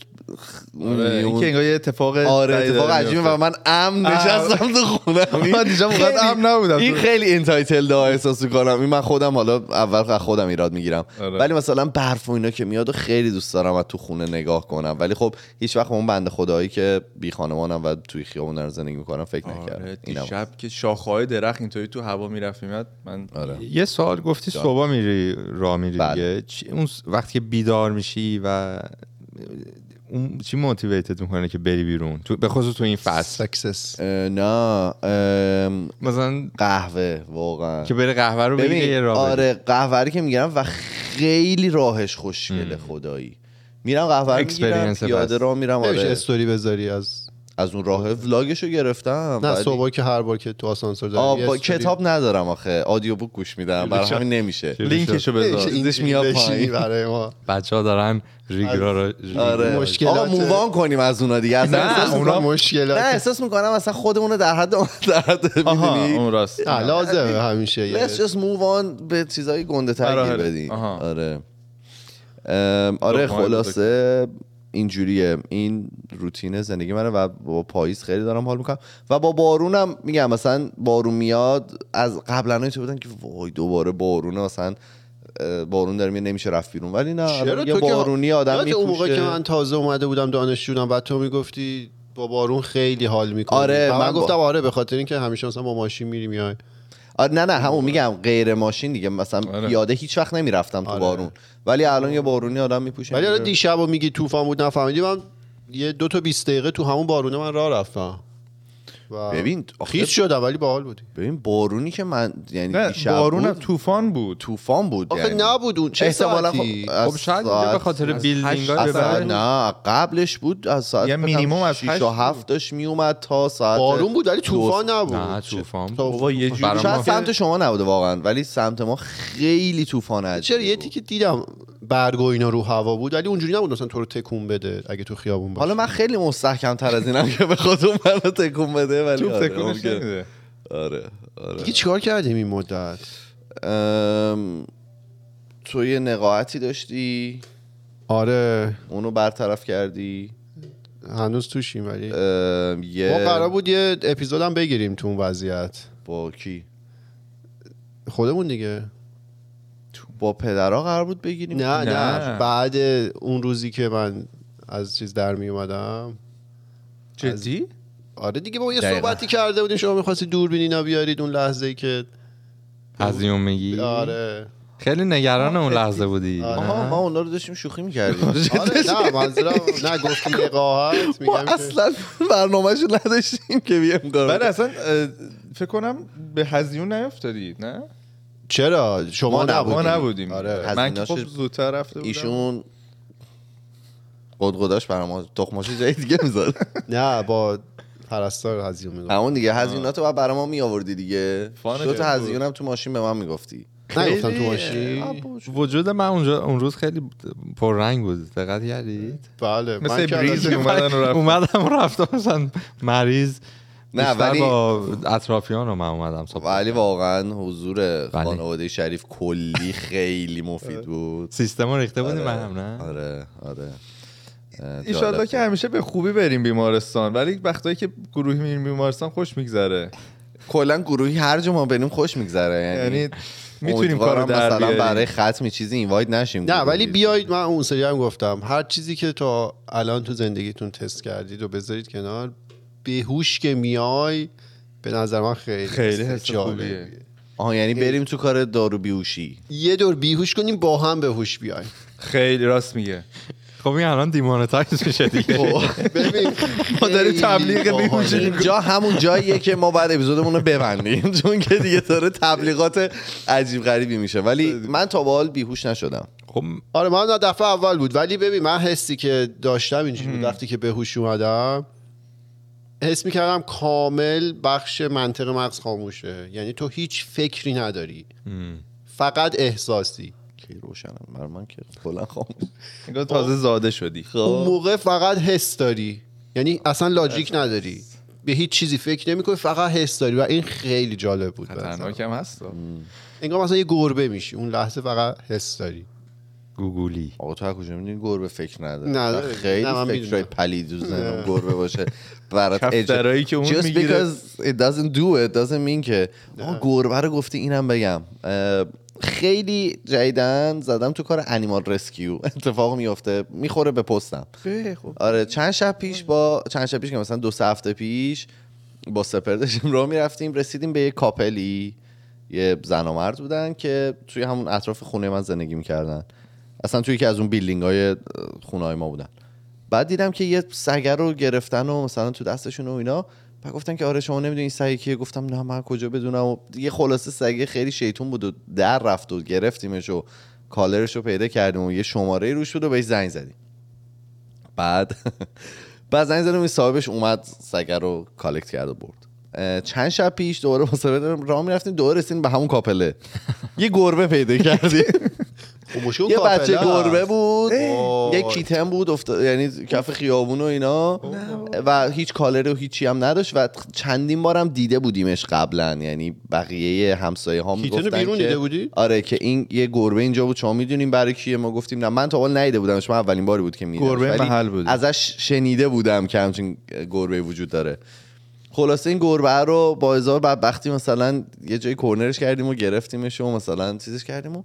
Speaker 1: اون-
Speaker 4: آره، این که انگار یه اتفاق
Speaker 1: آره
Speaker 4: بدی
Speaker 1: اتفاق
Speaker 4: داره
Speaker 1: عجیبه و
Speaker 4: میفته.
Speaker 1: من امن نشستم تو خونم این
Speaker 4: من دیشب اونقدر
Speaker 1: خیلی-
Speaker 4: امن نبودم.
Speaker 1: این خیلی اینتایتل دا احساس میکنم این من خودم حالا اول از خودم ایراد میگیرم
Speaker 4: آره.
Speaker 1: ولی مثلا برف و اینا که میاد و خیلی دوست دارم از تو خونه نگاه کنم ولی خب هیچ وقت به اون بنده خدایی که بی خانمانم و توی خیابون دارن زندگی میکنم فکر
Speaker 4: آره
Speaker 1: نکردم اینم.
Speaker 4: دیشب که شاخه‌های درخت اینطوری تو هوا میرفت میمد من
Speaker 1: آره
Speaker 2: یه سوال گفتی صبح میری را میری
Speaker 1: بله.
Speaker 2: دیگه چی- اون س- وقتی که بیدار میشی و اون چی موتیویتت میکنه که بری بیرون تو به خصوص تو این فصل
Speaker 3: سکسس
Speaker 1: اه، نه ام،
Speaker 2: مثلا
Speaker 1: قهوه واقعا
Speaker 2: که بره قهوه رو بگیری یه
Speaker 1: ببین
Speaker 2: راه بری.
Speaker 1: آره قهوه رو که میگیرم و خیلی راهش خوشگله خدایی میرم قهوه رو میگیرم
Speaker 2: Experience
Speaker 1: پیاده
Speaker 2: پس.
Speaker 1: را میرم
Speaker 3: نمیشه
Speaker 1: آره
Speaker 3: استوری بذاری از
Speaker 1: از اون راه ولاگش رو گرفتم
Speaker 3: نه
Speaker 1: ولی-
Speaker 3: صبح که هر بار که تو آسانسور داری
Speaker 1: آه،
Speaker 3: یه
Speaker 1: با
Speaker 3: استوری-
Speaker 1: کتاب ندارم آخه آدیو بوک گوش میدم برای همین نمیشه
Speaker 4: لینکشو بذار
Speaker 3: این
Speaker 1: چیزش میاد
Speaker 3: بشینی
Speaker 1: پایین.
Speaker 3: برای ما
Speaker 2: بچه ها دارن ریگرا رو ریگ
Speaker 1: آره
Speaker 2: را-
Speaker 3: مشکلات-
Speaker 1: آقا مووان کنیم از اونا دیگه اصلا احساس
Speaker 3: اونا
Speaker 1: می‌کنم- نه
Speaker 3: مشکلات
Speaker 1: احساس میکنم اصلا خودمون رو در حد در حد
Speaker 4: آها
Speaker 1: می‌دونی؟
Speaker 4: اون راست
Speaker 3: نه لازمه همیشه یه-
Speaker 1: Let's just move on به چیزای گنده
Speaker 4: آره،
Speaker 1: تری
Speaker 4: آره.
Speaker 1: بدیم
Speaker 4: آها.
Speaker 1: آره ام، آره
Speaker 4: لقمه‌های
Speaker 1: خلاصه اینجوریه این روتین زندگی منه و با پاییز خیلی دارم حال میکنم و با بارونم میگم مثلا بارون میاد از قبلا تو بودن که وای دوباره بارونه مثلا اه، بارون داره میاد نمیشه رفت بیرون ولی نه الان یه
Speaker 3: که-
Speaker 1: بارونی آدم
Speaker 3: یادته اون موقع که
Speaker 1: میپوشه
Speaker 3: من تازه اومده بودم دانشجونم بعد تو میگفتی با بارون خیلی حال میکنی
Speaker 1: آره،
Speaker 3: من,
Speaker 1: من با-
Speaker 3: گفتم آره به خاطر اینکه همیشه مثلا با ماشین میری میای
Speaker 1: آره نه نه همون میگم غیر ماشین دیگه مثلا
Speaker 4: آره.
Speaker 1: پیاده هیچ وقت نمیرفتم تو
Speaker 3: آره.
Speaker 1: بارون ولی الان یه بارونی آدم میپوشه
Speaker 3: ولی آره دیشب و میگی طوفان بود نفهمیدی من یه دو تا 20 دقیقه تو همون بارونه من راه رفتم و
Speaker 1: ببین، آخه-
Speaker 3: خیس شدم ولی باحال بودی
Speaker 1: ببین بارونی که من یعنی
Speaker 4: نه
Speaker 1: دیشب
Speaker 4: بارون
Speaker 1: بود،
Speaker 4: طوفان بود
Speaker 1: طوفان بود
Speaker 3: آخه
Speaker 1: یعنی.
Speaker 3: نبود اون چه
Speaker 1: احتمالاً
Speaker 3: ساعتی
Speaker 1: خب،
Speaker 3: خب...
Speaker 1: از
Speaker 2: خب شاید
Speaker 1: ساعت-
Speaker 2: اینجا به خاطر بیلدینگ ها
Speaker 1: اصلا
Speaker 2: ببرن.
Speaker 1: نه قبلش بود از ساعت
Speaker 4: یه
Speaker 1: فکرم
Speaker 4: مینیمم از
Speaker 1: 6
Speaker 4: هشت
Speaker 1: و
Speaker 4: بود.
Speaker 1: 7 داشت میومد تا ساعت
Speaker 3: بارون بود ولی
Speaker 1: دو-
Speaker 3: طوفان نبود
Speaker 2: نه طوفان
Speaker 3: تا-
Speaker 4: بابا یه جوری
Speaker 2: برام
Speaker 1: شاید
Speaker 2: ما-
Speaker 1: سمت شما نبوده واقعا ولی سمت ما خیلی طوفان عجیبی
Speaker 3: چرا یه
Speaker 1: بود.
Speaker 3: تیکه دیدم برگ و اینا رو هوا بود ولی اونجوری نبود مثلا تو رو تکون بده اگه تو خیابون باشه
Speaker 1: حالا من خیلی مستحکم تر از اینم که به خودم منو تکون بده ولی
Speaker 4: تو
Speaker 1: آره،
Speaker 4: تکونش
Speaker 1: ممکنه.
Speaker 4: نمیده
Speaker 1: آره آره
Speaker 3: دیگه چیکار کردیم این مدت
Speaker 1: ام، تو یه نقاهتی داشتی
Speaker 3: آره
Speaker 1: اونو برطرف کردی
Speaker 3: هنوز توشیم ولی
Speaker 1: ام، یه
Speaker 3: ما قرار بود یه اپیزود هم بگیریم تو اون وضعیت
Speaker 1: با کی
Speaker 3: خودمون دیگه
Speaker 1: با پدرها قرار بود بگیریم
Speaker 3: نه نه,
Speaker 4: نه.
Speaker 3: بعد اون روزی که من از چیز در می اومدم
Speaker 4: جدی
Speaker 3: آره دیگه با یه
Speaker 1: دقیقا.
Speaker 3: صحبتی کرده بودیم شما میخواستی دوربین اینا بیارید اون لحظه ای که
Speaker 2: هزیون میگی
Speaker 3: آره
Speaker 2: خیلی نگران اون لحظه بودی
Speaker 3: آره.
Speaker 1: آها ما اونا رو داشتیم شوخی میکردیم
Speaker 3: آره نه منظورم نه گفتی نقاهت
Speaker 1: ما
Speaker 3: میگم که
Speaker 1: اصلا برنامهشو نداشتیم که بیم کار
Speaker 4: ولی اصلا اه، فکر کنم به هزیون نیافتادی نه
Speaker 3: چرا شما
Speaker 1: ما نه،
Speaker 3: نبودید
Speaker 4: ما نبودیم
Speaker 1: آره.
Speaker 4: من که خب
Speaker 1: هزینه‌اش-
Speaker 4: زودتر رفته بودم
Speaker 1: ایشون قدقداش برای ما تخماشو جای دیگه میزد
Speaker 3: نه با پرستار هزیون میگم
Speaker 1: همون دیگه هزیناتو بعد برای ما میآوردی دیگه
Speaker 4: فان
Speaker 1: دو
Speaker 4: تو.
Speaker 1: تا هزینه‌ام تو ماشین به من میگفتی
Speaker 3: نگفتم تو ماشین
Speaker 2: وجود من اونجا اون روز خیلی پررنگ بود دقت کردید
Speaker 3: بله من
Speaker 4: مثل
Speaker 3: که
Speaker 4: بریز
Speaker 3: البته-
Speaker 4: اومدن و رفتن.
Speaker 2: اومدم و رفتم مثلا مریض
Speaker 1: نه،
Speaker 2: بیشتر
Speaker 1: ولی-
Speaker 2: با اطرافیان رو من اومدم صبح
Speaker 1: ولی واقعا حضور
Speaker 3: بله.
Speaker 1: خانواده شریف کلی خیلی مفید
Speaker 3: آره.
Speaker 1: بود
Speaker 2: سیستم رو ریخته بودیم من هم نه
Speaker 1: آره آره اه،
Speaker 4: ایشالله
Speaker 1: جالب
Speaker 4: که
Speaker 1: بود.
Speaker 4: همیشه به خوبی بریم بیمارستان ولی وقتایی که گروهی میریم بیمارستان خوش میگذره
Speaker 1: کلا گروهی هر جا ما بریم خوش میگذره یعنی
Speaker 4: یعنی میتونیم
Speaker 1: امیدوارم
Speaker 4: کارم در
Speaker 1: مثلا
Speaker 4: بیاریم.
Speaker 1: برای ختم چیزی اینوایت نشیم
Speaker 3: نه ولی بیایید من اون سری هم گفتم هر چیزی که تا الان تو زندگیتون تست کردید و بذارید کنار بهوش که میای به نظر من خیلی
Speaker 4: خیلی
Speaker 3: حس
Speaker 4: حس
Speaker 3: جالبیه.
Speaker 4: خوبیه.
Speaker 1: آها یعنی بریم تو کار دارو بیوشی
Speaker 3: یه دور بیهوش کنیم با هم بهوش بیایم
Speaker 4: خیلی راست میگه
Speaker 2: خب این الان دیمونتایز میشه
Speaker 3: خب.
Speaker 2: دیگه
Speaker 3: ببین
Speaker 4: ما داریم
Speaker 3: خیلی
Speaker 4: تبلیغ
Speaker 3: باحاله.
Speaker 4: بیهوش
Speaker 1: اینجا همون جاییه که ما بعد اپیزودمون رو ببندیم چون که دیگه داره تبلیغات عجیب غریبی میشه ولی من تا به حال بیهوش نشدم
Speaker 2: خب
Speaker 3: آره من نه دفعه اول بود ولی ببین من حسی که داشتم اینجوری بود وقتی که به هوش اومدم حس میکردم کامل بخش منطق مغز خاموشه یعنی تو هیچ فکری نداری فقط احساسی
Speaker 1: کی روشنم بر من که کلا خاموش
Speaker 4: انگار
Speaker 1: خب.
Speaker 4: تازه زاده شدی
Speaker 3: اون موقع فقط حس داری یعنی اصلا لاجیک نداری به هیچ چیزی فکر نمیکنی فقط حس داری و این خیلی جالب بود به نظرم.
Speaker 4: تنها هست
Speaker 3: انگار مثلا یه گربه میشی اون لحظه فقط حس داری
Speaker 2: گوگولی
Speaker 1: آقا تو از کجا میدونی گربه فکر نداره
Speaker 3: نداره.
Speaker 1: من خیلی
Speaker 3: نه، من
Speaker 1: فکرای
Speaker 3: می‌دونم.
Speaker 1: پلید تو ذهنم گربه باشه برات
Speaker 4: کفترهایی
Speaker 1: اج-
Speaker 4: که اون
Speaker 1: Just
Speaker 4: می‌گیره.
Speaker 1: because it doesn't do it doesn't mean که آقا گربه رو گفتی اینم بگم اه، خیلی جدیدن زدم تو کار انیمال رسکیو اتفاق میفته میخوره به پستم آره چند شب پیش با چند شب پیش که مثلا دو سه هفته پیش با سپر داشتیم راه میرفتیم رسیدیم به یه کاپلی یه زن و مرد بودن که توی همون اطراف خونه من زندگی میکردن اصلا توی یکی از اون بیلدینگ های خونه های ما بودن بعد دیدم که یه سگه رو گرفتن و مثلا تو دستشون و اینا و گفتن که آره شما نمیدونی این سگه کیه گفتم نه من کجا بدونم و یه خلاصه سگه خیلی شیطون بود و در رفت و گرفتیمش و کالرش رو پیدا کردیم و یه شماره روش بود و بهش زنگ زدیم بعد بعد زنگ زدم این صاحبش اومد سگه رو کالکت کرد و برد اه، چند شب پیش دوباره مصاحبه دارم راه میرفتیم دوباره رسیدیم به همون کاپله یه گربه پیدا کردیم
Speaker 3: خاموشی اون
Speaker 1: یه
Speaker 3: کاپلا
Speaker 1: بچه گربه بود
Speaker 3: وای.
Speaker 1: یه کیتن بود افتاد یعنی کف خیابون و اینا و هیچ کالری و هیچی هم نداشت و چندین بارم دیده بودیمش قبلا یعنی بقیه همسایه ها
Speaker 3: کیتن رو
Speaker 1: میگفتن
Speaker 3: بیرون
Speaker 1: که
Speaker 3: دیده بودی؟
Speaker 1: آره که این یه گربه اینجا بود شما میدونیم برای کیه ما گفتیم نه من تا حالا ندیده بودمش من اولین باری بود که میدیدم
Speaker 4: گربه محل بود.
Speaker 1: ازش شنیده بودم که همچین گربه وجود داره خلاصه این گربه رو با هزار بدبختی مثلا یه جای کرنرش کردیم و گرفتیمش و مثلا چیزش کردیم و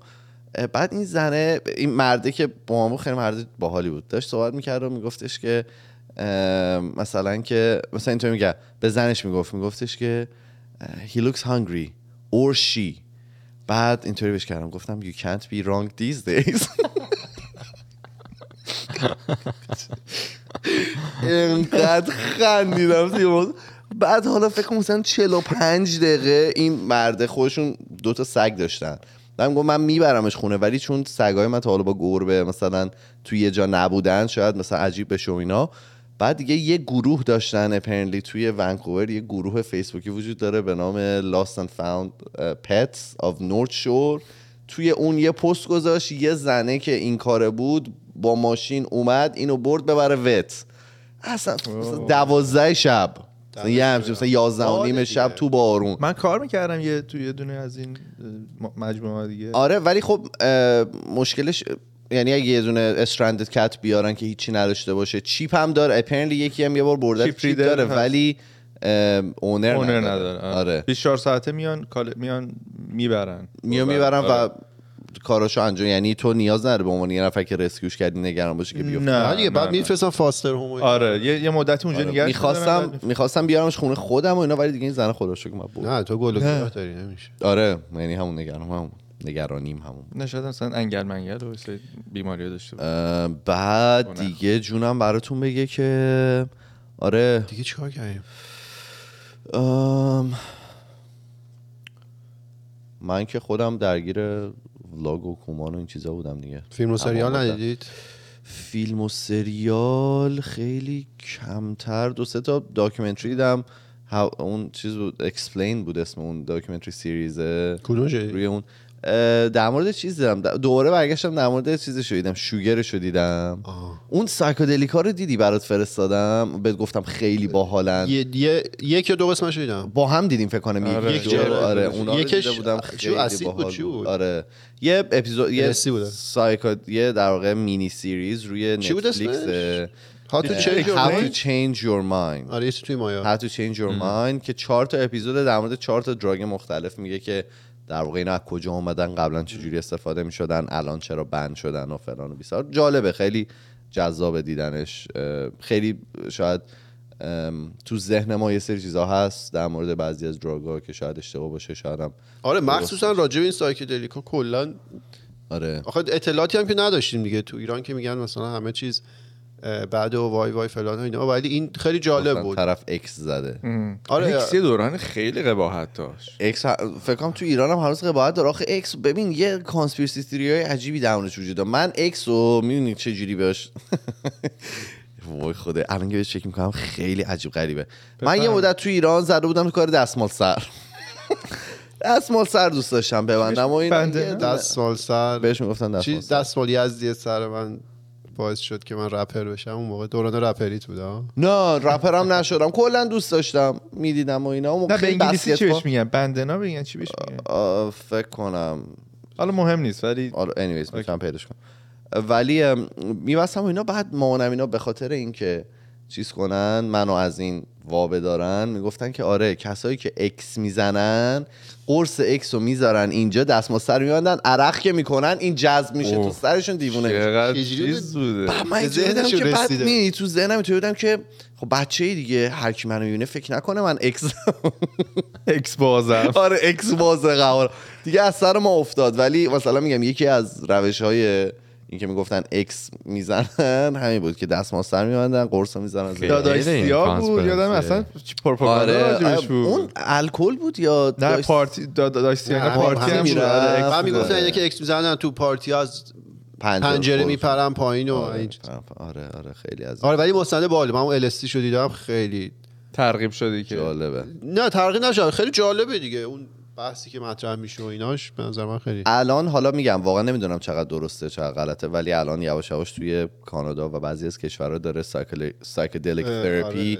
Speaker 1: اه، بعد این زنه این مرده که با ما بود، خیلی مرد باحالی بود داشت صحبت میکرد و میگفتش که اه، مثلا که مثلا اینطور میگه به زنش میگفت میگفتش که اه، he looks hungry or she بعد اینطوری بهش کردم گفتم you can't be wrong these days اینقدر خندیدم توی موضوع. بعد حالا فکر کنم مثلا 45 دقیقه این مرده خودشون دو تا سگ داشتن من گفت من میبرمش خونه ولی چون سگای من تا حالا با گربه مثلا توی یه جا نبودن شاید مثلا عجیب بشه و اینا بعد دیگه یه گروه داشتن اپرنلی توی ونکوور یه گروه فیسبوکی وجود داره به نام Lost and Found اه، Pets of North Shore توی اون یه پست گذاشت یه زنه که این کاره بود با ماشین اومد اینو برد ببره وت اصلا مثلا دوازده شب مثلا یه همچین مثلا یازده و نیم
Speaker 3: آره
Speaker 1: شب
Speaker 3: دیگه.
Speaker 1: تو بارون
Speaker 4: من کار میکردم یه توی یه دونه از این اه، مجموعه دیگه
Speaker 1: آره ولی خب اه، مشکلش یعنی اگه یه دونه استرندد کت بیارن که هیچی نداشته باشه چیپ هم داره اپرنلی یکی هم یه بار برده
Speaker 4: چیپ
Speaker 1: چیپ,
Speaker 4: ریدر
Speaker 1: داره
Speaker 4: هست.
Speaker 1: ولی اه، اونر,
Speaker 4: اونر
Speaker 1: نداره,
Speaker 4: نداره
Speaker 1: آره
Speaker 4: 24 ساعته میان کال... میان میبرن خب،
Speaker 1: میو میبرن
Speaker 4: آره.
Speaker 1: و کاراشو انجام یعنی تو نیاز نداره به عنوان یه نفر که رسکیوش کردی نگران باشه که بیفته آره.
Speaker 4: نه
Speaker 3: نه دیگه بعد
Speaker 4: نه.
Speaker 3: میفرستن فاستر هوم و اینا.
Speaker 4: آره یه, یه مدتی اونجا نگه
Speaker 1: میخواستم میخواستم بیارمش خونه خودم و اینا ولی دیگه این زن خدا رو شکر من بود
Speaker 3: نه تو گل و گیاه داری نمیشه
Speaker 1: آره یعنی همون نگران همون نگرانیم همون
Speaker 4: نشد مثلا انگل منگل و سری بیماری داشته بود
Speaker 1: اه، بعد دیگه جونم براتون بگه که آره
Speaker 3: دیگه چیکار کردیم
Speaker 1: ام، من که خودم درگیر ولاگ و کومان و این چیزا بودم دیگه
Speaker 3: فیلم و سریال
Speaker 1: تمام
Speaker 3: ندیدید
Speaker 1: فیلم و سریال خیلی کمتر دو سه تا داکیومنتری دیدم ها- اون چیز بود اکسپلین بود اسم اون داکیومنتری سیریزه
Speaker 3: کدوم جدید
Speaker 1: روی اون اه، در مورد چیز دیدم در- دوباره برگشتم در مورد چیزش رو دیدم شوگرش رو دیدم
Speaker 3: آه.
Speaker 1: اون سایکودلیکا رو دیدی برات فرستادم بهت گفتم خیلی باحالن
Speaker 3: یه یه یک یا دو قسمش رو دیدم
Speaker 1: با هم دیدیم فکر کنم
Speaker 4: آره.
Speaker 1: یک
Speaker 4: یک
Speaker 1: جا
Speaker 4: جا
Speaker 1: رو،
Speaker 4: بود.
Speaker 1: آره اونا رو
Speaker 3: یکش
Speaker 1: دیده بودم
Speaker 3: چی
Speaker 1: خیلی
Speaker 3: اسید
Speaker 1: باحال
Speaker 3: بود، چی بود؟
Speaker 1: آره یه اپیزود یه
Speaker 3: LSD بوده.
Speaker 1: سایکو یه در واقع مینی سیریز روی
Speaker 3: چی بود
Speaker 1: نتفلیکس
Speaker 3: اسمش؟ ها تو چه
Speaker 1: How to
Speaker 3: جور
Speaker 1: change your mind
Speaker 3: آره یه چیز توی مایا
Speaker 1: How to change your mind که چهار تا اپیزود در مورد چهار تا دراگ مختلف میگه که در واقع اینا از کجا اومدن قبلا چجوری استفاده میشدن الان چرا بند شدن و فلان و بیسار جالبه خیلی جذاب دیدنش اه، خیلی شاید ام، تو ذهن ما یه سری چیزا هست در مورد بعضی از دراگا که شاید اشتباه باشه شاید هم
Speaker 3: آره مخصوصا راجع به این سایکدلیکا کلا
Speaker 1: آره
Speaker 3: آخه اطلاعاتی هم که نداشتیم دیگه تو ایران که میگن مثلا همه چیز اه، بعد و وای وای فلان و اینا ولی این خیلی جالب
Speaker 1: مثلا
Speaker 3: بود
Speaker 1: طرف اکس زده
Speaker 3: آره.
Speaker 2: آره یه دوران خیلی قباحت داشت
Speaker 1: اکس ه- فکر کنم تو ایران هم هنوز قباحت داره آخه اکس ببین یه کانسپیرسی تیری های عجیبی درونش وجود داره من اکس رو میبینی چه جوری بهش وای خوده الان که بهش چک میکنم خیلی عجیب غریبه من یه مدت تو ایران زده بودم کار دستمال سر دستمال سر دوست داشتم ببندم و این
Speaker 4: بنده؟
Speaker 1: یه-
Speaker 3: دستمال سر
Speaker 1: بهش میگفتن دستمال
Speaker 3: چیز
Speaker 1: سر
Speaker 3: دستمال یزدی سر من باعث شد که من رپر بشم اون موقع دوران رپریت بود ها
Speaker 1: نه رپرم نشدم کلا دوست داشتم میدیدم و اینا اون
Speaker 4: نه به
Speaker 1: خیلی
Speaker 4: انگلیسی چی
Speaker 1: بسکتبال-
Speaker 4: بهش میگن بندنا بگن یعنی چی بهش میگن
Speaker 1: آه، فکر کنم
Speaker 4: حالا مهم نیست ولی
Speaker 1: آره انیویز میتونم پیداش کنم ولی میبستم اینا بعد مامانم اینا به خاطر اینکه چیز کنن منو از این وابه دارن میگفتن که آره کسایی که اکس میزنن قرص اکس رو میذارن اینجا دست ما سر میبندن عرق که میکنن این جذب میشه تو
Speaker 2: اوه.
Speaker 1: سرشون دیوونه میشه
Speaker 2: چقدر
Speaker 3: چجوری
Speaker 2: چیز بوده
Speaker 1: بعد من اینجوری
Speaker 3: به
Speaker 1: بودم
Speaker 3: ذهنشون
Speaker 1: که بعد
Speaker 3: رسیده.
Speaker 1: می تو ذهنم اینطوری بودم که خب بچه دیگه هر کی منو میبینه فکر نکنه من اکس
Speaker 4: اکس بازم
Speaker 1: آره اکس باز قوار دیگه از سر ما افتاد ولی مثلا میگم یکی از روش های این که میگفتن اکس میزنن همین بود که دست ما سر میبندن قرص رو میزنن زیر.
Speaker 2: دادا.
Speaker 4: داداش
Speaker 2: خیلی این
Speaker 4: سیاه بود
Speaker 2: transparency.
Speaker 4: یادم اصلا چی پروپاگاندا
Speaker 1: آره
Speaker 4: خب، راجبش
Speaker 1: اون
Speaker 4: بود
Speaker 1: الکل بود یا
Speaker 4: نه
Speaker 1: داشت-
Speaker 4: پارتی داداش سیاه نه،
Speaker 3: همین-
Speaker 4: یعنی پارتی هم بود
Speaker 3: همین
Speaker 1: میره.
Speaker 4: آره، اکس
Speaker 3: من
Speaker 4: بود.
Speaker 3: میگفتن اینا که اکس میزنن تو پارتی از
Speaker 1: پنجره,
Speaker 3: پنجره
Speaker 1: خورد.
Speaker 3: میپرن پایین و
Speaker 1: آره
Speaker 3: اینجا.
Speaker 1: آره آره خیلی از
Speaker 3: آره ولی مستند بالی من اون LSD شو دیدم خیلی
Speaker 4: ترغیب شدی که
Speaker 1: جالبه
Speaker 3: نه ترقی نشد خیلی جالبه دیگه اون بحثی که مطرح میشه و ایناش به نظر من خیلی
Speaker 1: الان حالا میگم واقعا نمیدونم چقدر درسته چقدر غلطه ولی الان یواش یواش توی کانادا و بعضی از کشورها داره سایکدلیک
Speaker 3: اه،
Speaker 1: ترپی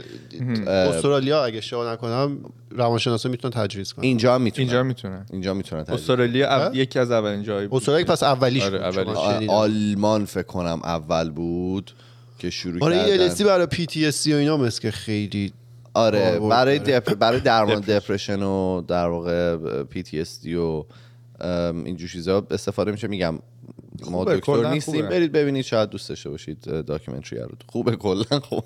Speaker 3: آره. استرالیا اگه اشتباه نکنم روانشناسا میتونن تجویز کنن
Speaker 1: اینجا هم میتونن
Speaker 4: اینجا میتونن
Speaker 1: اینجا میتونن تجربه
Speaker 4: استرالیا
Speaker 3: ها؟
Speaker 4: او- یکی از اولین جایی بود
Speaker 3: استرالیا پس اولیش
Speaker 4: آره،
Speaker 3: بود چون من
Speaker 4: اولیش.
Speaker 1: آ-
Speaker 3: شنیدم.
Speaker 1: آلمان فکر کنم اول بود که شروع
Speaker 3: آره این LSD
Speaker 1: کردن
Speaker 3: برای پی تی اس و اینا مثل که خیلی
Speaker 1: آره
Speaker 3: آورد
Speaker 1: برای
Speaker 3: داره.
Speaker 1: دپ- برای درمان دپرشن و در واقع پی تی اس دی و ام، اینجور چیزا استفاده میشه میگم ما
Speaker 4: خوبه،
Speaker 1: دکتر
Speaker 4: کلاً
Speaker 1: نیستیم
Speaker 4: خوبه.
Speaker 1: برید ببینید شاید دوست داشته باشید اه، داکیومنتری رو خوبه کلا خوب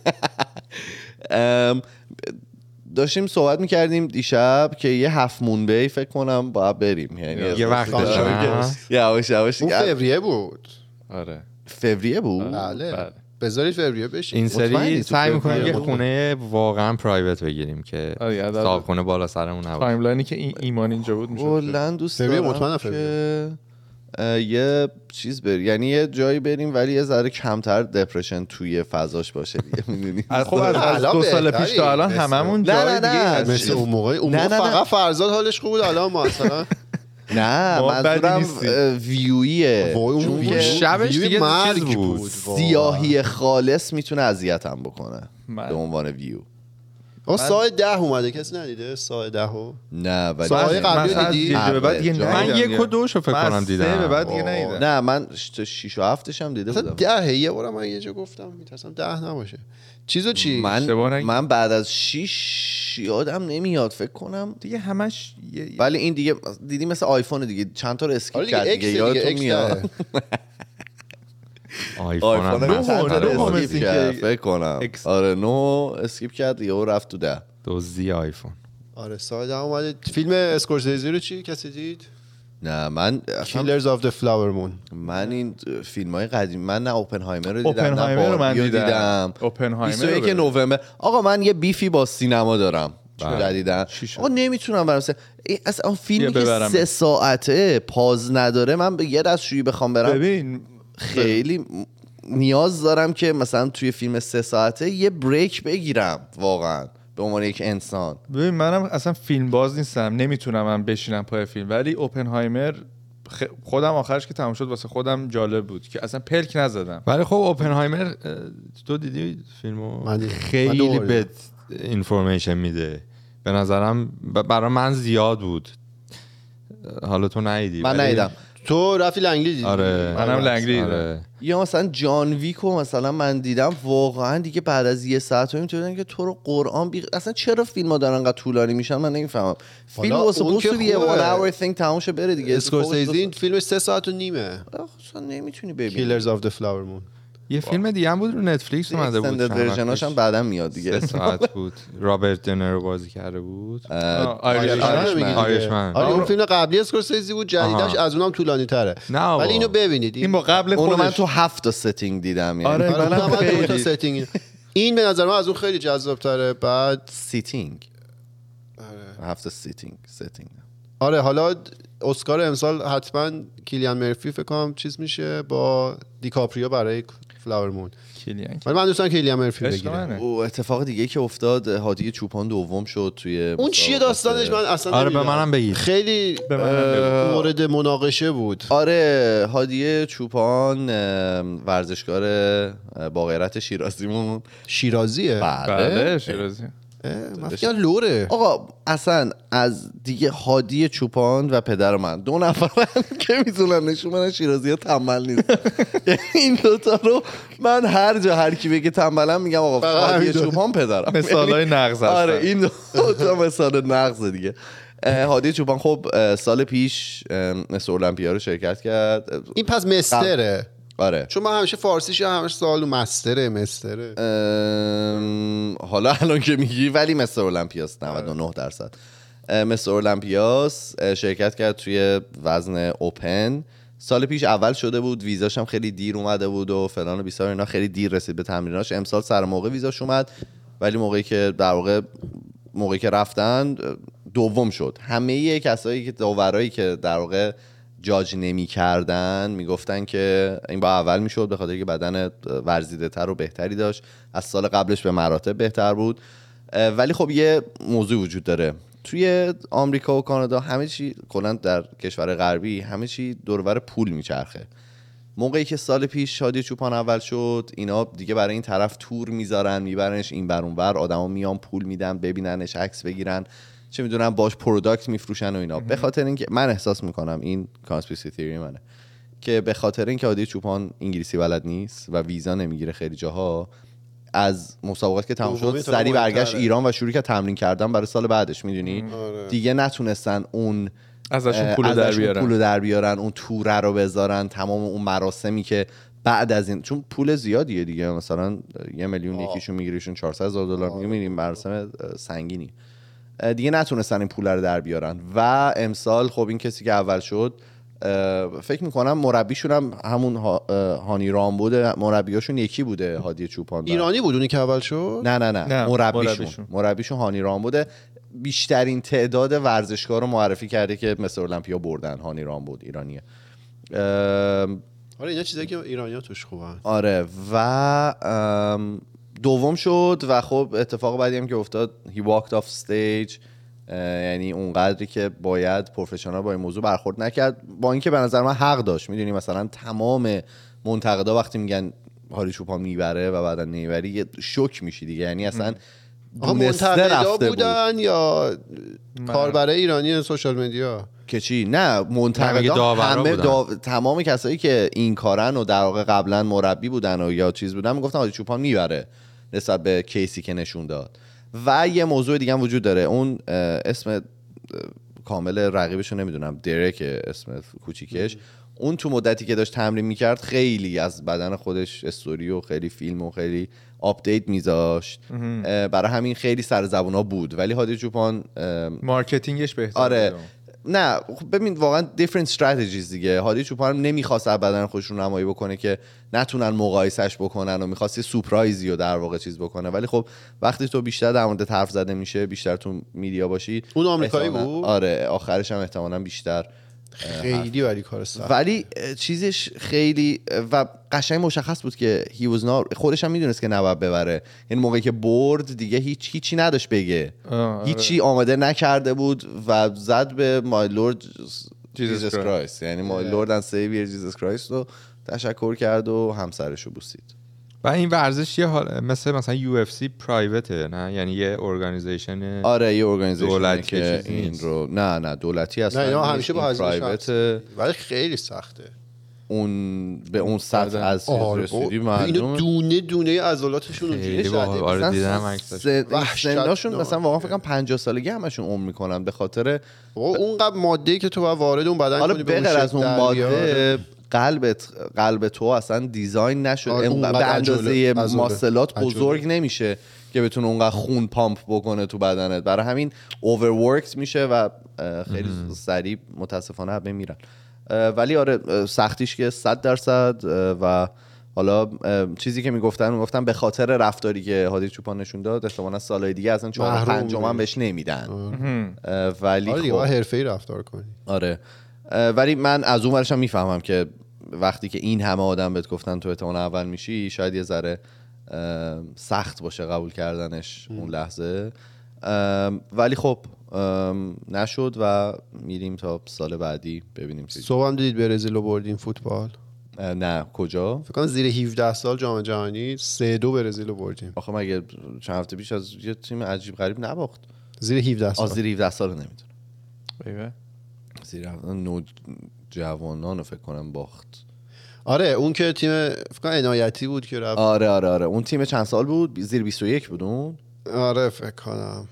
Speaker 1: ام، داشتیم صحبت میکردیم دیشب که یه هفت مونبی فکر کنم باید بریم یعنی
Speaker 2: یه وقت نه؟
Speaker 1: یواش یواش
Speaker 3: اون
Speaker 1: دیگه.
Speaker 3: فوریه بود
Speaker 4: آره
Speaker 1: فوریه بود
Speaker 3: بله
Speaker 4: بله.
Speaker 3: بذارید فوریه بشه
Speaker 2: این
Speaker 1: مطمئنی
Speaker 2: سری
Speaker 1: تو
Speaker 2: سعی
Speaker 1: فوریه
Speaker 2: میکنیم یه
Speaker 1: بود؟
Speaker 2: خونه واقعا پرایوت بگیریم که
Speaker 4: آره، یادم بود.
Speaker 2: صاحب خونه بالا سرمون نباشه
Speaker 4: تایملاینی که این ایمان اینجا بود میشد
Speaker 1: کلا دوست
Speaker 3: فوریه
Speaker 1: دارم
Speaker 3: مطمئنم
Speaker 1: که،
Speaker 3: فوریه.
Speaker 1: اه، یه چیز بریم یعنی یه جایی بریم ولی یه ذره کمتر دپرشن توی فضاش باشه دیگه میدونی
Speaker 4: خب از- از
Speaker 3: الان
Speaker 4: دو سال
Speaker 3: بهتری.
Speaker 4: پیش تا الان
Speaker 3: مثل-
Speaker 4: هممون
Speaker 1: نه، نه،
Speaker 4: جای
Speaker 1: نه.
Speaker 4: دیگه
Speaker 1: مثل
Speaker 3: مثل اون موقع اون
Speaker 1: نه،
Speaker 3: موقع
Speaker 1: نه، نه.
Speaker 3: فقط فرزاد حالش خوب بود الان ما اصلا
Speaker 1: نه
Speaker 4: ما بدی
Speaker 1: منظورم
Speaker 4: نیستیم.
Speaker 1: اه، ویویه
Speaker 3: وای،
Speaker 1: چون
Speaker 3: اون
Speaker 1: که
Speaker 3: ویو-
Speaker 2: شبش
Speaker 3: ویو
Speaker 2: دیگه
Speaker 3: مرگ
Speaker 2: چیز بود.
Speaker 3: واقعا.
Speaker 1: سیاهی خالص میتونه اذیتم بکنه
Speaker 4: من-
Speaker 1: به عنوان ویو
Speaker 3: آقا ساعت ده اومده کسی ندیده ساعت ده و
Speaker 1: نه
Speaker 3: سایه
Speaker 1: ولی
Speaker 3: قبلی
Speaker 4: بله. من
Speaker 3: رو
Speaker 4: از
Speaker 3: دیدی؟
Speaker 4: اینجا به بعد دیگه
Speaker 1: آره،
Speaker 2: من
Speaker 4: ندیدم
Speaker 2: یک
Speaker 4: دیگه.
Speaker 2: و دوش رو فکر
Speaker 4: من از
Speaker 2: کنم
Speaker 4: سه
Speaker 2: دیدم
Speaker 4: به بعد دیگه
Speaker 3: آه.
Speaker 4: ندیدم
Speaker 1: نه من ش- شیش و هفتش هم دیده
Speaker 3: اصلا
Speaker 1: بودم
Speaker 3: دهه یه بارم من یه جا گفتم میترسم ده نباشه چیزو چی
Speaker 1: من
Speaker 4: اشتباه نگی.
Speaker 1: من بعد از شیش یادم نمیاد فکر کنم
Speaker 4: دیگه همش یه- یه-
Speaker 1: ولی این دیگه دیدی مثل آیفون دیگه چند تا رو اسکیپ
Speaker 3: آره دیگه
Speaker 1: کرد
Speaker 3: اکس
Speaker 1: دیگه
Speaker 3: دیگه
Speaker 1: یادتون
Speaker 3: اکس
Speaker 1: میاد
Speaker 3: دهه.
Speaker 2: آیفون
Speaker 1: آیفون
Speaker 2: هم
Speaker 1: نه
Speaker 2: هست.
Speaker 1: تا رو
Speaker 4: نه،
Speaker 2: آره.
Speaker 4: نه.
Speaker 1: اسکیپ
Speaker 4: مثل
Speaker 1: کرد
Speaker 4: اینکه
Speaker 1: فکر کنم
Speaker 4: اکس-
Speaker 1: آره نو اسکیپ کرد یهو رفت تو ده
Speaker 2: دزدی آیفون
Speaker 3: آره ساعت ده اومده فیلم اسکورسیزی رو چی کسی دید
Speaker 1: نه من اصلا
Speaker 3: Killers of the Flower Moon
Speaker 1: من این فیلم های قدیم من نه اوپنهایمر رو دیدم نه
Speaker 4: اوپنهایمر رو من
Speaker 1: باربی رو
Speaker 4: دیدم.
Speaker 1: دیدم
Speaker 4: اوپنهایمر رو
Speaker 1: 21
Speaker 4: ببین.
Speaker 1: نوامبر آقا من یه بیفی با سینما دارم
Speaker 2: بله.
Speaker 1: جدیدن
Speaker 4: چی شد؟
Speaker 1: آقا نمیتونم برم سینما. ای، اصلا
Speaker 4: بیا
Speaker 1: فیلمی که
Speaker 4: ببرم.
Speaker 1: سه ساعته پاز نداره من به یه دستشویی بخوام برم
Speaker 4: ببین
Speaker 1: خیلی م- نیاز دارم که مثلا توی فیلم سه ساعته یه بریک بگیرم واقعا به عنوان یک انسان
Speaker 4: ببین منم اصلا فیلم باز نیستم نمیتونم من بشینم پای فیلم ولی اوپنهایمر خ- خودم آخرش که تموم شد واسه خودم جالب بود که اصلا پلک نزدم
Speaker 2: ولی خب اوپنهایمر اه، تو دیدی فیلمو
Speaker 3: من دیدم. من
Speaker 2: خیلی
Speaker 3: دوباره
Speaker 2: بد اینفورمیشن میده به نظرم ب- برا من زیاد بود حالا تو نیدی
Speaker 1: من
Speaker 2: ولی
Speaker 1: ندیدم
Speaker 3: تو رفتی لنگلی دیدی
Speaker 2: آره
Speaker 4: منم لنگری دیدم.
Speaker 2: آره.
Speaker 1: یا مثلا جان ویکو مثلا من دیدم واقعا دیگه بعد از یه ساعت و نیم تو دیدن که تو رو قرآن بی... اصلا چرا فیلم ها دارن انقدر طولانی میشن من نمیفهمم فیلم
Speaker 3: حالا
Speaker 1: واسه
Speaker 3: اون که
Speaker 1: بوسو بیه
Speaker 3: خوبه.
Speaker 1: وان اور تینگ تموم شه بره دیگه
Speaker 3: اسکورسیزی این فیلمش سه ساعت و نیمه
Speaker 1: آخ، اصلا نمیتونی ببینی
Speaker 3: کیلرز آف د فلاور مون
Speaker 2: یه فیلم دیگه هم بود رو نتفلیکس اومده بود
Speaker 1: اکستندد
Speaker 2: چند
Speaker 1: ورژناش
Speaker 2: وقتش.
Speaker 1: هم بعدا میاد
Speaker 2: سه
Speaker 1: دیگه
Speaker 2: ساعت بود رابرت دنرو بازی کرده بود
Speaker 4: آه، آیریش.
Speaker 1: آیریش.
Speaker 2: آیرشمن.
Speaker 3: آره اون فیلم قبلی اسکورسیزی بود جدیدش
Speaker 2: آها.
Speaker 3: از اونم طولانی تره
Speaker 2: نه آقا.
Speaker 3: ولی اینو ببینید
Speaker 4: این با قبل
Speaker 1: اونو من
Speaker 4: خودش
Speaker 1: تو هفت تا ستینگ دیدم یعنی
Speaker 4: آره.
Speaker 3: آره،
Speaker 4: منم
Speaker 3: اونم
Speaker 4: خیلی.
Speaker 3: دو تا ستینگ. این به نظر من از اون خیلی جذاب تره بعد
Speaker 1: سیتینگ هفت تا سیتینگ ستینگ
Speaker 3: آره حالا اسکار امسال حتما کیلیان مرفی فکر کنم چیز میشه با دیکاپریو برای فلاور مون
Speaker 4: کلیان
Speaker 3: ولی من دوستان کیلیان مرفی
Speaker 4: عشق
Speaker 3: بگیرم
Speaker 4: منه.
Speaker 1: و اتفاق دیگه که افتاد هادی چوپان دوم شد توی
Speaker 3: اون چیه
Speaker 1: مسابقات.
Speaker 3: داستانش من اصلا
Speaker 2: آره به
Speaker 3: نمی‌دونم.
Speaker 2: منم بگیر
Speaker 3: خیلی
Speaker 4: به منم بگو.
Speaker 3: اه، مورد مناقشه بود
Speaker 1: آره هادی چوپان اه، ورزشکار اه، با غیرت شیرازیمون
Speaker 3: شیرازیه
Speaker 1: بله
Speaker 4: بله شیرازی
Speaker 3: اه، من فکر کردم لوره
Speaker 1: آقا اصلا از دیگه هادی چوپان و پدر من دو نفرن که میتونن نشون بدن شیرازی ها تنبل نیست یعنی این دوتا رو من هر جا هر کی بگه تنبلم میگم آقا
Speaker 3: فقط همین
Speaker 1: هادی
Speaker 3: دو تا.
Speaker 1: چوپان پدرم
Speaker 4: مثالای نقض هستن.
Speaker 1: آره این دو تا مثال نقض دیگه اه، هادی چوپان خب اه، سال پیش اه، مس المپیا رو شرکت کرد
Speaker 3: این پس مستره
Speaker 1: آره
Speaker 3: چون من همیشه فارسیش همش سوال مستره مستره
Speaker 1: ام، حالا الان که میگی ولی مستر المپیاس 99 درصد اه، مستر المپیاس اه، شرکت کرد توی وزن اوپن سال پیش اول شده بود ویزاش هم خیلی دیر اومده بود و فلان و بیسار اینا خیلی دیر رسید به تمریناش امسال سر موقع ویزاش اومد ولی موقعی که در واقع موقعی که رفتن اه، دوم شد همه کسایی که داورایی که در واقع جاج نمی کردن میگفتن که این با اول میشد به خاطر که بدن ورزیده تر و بهتری داشت از سال قبلش به مراتب بهتر بود اه، ولی خب یه موضوع وجود داره توی آمریکا و کانادا همه چی کلا در کشور غربی همه چی دورور پول میچرخه موقعی که سال پیش شادی چوپان اول شد اینا دیگه برای این طرف تور میذارن میبرنش این بر اون بر آدما میان پول میدن ببیننش عکس بگیرن چه میدونم باش پروداکت میفروشن و اینا به خاطر اینکه من احساس میکنم این کانسپیرسی تیوری منه که به خاطر اینکه هادی چوپان انگلیسی بلد نیست و ویزا نمیگیره خیلی جاها از مسابقات که تموم شد
Speaker 3: دومی تا
Speaker 1: سریع
Speaker 3: مهم‌تره.
Speaker 1: برگشت ایران و شروع کرد تمرین کردن برای سال بعدش میدونی
Speaker 3: آره.
Speaker 1: دیگه نتونستن اون
Speaker 4: ازشون پول
Speaker 1: ازشون
Speaker 4: رو در بیارن
Speaker 1: پولو در بیارن اون توره رو بذارن تمام اون مراسمی که بعد از این چون پول زیادیه دیگه مثلا یه میلیون یکیشون میگیریشون 400 هزار دلار میگیرین مراسم سنگینی دیگه نتونستن این پول رو در بیارن و امسال خب این کسی که اول شد اه، فکر میکنم مربیشون هم همون ها- اه، هانی رام بوده مربیاشون یکی بوده هادی چوپان و-
Speaker 3: ایرانی بود اونی که اول شد
Speaker 1: نه نه نه,
Speaker 4: نه،
Speaker 1: مربیشون
Speaker 4: مربیشون.
Speaker 1: مربیشون هانی رام بوده بیشترین تعداد ورزشکار رو معرفی کرده که مثل المپیا بردن هانی رام بود ایرانیه ام،
Speaker 3: آره اینا چیزایی که ایرانی‌ها توش خوبن
Speaker 1: آره و ام، دوم شد و خب اتفاق بعدی هم که افتاد he walked off stage اه، یعنی اونقدری که باید پروفشنال با این موضوع برخورد نکرد با اینکه به نظر من حق داشت میدونی مثلا تمام منتقدا وقتی میگن هاری چوپان میبره و بعدا نمیبری یه شوک میشی دیگه یعنی اصلا
Speaker 3: آها
Speaker 1: دونسته
Speaker 3: منتقدا
Speaker 1: رفته بود.
Speaker 3: بودن یا کاربرای ایرانی سوشال مدیا
Speaker 1: که چی نه
Speaker 2: نه، میگه
Speaker 1: منتقدا
Speaker 2: داورا
Speaker 1: همه
Speaker 2: بودن.
Speaker 1: داو- تمام کسایی که این کارن و در واقع قبلا مربی بودن و یا چیز بودن میگفتن حاجی چوپان میبره نسبت به کیسی که نشون داد و یه موضوع دیگه هم وجود داره اون اه، اسم اه، کامل رقیبش رو نمیدونم درک اسم کوچیکش اون تو مدتی که داشت تمرین میکرد خیلی از بدن خودش استوری و خیلی فیلم و خیلی آپدیت میذاشت اه، برای همین خیلی سر زبونا بود ولی هادی چوپان اه،
Speaker 4: مارکتینگش بهتر
Speaker 1: آره
Speaker 4: بوده اون.
Speaker 1: نه خب ببین واقعا دیفرنت استراتژیز دیگه هادی چوپان هم نمیخواست ابدا خودش رو نمایی بکنه که نتونن مقایسش بکنن و میخواست یه سورپرایزی رو در واقع چیز بکنه ولی خب وقتی تو بیشتر در مورد حرف زده میشه بیشتر تو میدیا باشی
Speaker 3: اون آمریکایی
Speaker 1: احتمالاً-
Speaker 3: بود؟
Speaker 1: آره آخرش هم احتمالا بیشتر
Speaker 3: خیلی ولی کار سخت
Speaker 1: ولی اه، چیزش خیلی اه، و قشنگ مشخص بود که he was not- خودش هم میدونست که نباید ببره یعنی موقعی که برد دیگه هیچ هیچی نداشت بگه
Speaker 4: آه، آره.
Speaker 1: هیچی آماده نکرده بود و زد به مای لورد
Speaker 4: Jesus
Speaker 1: جیزس کرایست یعنی مای لورد ان سیویر جیزس کرایست رو تشکر کرد و همسرش رو بوسید
Speaker 2: و این ورزش یه حال... مثل مثلا یو اف سی پرایوته نه یعنی یه ارگانیزیشن
Speaker 1: آره یه ارگانیزیشن
Speaker 2: دولتی
Speaker 1: که
Speaker 2: چیز
Speaker 1: این
Speaker 2: نیست.
Speaker 1: رو نه نه دولتی اصلا
Speaker 3: نه، اینا
Speaker 1: نیست.
Speaker 3: همیشه
Speaker 1: این
Speaker 3: با هزینه
Speaker 1: private
Speaker 3: ولی خیلی سخته
Speaker 1: اون به اون سطح از چیز رسیدی
Speaker 3: آره، اینو
Speaker 1: مردم
Speaker 3: دونه دونه عضلاتشون اونجوری
Speaker 2: خیلی
Speaker 3: شده
Speaker 2: باحال. آره دیدم عکسش
Speaker 3: وحشتناک.
Speaker 1: سناشون مثلا واقعا فکر کنم 50 سالگی همشون عمر میکنن به خاطر
Speaker 3: بابا اونقدر ماده که تو باید وارد اون بدن
Speaker 1: حالا
Speaker 3: کنی به
Speaker 1: بغیر
Speaker 3: شکل
Speaker 1: از اون
Speaker 3: در بیاره.
Speaker 1: ماده قلبت قلب تو اصلا دیزاین نشد
Speaker 3: آره،
Speaker 1: اونقدر
Speaker 3: اونقدر
Speaker 1: به اندازه
Speaker 3: عجله، عضله.
Speaker 1: ماسلات
Speaker 3: عجله.
Speaker 1: بزرگ نمیشه که بتونه اونقدر خون پامپ بکنه تو بدنت برای همین اوورورکت میشه و اه، خیلی سریع متاسفانه همه میرن اه، ولی آره اه، سختیش که 100 درصد اه، و حالا اه، چیزی که میگفتن گفتن به خاطر رفتاری که هادی چوپان نشون داد احتمالاً سالهای دیگه اصلا چهار
Speaker 3: محروم
Speaker 1: پنجم هم
Speaker 3: می‌شی.
Speaker 1: بهش نمیدن اه، ولی
Speaker 3: آره دیگه
Speaker 1: خب-
Speaker 3: باید حرفه‌ای رفتار کنی
Speaker 1: آره اه، ولی من از اون ورشم میفهمم که وقتی که این همه آدم بهت گفتن تو اعتماد اول میشی شاید یه ذره اه، سخت باشه قبول کردنش اون لحظه ام، ولی خب ام، نشد و میریم تا سال بعدی ببینیم چی
Speaker 3: صبح هم دیدید برزیل رو بردیم فوتبال
Speaker 1: اه، نه کجا
Speaker 3: فکر کنم زیر 17 سال جام جهانی 3 دو برزیل رو بردیم
Speaker 1: آخه مگه چند هفته پیش از یه تیم عجیب غریب نباخت
Speaker 3: زیر 17
Speaker 1: از
Speaker 3: سال
Speaker 1: زیر 17 سال نمیدونم
Speaker 4: ایوه.
Speaker 1: زیر 17 نو جوانان رو فکر کنم باخت
Speaker 3: آره اون که تیم فکر کنم عنایتی بود که رفت
Speaker 1: آره آره آره اون تیم چند سال بود زیر 21 بود اون
Speaker 3: آره فکر کنم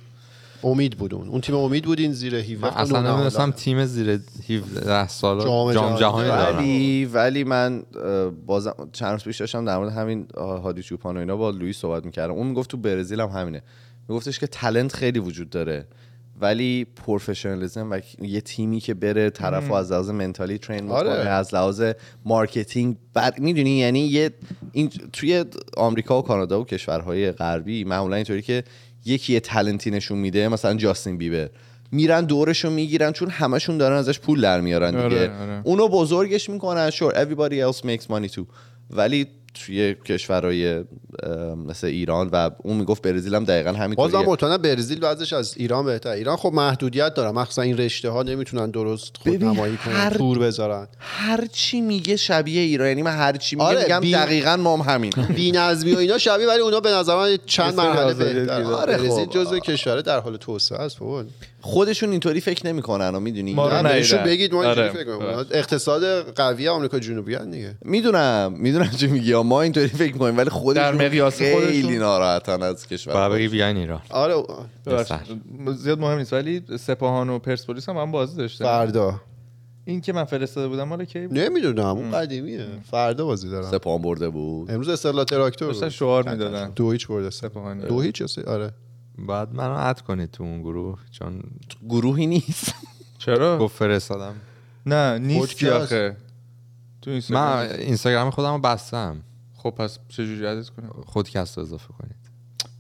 Speaker 3: امید بود اون اون تیم امید بود این زیر 17
Speaker 2: من
Speaker 3: اون
Speaker 2: اصلا
Speaker 3: اون حالا.
Speaker 2: نمیدونستم تیم زیر 17 سال
Speaker 3: جام
Speaker 2: جام
Speaker 3: جهانی
Speaker 2: جهانی دارم
Speaker 1: ولی ولی من اه، بازم چند روز پیش داشتم در مورد همین آه، هادی چوپان و اینا با لوئیس صحبت میکردم اون میگفت تو برزیل هم همینه میگفتش که تلنت خیلی وجود داره ولی پروفشنالیزم و یه تیمی که بره طرف رو از لحاظ منتالی ترین
Speaker 3: آره.
Speaker 1: بکنه از لحاظ مارکتینگ بر میدونی یعنی یه این توی آمریکا و کانادا و کشورهای غربی معمولا اینطوری که یکی یه تلنتی نشون میده مثلا جاستین بیبر میرن دورشو میگیرن چون همشون دارن ازش پول در میارن دیگه
Speaker 4: آره، آره.
Speaker 1: اونو بزرگش میکنن sure everybody else makes money too ولی توی کشورهای اه، مثل ایران و اون میگفت برزیل هم دقیقا
Speaker 3: بازم
Speaker 1: همینطوریه
Speaker 3: مطمئنا برزیل وضعش از ایران بهتر ایران خب محدودیت داره مخصوصا این رشته ها نمیتونن درست خود
Speaker 1: ببین،
Speaker 3: نمایی کنن
Speaker 1: هر-
Speaker 3: تور بذارن
Speaker 1: هر چی میگه شبیه ایران یعنی من هر چی میگه
Speaker 3: آره،
Speaker 1: میگم
Speaker 3: بی-
Speaker 1: دقیقا ما هم همین
Speaker 3: بی‌نظمی و اینا شبیه ولی اونا به نظر من چند
Speaker 4: یه سری
Speaker 3: مرحله
Speaker 4: آزادی
Speaker 3: بهتر
Speaker 4: دیگه.
Speaker 1: آره،
Speaker 3: آره برزیل
Speaker 1: خب.
Speaker 3: جزء کشور در حال توسعه است بابا
Speaker 1: خودشون اینطوری فکر نمیکنن و میدونی
Speaker 4: ما رو
Speaker 3: نه، بهشون
Speaker 4: ندیدم.
Speaker 3: بگید ما اینجوری
Speaker 4: آره.
Speaker 3: فکر کنیم. اقتصاد قوی آمریکا جنوبی هن دیگه
Speaker 1: میدونم میدونم چی میگی ما اینطوری فکر میکنیم ولی خودشون
Speaker 4: در مقیاس
Speaker 1: خیلی
Speaker 4: خودشون.
Speaker 1: ناراحتن از کشور
Speaker 2: باید بگی بیاین ایران
Speaker 3: آره
Speaker 4: ببخشید. زیاد مهم نیست ولی سپاهان و پرسپولیس هم هم بازی داشتن
Speaker 3: فردا
Speaker 4: این که من فرستاده بودم مال کی بود
Speaker 3: نمیدونم اون قدیمیه فردا بازی دارم
Speaker 1: سپاهان برده بود
Speaker 3: امروز استقلال تراکتور
Speaker 4: داشتن
Speaker 3: بود.
Speaker 4: شعار میدادن
Speaker 3: دو هیچ برده سپاه
Speaker 4: سپاهان
Speaker 3: دو هیچ یا سه؟ آره
Speaker 2: باید منو اد کنید تو اون گروه چون
Speaker 1: گروهی نیست
Speaker 4: چرا
Speaker 2: گفت فرستادم
Speaker 4: خب، نه نیست
Speaker 3: پادکست.
Speaker 4: آخه تو این
Speaker 2: من اینستاگرام خودم رو بستم
Speaker 4: خب پس چجوری عدد کنم
Speaker 2: خودکست رو اضافه کنید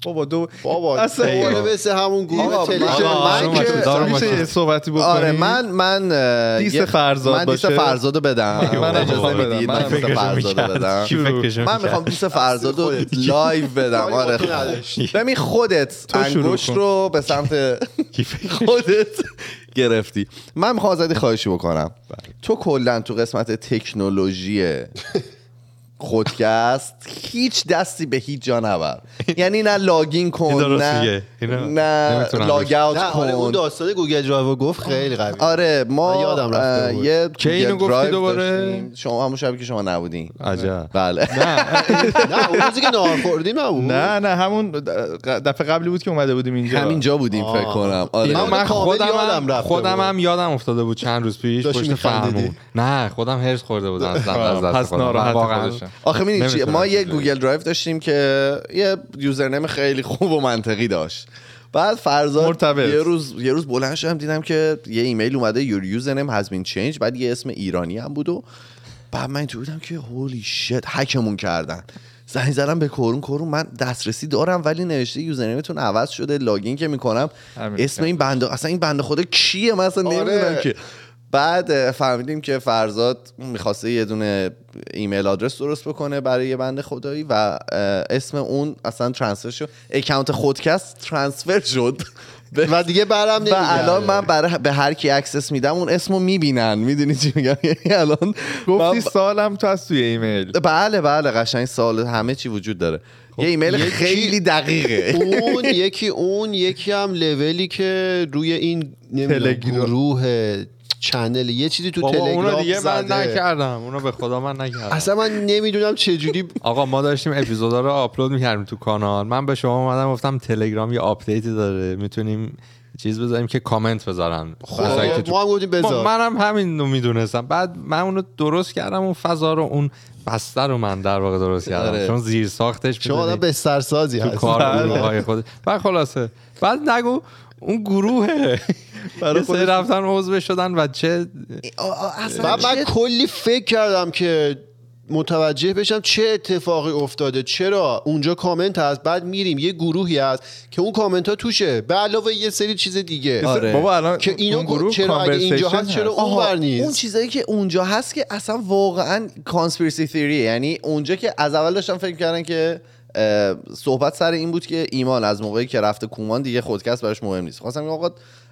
Speaker 4: بابا دو
Speaker 3: بابا
Speaker 4: اصلا
Speaker 3: دوباره مثل
Speaker 1: آقا،
Speaker 3: همون گروه
Speaker 1: آقا،
Speaker 3: تلگرام
Speaker 1: آروم
Speaker 3: من که
Speaker 1: باش.
Speaker 2: دارو
Speaker 4: میشه
Speaker 2: ماشین.
Speaker 4: یه صحبتی بکنی
Speaker 1: آره من من اه،
Speaker 4: دیس
Speaker 1: یه-
Speaker 4: فرزاد
Speaker 1: من دیس
Speaker 4: باشه.
Speaker 1: فرزادو بدم
Speaker 4: منم
Speaker 1: اجازه
Speaker 4: میخوام بدم.
Speaker 1: میدید
Speaker 4: من
Speaker 1: من دیس
Speaker 4: فکرشو
Speaker 1: فرزادو بدم من میخوام دیس فرزادو لایو بدم آره
Speaker 3: خودت نداشت.
Speaker 1: ببین خودت
Speaker 4: شروع
Speaker 1: انگشت
Speaker 4: کن.
Speaker 1: رو به سمت خودت گرفتی من میخوام ازت خواهشی بکنم
Speaker 2: بله.
Speaker 1: تو کلا تو قسمت تکنولوژی خودکست هیچ دستی به هیچ جا نبر یعنی نه لاگین
Speaker 2: این
Speaker 1: کن
Speaker 2: درست
Speaker 1: نه
Speaker 2: میگه. اینا
Speaker 1: نه
Speaker 2: نمیتونم
Speaker 1: لاگ اوت
Speaker 3: نه آره اون
Speaker 1: کن
Speaker 3: داستان گوگل درایو گفت خیلی قوی
Speaker 1: آره ما
Speaker 3: من یادم رفته
Speaker 1: اه،
Speaker 3: بود.
Speaker 1: یه
Speaker 2: کی اینو
Speaker 1: گوگل
Speaker 2: گفتی
Speaker 1: درایو
Speaker 2: دوباره؟
Speaker 1: داشتیم. شما همون شبی که شما نبودین
Speaker 2: عجب
Speaker 1: بله
Speaker 3: نه اون روزی که نهار خوردی نبود
Speaker 4: نه نه همون دفعه قبلی بود که اومده بودیم اینجا
Speaker 1: همینجا بودیم فکر کنم آره
Speaker 3: اینو
Speaker 2: من
Speaker 3: کامل
Speaker 2: خودم
Speaker 3: یادم
Speaker 2: هم
Speaker 3: رفته
Speaker 2: خودم
Speaker 3: بود.
Speaker 2: هم یادم افتاده بود چند روز پیش
Speaker 3: داشتی
Speaker 2: پشت
Speaker 3: می‌خندیدی.
Speaker 2: فرمون نه خودم هرس خورده بودم اصلا
Speaker 4: آه،
Speaker 2: از دست
Speaker 4: خب، پس
Speaker 2: خودم. من
Speaker 4: ناراحت
Speaker 2: واقعاً
Speaker 4: خودشم.
Speaker 1: آخه می‌دونی چیه
Speaker 2: نمی‌تونم
Speaker 1: ما یه
Speaker 2: چیزایی.
Speaker 1: گوگل درایو داشتیم که یه یوزرنیم خیلی خوب و منطقی داشت بعد فرزاد
Speaker 4: مرتبط.
Speaker 1: یه روز یه روز بلند شدم دیدم که یه ایمیل اومده یور یوزرنیم هاز بین چنج بعد یه اسم ایرانی هم بود و بعد من اینطور بودم که هولی شت هکمون کردن زنگ زدم به کورون کورون من دسترسی دارم ولی نوشته یوزرنیمتون عوض شده لاگین که میکنم
Speaker 4: همین.
Speaker 1: اسم این بنده اصلا این بنده خدا کیه من اصلا
Speaker 3: آره.
Speaker 1: نمی‌دونم که بعد اه، فهمیدیم که فرزاد میخواسته یه دونه ایمیل آدرس درست بکنه برای یه بند خدایی و اه، اسم اون اصلا ترانسفر شد اکانت خودکست ترانسفر شد
Speaker 3: و دیگه برم
Speaker 1: و الان
Speaker 3: نمیگرده
Speaker 1: من برای به هر کی اکسس میدم اون اسمو میبینن میدونی چی میگم یعنی الان
Speaker 2: گفتی
Speaker 1: من-
Speaker 2: سالم تو از توی ایمیل
Speaker 1: بله بله قشنگ سال همه چی وجود داره یه ایمیل
Speaker 3: خب، یکی-
Speaker 1: خیلی دقیقه
Speaker 3: اون یکی اون یکی هم لولی که روی این نمیدونم
Speaker 2: تلگرام.
Speaker 3: گروه چنل یه چیزی تو
Speaker 2: بابا اونو
Speaker 3: تلگرام
Speaker 2: دیگه من
Speaker 3: زده
Speaker 2: نکردم اونو به خدا من نکردم
Speaker 3: اصلا من نمیدونم چجوری
Speaker 2: آقا ما داشتیم اپیزودا رو آپلود میکردیم تو کانال من به شما اومدم گفتم تلگرام یه آپدیتی داره میتونیم چیز بذاریم که کامنت بذارن کسایی که
Speaker 3: خب
Speaker 2: تو-
Speaker 3: ما هم گفتیم
Speaker 2: ما-
Speaker 3: بذار
Speaker 2: منم همین رو میدونستم بعد من اونو درست کردم اون فضا رو اون بسته رو من در واقع درست کردم
Speaker 1: آره.
Speaker 2: چون زیر ساختش
Speaker 3: شما آدم بله. به سرسازی
Speaker 2: تو
Speaker 3: هست
Speaker 2: کار گروه‌های خود و خلاصه بعد نگو اون گروه برای سری رفتن عضو شدن و چه
Speaker 3: و من کلی فکر کردم که متوجه بشم چه اتفاقی افتاده چرا اونجا کامنت هست بعد میریم یه گروهی هست که اون کامنت ها توشه به علاوه یه سری چیز دیگه
Speaker 1: آره.
Speaker 4: بابا الان
Speaker 3: که اینو
Speaker 4: اون گروه
Speaker 3: چرا اگه اینجا
Speaker 4: کانورسیشن
Speaker 3: هست چرا اون
Speaker 1: آها،
Speaker 3: ور نیست
Speaker 1: اون چیزایی که اونجا هست که اصلا واقعا کانسپیرسی تیوری یعنی اونجا که از اول داشتم فکر کردن که اه، صحبت سر این بود که ایمان از موقعی که رفته کومان دیگه خودکست براش مهم نیست خواستم بگم آقا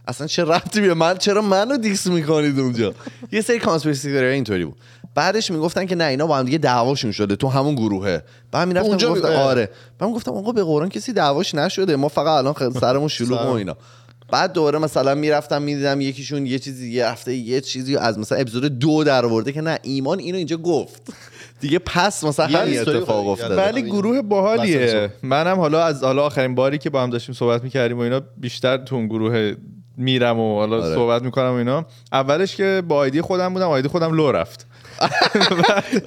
Speaker 1: اصلا چه ربطی به من چرا منو دیس میکنید اونجا یه سری کانسپیرسی تیوری اینطوری بود بعدش میگفتن که نه اینا با هم دیگه دعواشون شده تو همون گروهه بعد میرفتم
Speaker 3: اونجا
Speaker 1: گفتم
Speaker 3: می-
Speaker 1: آره بعد گفتم آقا به قرآن کسی دعواش نشده ما فقط الان خ- سرمون شلوغ و اینا بعد دوباره مثلا میرفتم میدیدم یکیشون یه چیزی یه هفته یه چیزی از مثلا اپیزود دو در آورده که نه ایمان اینو اینجا گفت دیگه پس مثلا
Speaker 3: یه
Speaker 1: همین
Speaker 3: استوری
Speaker 1: اتفاق
Speaker 3: خواهی کرد.
Speaker 1: افتاده
Speaker 4: ولی
Speaker 3: ببین.
Speaker 4: گروه باحالیه
Speaker 3: وسوسه.
Speaker 4: منم حالا از حالا آخرین باری که با هم داشتیم صحبت میکردیم و اینا بیشتر تو اون گروه میرم و حالا
Speaker 1: آره.
Speaker 4: صحبت میکنم و اینا اولش که با آیدی خودم بودم آیدی خودم لو رفت و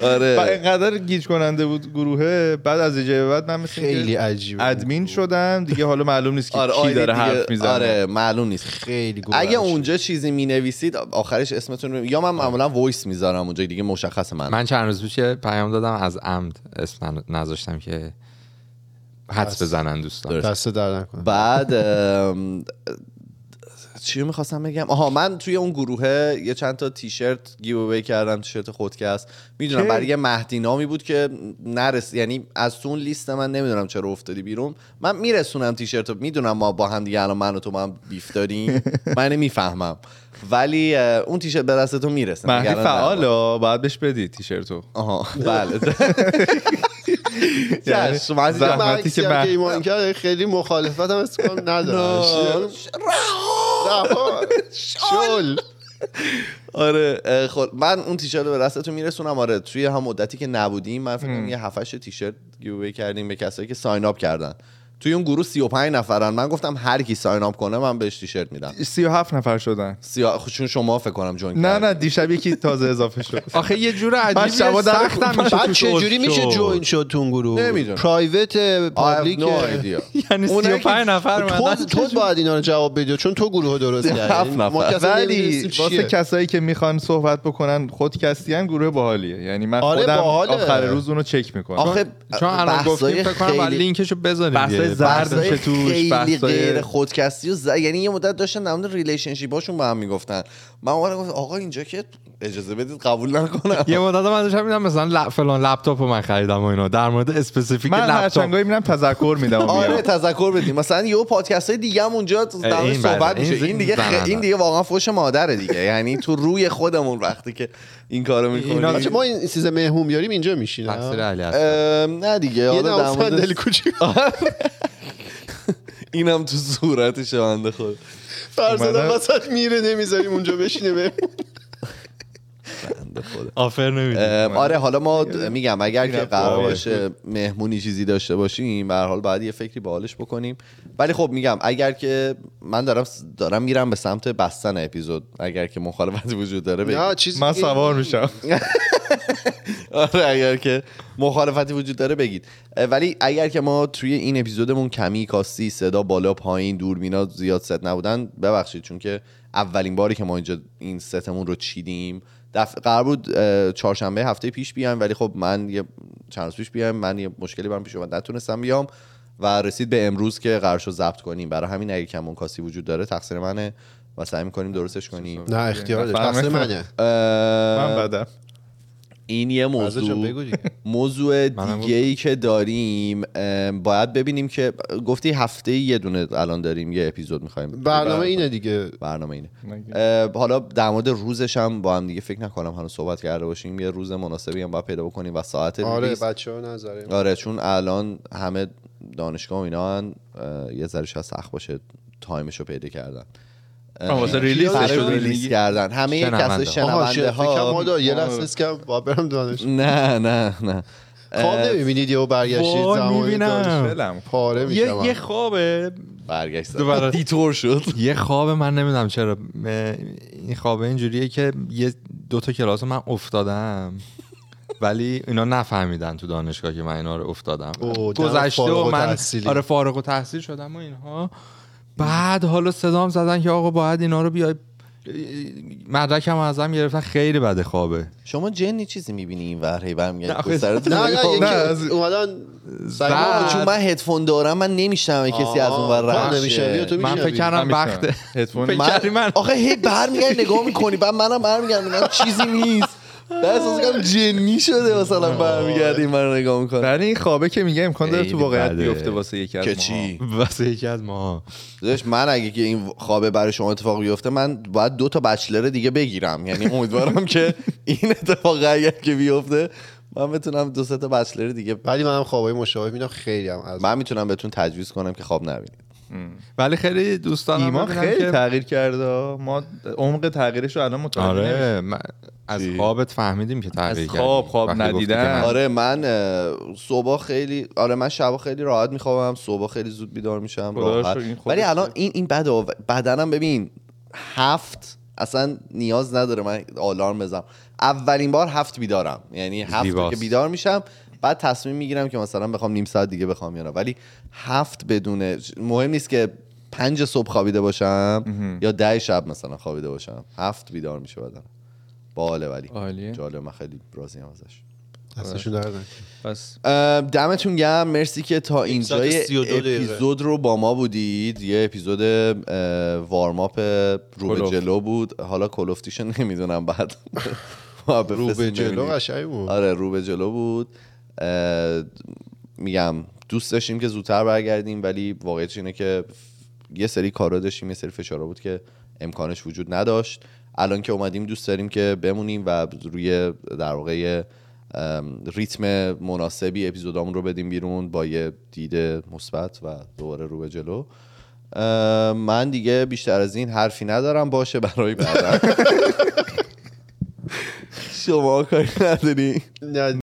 Speaker 1: آره
Speaker 4: اینقدر گیج کننده بود گروهه بعد از یه جایی به بعد من مثل اینکه
Speaker 3: خیلی عجیبه
Speaker 4: ادمین شدم دیگه حالا معلوم نیست که
Speaker 1: آره
Speaker 4: کی
Speaker 1: آیدی
Speaker 4: داره
Speaker 1: دیگه-
Speaker 4: حرف میزنه
Speaker 1: آره معلوم نیست
Speaker 3: خیلی گوه
Speaker 1: اگه
Speaker 3: عجیبه.
Speaker 1: اونجا چیزی می نویسید آخرش اسمتون رو یا من معمولا وایس میذارم اونجا دیگه مشخص من
Speaker 2: من چند روز پیش یه پیام دادم از عمد اسم نن- نذاشتم که حدس بزنن دوستان
Speaker 3: دست در نکنه
Speaker 1: بعد ام، چی رو میخواستم بگم آها من توی اون گروه یه چند تا تیشرت گیو اوی کردم تیشرت خودکست میدونم
Speaker 4: کی؟
Speaker 1: برای یه مهدی نامی بود که نرس یعنی از تو اون لیست من نمیدونم چرا افتادی بیرون من میرسونم تیشرت رو میدونم ما با هم دیگه الان من و تو با هم بیف داریم من میفهمم ولی اه، اون تیشرت به دست تو میرسه
Speaker 4: مهدی
Speaker 1: نگران نباش.
Speaker 4: فعاله آه، باید بهش بدی تیشرتو
Speaker 1: آها بله چشم، از اینجا
Speaker 3: زحمتی
Speaker 1: من-
Speaker 4: یعنی زحمتی
Speaker 3: که
Speaker 4: که
Speaker 3: من
Speaker 4: مه-
Speaker 3: ایمان کرد خیلی مخالفت هم اسکان نداره رها شل
Speaker 1: آره اه، خب من اون تیشرت رو به دستتون میرسونم آره توی هم مدتی که نبودیم من فکر کنم یه 7 تیشرت گیو اوی کردیم به کسایی که ساین اپ کردن توی اون گروه 35 نفرن من گفتم هر کی ساین اپ کنه من بهش تیشرت میدم
Speaker 4: 37 نفر شدن
Speaker 1: سیا... خب چون شما فکر کنم جوین
Speaker 4: نه
Speaker 1: کردین.
Speaker 4: نه دیشب یکی تازه اضافه شد
Speaker 2: آخه یه جور
Speaker 4: من
Speaker 2: عجیبی
Speaker 4: شبا در-
Speaker 2: سختم میشه
Speaker 3: بعد
Speaker 2: توش
Speaker 3: چجوری
Speaker 2: عضو
Speaker 3: میشه
Speaker 2: شد.
Speaker 3: جوین شد تو اون گروه
Speaker 1: نمی‌دونم. I
Speaker 3: پرایوت
Speaker 1: have
Speaker 3: پابلیک
Speaker 1: no idea.
Speaker 2: یعنی
Speaker 4: اونایی که-
Speaker 2: 35 نفر اومدن
Speaker 3: تو تو باید اینا رو جواب بدی چون تو گروه رو درست
Speaker 1: هفت
Speaker 3: کردی ما
Speaker 1: نفر.
Speaker 3: کسی
Speaker 4: ولی
Speaker 3: نمی‌دونستیم
Speaker 4: واسه
Speaker 3: چیه.
Speaker 4: کسایی که میخوان صحبت بکنن خودکستی هم گروه باحالیه یعنی من
Speaker 3: آره،
Speaker 4: خودم
Speaker 3: باحاله.
Speaker 4: آخر روز اونو چک میکنم
Speaker 1: آخه
Speaker 2: چون الان
Speaker 1: بحثای
Speaker 2: گفتیم فکر کنم باید
Speaker 1: خیلی-
Speaker 2: لینکشو بذاریم
Speaker 4: بحثای
Speaker 2: دیگه.
Speaker 4: زرد
Speaker 2: بحثای
Speaker 1: بحثای
Speaker 4: میشه توش،
Speaker 1: خیلی
Speaker 4: بحثای-
Speaker 1: غیر خودکستی و ز... یعنی یه مدت داشتن در مورد ریلیشنشیپ هاشون با هم میگفتن من اومدم گفتم آقا اینجا که اجازه بدید قبول نکنم
Speaker 2: یه مدت من داشتم میدم مثلا ل... فلان لپتاپ رو من خریدم و اینا در مورد اسپسیفیک
Speaker 4: من
Speaker 2: لپتاپ
Speaker 4: هرچنگایی میرم تذکر میدم و میام.
Speaker 1: آره تذکر بدیم مثلا یه پادکست های دیگه هم اونجا در
Speaker 2: خب این
Speaker 1: موردش صحبت
Speaker 2: بله. این
Speaker 1: میشه
Speaker 2: زن-
Speaker 1: این دیگه
Speaker 2: زن
Speaker 1: خ- این
Speaker 2: نداره.
Speaker 1: دیگه واقعا فوش مادره دیگه یعنی تو روی خودمون وقتی که این کارو
Speaker 2: اینا
Speaker 1: میکنیم
Speaker 3: بچه، آره. ما این سیز مهمون بیاریم اینجا میشینه
Speaker 2: تقصیر
Speaker 3: یه
Speaker 2: علی هست.
Speaker 1: نه دیگه حالا در
Speaker 3: دم
Speaker 1: مورد-
Speaker 3: صندلی کوچیک
Speaker 1: اینم تو صورتش بنده خود
Speaker 3: فرزادم
Speaker 4: اومدم.
Speaker 3: وسط میره نمیذاریم اونجا بشینه مهمون
Speaker 1: بنده خدا.
Speaker 2: آفر نمیده
Speaker 1: ام، آره حالا ما د- میگم اگر که
Speaker 4: میرفت
Speaker 1: قرار
Speaker 4: آره.
Speaker 1: باشه مهمونی چیزی داشته باشیم به هر حال باید یه فکری به حالش بکنیم ولی خب میگم اگر که من دارم دارم میرم به سمت بستن اپیزود اگر که مخالفتی وجود داره بگید.
Speaker 3: نه، چیز
Speaker 4: من
Speaker 3: دیگه.
Speaker 4: سوار میشم
Speaker 1: آره اگر که مخالفتی وجود داره بگید اه، ولی اگر که ما توی این اپیزودمون کمی کاستی صدا بالا پایین دوربینا زیاد ست نبودن ببخشید چون که اولین باری که ما اینجا این ستمون رو چیدیم دف... قرار بود اه، چهارشنبه هفته پیش بیایم ولی خب من یه چند روز پیش بیایم من یه مشکلی برام پیش اومد نتونستم بیام و رسید به امروز که قرار شد ضبط کنیم برای همین اگه کمون کاستی وجود داره تقصیر منه و سعی میکنیم درستش کنیم
Speaker 3: نه اختیار داری.
Speaker 4: فهمه.
Speaker 3: تقصیر منه
Speaker 1: اه،
Speaker 4: من بدم
Speaker 1: این یه
Speaker 3: فرزاد جان
Speaker 1: موضوع
Speaker 3: بگو دیگه.
Speaker 1: موضوع
Speaker 2: منم
Speaker 1: دیگه ای که داریم اه، باید ببینیم که گفتی هفته یه دونه الان داریم یه اپیزود میخوایم
Speaker 3: برنامه اینه دیگه
Speaker 1: برنامه اینه
Speaker 4: نگه.
Speaker 1: اه، حالا در مورد روزش هم با هم دیگه فکر نکنم هنوز صحبت کرده باشیم یه روز مناسبی هم باید پیدا بکنیم و ساعت
Speaker 3: آره
Speaker 1: ریلیز.
Speaker 3: بچه ها نظره
Speaker 1: آره چون الان همه دانشگاه و اینا هن، اه، یه ذره شاید سخت باشه تایمش رو پیدا کردن اه،
Speaker 4: آه، واسه ریلیزش
Speaker 1: برای
Speaker 4: شده
Speaker 1: ریلیز
Speaker 4: دیگه.
Speaker 1: کردن همه یه
Speaker 2: شنونده
Speaker 1: کسای
Speaker 2: ها.
Speaker 3: آها
Speaker 1: شنونده
Speaker 3: شعر فکرم ما
Speaker 1: ها
Speaker 3: دار یه لحظه است که باید برم دانش
Speaker 1: نه نه نه
Speaker 3: خواب نمیبینید یهو برگشتید
Speaker 2: وای،
Speaker 3: زمان
Speaker 2: می‌بینم.
Speaker 3: دانش
Speaker 4: فعلا.
Speaker 3: پاره
Speaker 2: یه, یه
Speaker 3: میشم
Speaker 2: خوابه
Speaker 1: برگشت
Speaker 2: دوباره.
Speaker 1: دیتور شد
Speaker 2: یه خواب من نمیدونم چرا م- این خوابه اینجوریه که یه دو تا کلاس من افتادم ولی اینا نفهمیدن تو دانشگاه که من اینا رو افتادم
Speaker 3: اوه، دم
Speaker 2: گذشته
Speaker 3: فارغ
Speaker 2: و من
Speaker 3: التحصیلی.
Speaker 2: آره فارغ و تحصیل شدم و اینها بعد حالا صدام زدن که آقا باید اینا رو بیای مدرکم ازم گرفتن خیلی بده خوابه
Speaker 1: شما جنی چیزی میبینی این ور هی برمیگردی
Speaker 2: نه،
Speaker 1: پشت سرت.
Speaker 3: نه نه یکی
Speaker 2: از-
Speaker 3: اومدن
Speaker 2: بعد-
Speaker 1: آه، چون من هدفون دارم من نمیشنم کسی از اون ور
Speaker 3: آه،
Speaker 1: رد
Speaker 3: نمی‌شنوی
Speaker 1: شه.
Speaker 3: و تو
Speaker 2: من
Speaker 3: می‌شنوی.
Speaker 2: فکر کردم
Speaker 4: من
Speaker 2: وقت
Speaker 4: می‌شنوم. هدفون.
Speaker 2: فکر
Speaker 1: من-
Speaker 2: کردی من
Speaker 1: آخه هی برمیگردی نگاه میکنی بعد منم برمیگردم من چیزی نیست بعد احساس کنم جنی شده مثلا برمیگردی من رو نگاه میکنم
Speaker 4: برای یعنی این خوابه که میگه امکان داره تو
Speaker 2: خیلی
Speaker 4: واقعیت
Speaker 2: بده.
Speaker 4: بیفته واسه یکی از
Speaker 1: که
Speaker 4: ماها.
Speaker 1: چی
Speaker 2: واسه یکی از ما
Speaker 1: داداش، من اگه که این خوابه برای شما اتفاق بیفته من باید دو تا بچلر دیگه بگیرم یعنی امیدوارم که این اتفاق اگر که بیفته من بتونم دو سه تا بچلر دیگه
Speaker 3: ولی منم خوابای مشابه میدم خیلی هم از
Speaker 1: من میتونم بهتون تجویز کنم که خواب نبینید
Speaker 2: ولی خیلی دوستانم
Speaker 4: ایمان
Speaker 2: ببینم
Speaker 4: خیلی
Speaker 2: که-
Speaker 4: تغییر کرده آه. ما عمق تغییرش رو الان متوجه نمی‌شیم.
Speaker 2: آره من- از خوابت فهمیدیم که تغییر
Speaker 4: از خواب،
Speaker 2: کردی.
Speaker 4: خواب
Speaker 2: وقتی گفتی که
Speaker 4: ندیدن.
Speaker 2: من-
Speaker 1: آره من اه، صبح خیلی آره من شبا خیلی راحت میخوابم صبح خیلی زود بیدار میشم
Speaker 4: خدا رو
Speaker 1: راحت
Speaker 4: شکر، این خودش
Speaker 1: ولی الان این این بده و- بدنم ببین هفت اصلا نیاز نداره من آلارم بزنم اولین بار هفت بیدارم یعنی هفت
Speaker 2: زیباست.
Speaker 1: که بیدار میشم بعد تصمیم میگیرم که مثلا بخوام نیم ساعت دیگه بخوام یا نه ولی هفت بدون مهم نیست که پنج صبح خوابیده باشم یا ده شب مثلا خوابیده باشم هفت بیدار میشه بدنم باله ولی
Speaker 4: عالیه.
Speaker 1: جالب من خیلی راضیم ازش
Speaker 3: دستشون در نکنه.
Speaker 4: پس
Speaker 1: ام، دمتون گرم مرسی که تا اینجای
Speaker 3: ساعت 32 دقیقه.
Speaker 1: اپیزود رو با ما بودید یه اپیزود اه، وارماپ رو به
Speaker 4: کلوفت.
Speaker 1: جلو بود حالا کلوفتیشو نمیدونم بعد ما بفرستیم
Speaker 3: رو به جلو
Speaker 1: ببینیم.
Speaker 3: قشنگ بود
Speaker 1: آره رو به جلو بود اه، میگم دوست داشتیم که زودتر برگردیم ولی واقعیتش اینه که ف- یه سری کارا داشتیم یه سری فشارا بود که امکانش وجود نداشت الان که اومدیم دوست داریم که بمونیم و روی در واقع ام، ریتم مناسبی اپیزودامون رو بدیم بیرون با یه دید مثبت و دوباره رو به جلو ام، من دیگه بیشتر از این حرفی ندارم باشه برای بعدا شما کاری نداری
Speaker 3: نه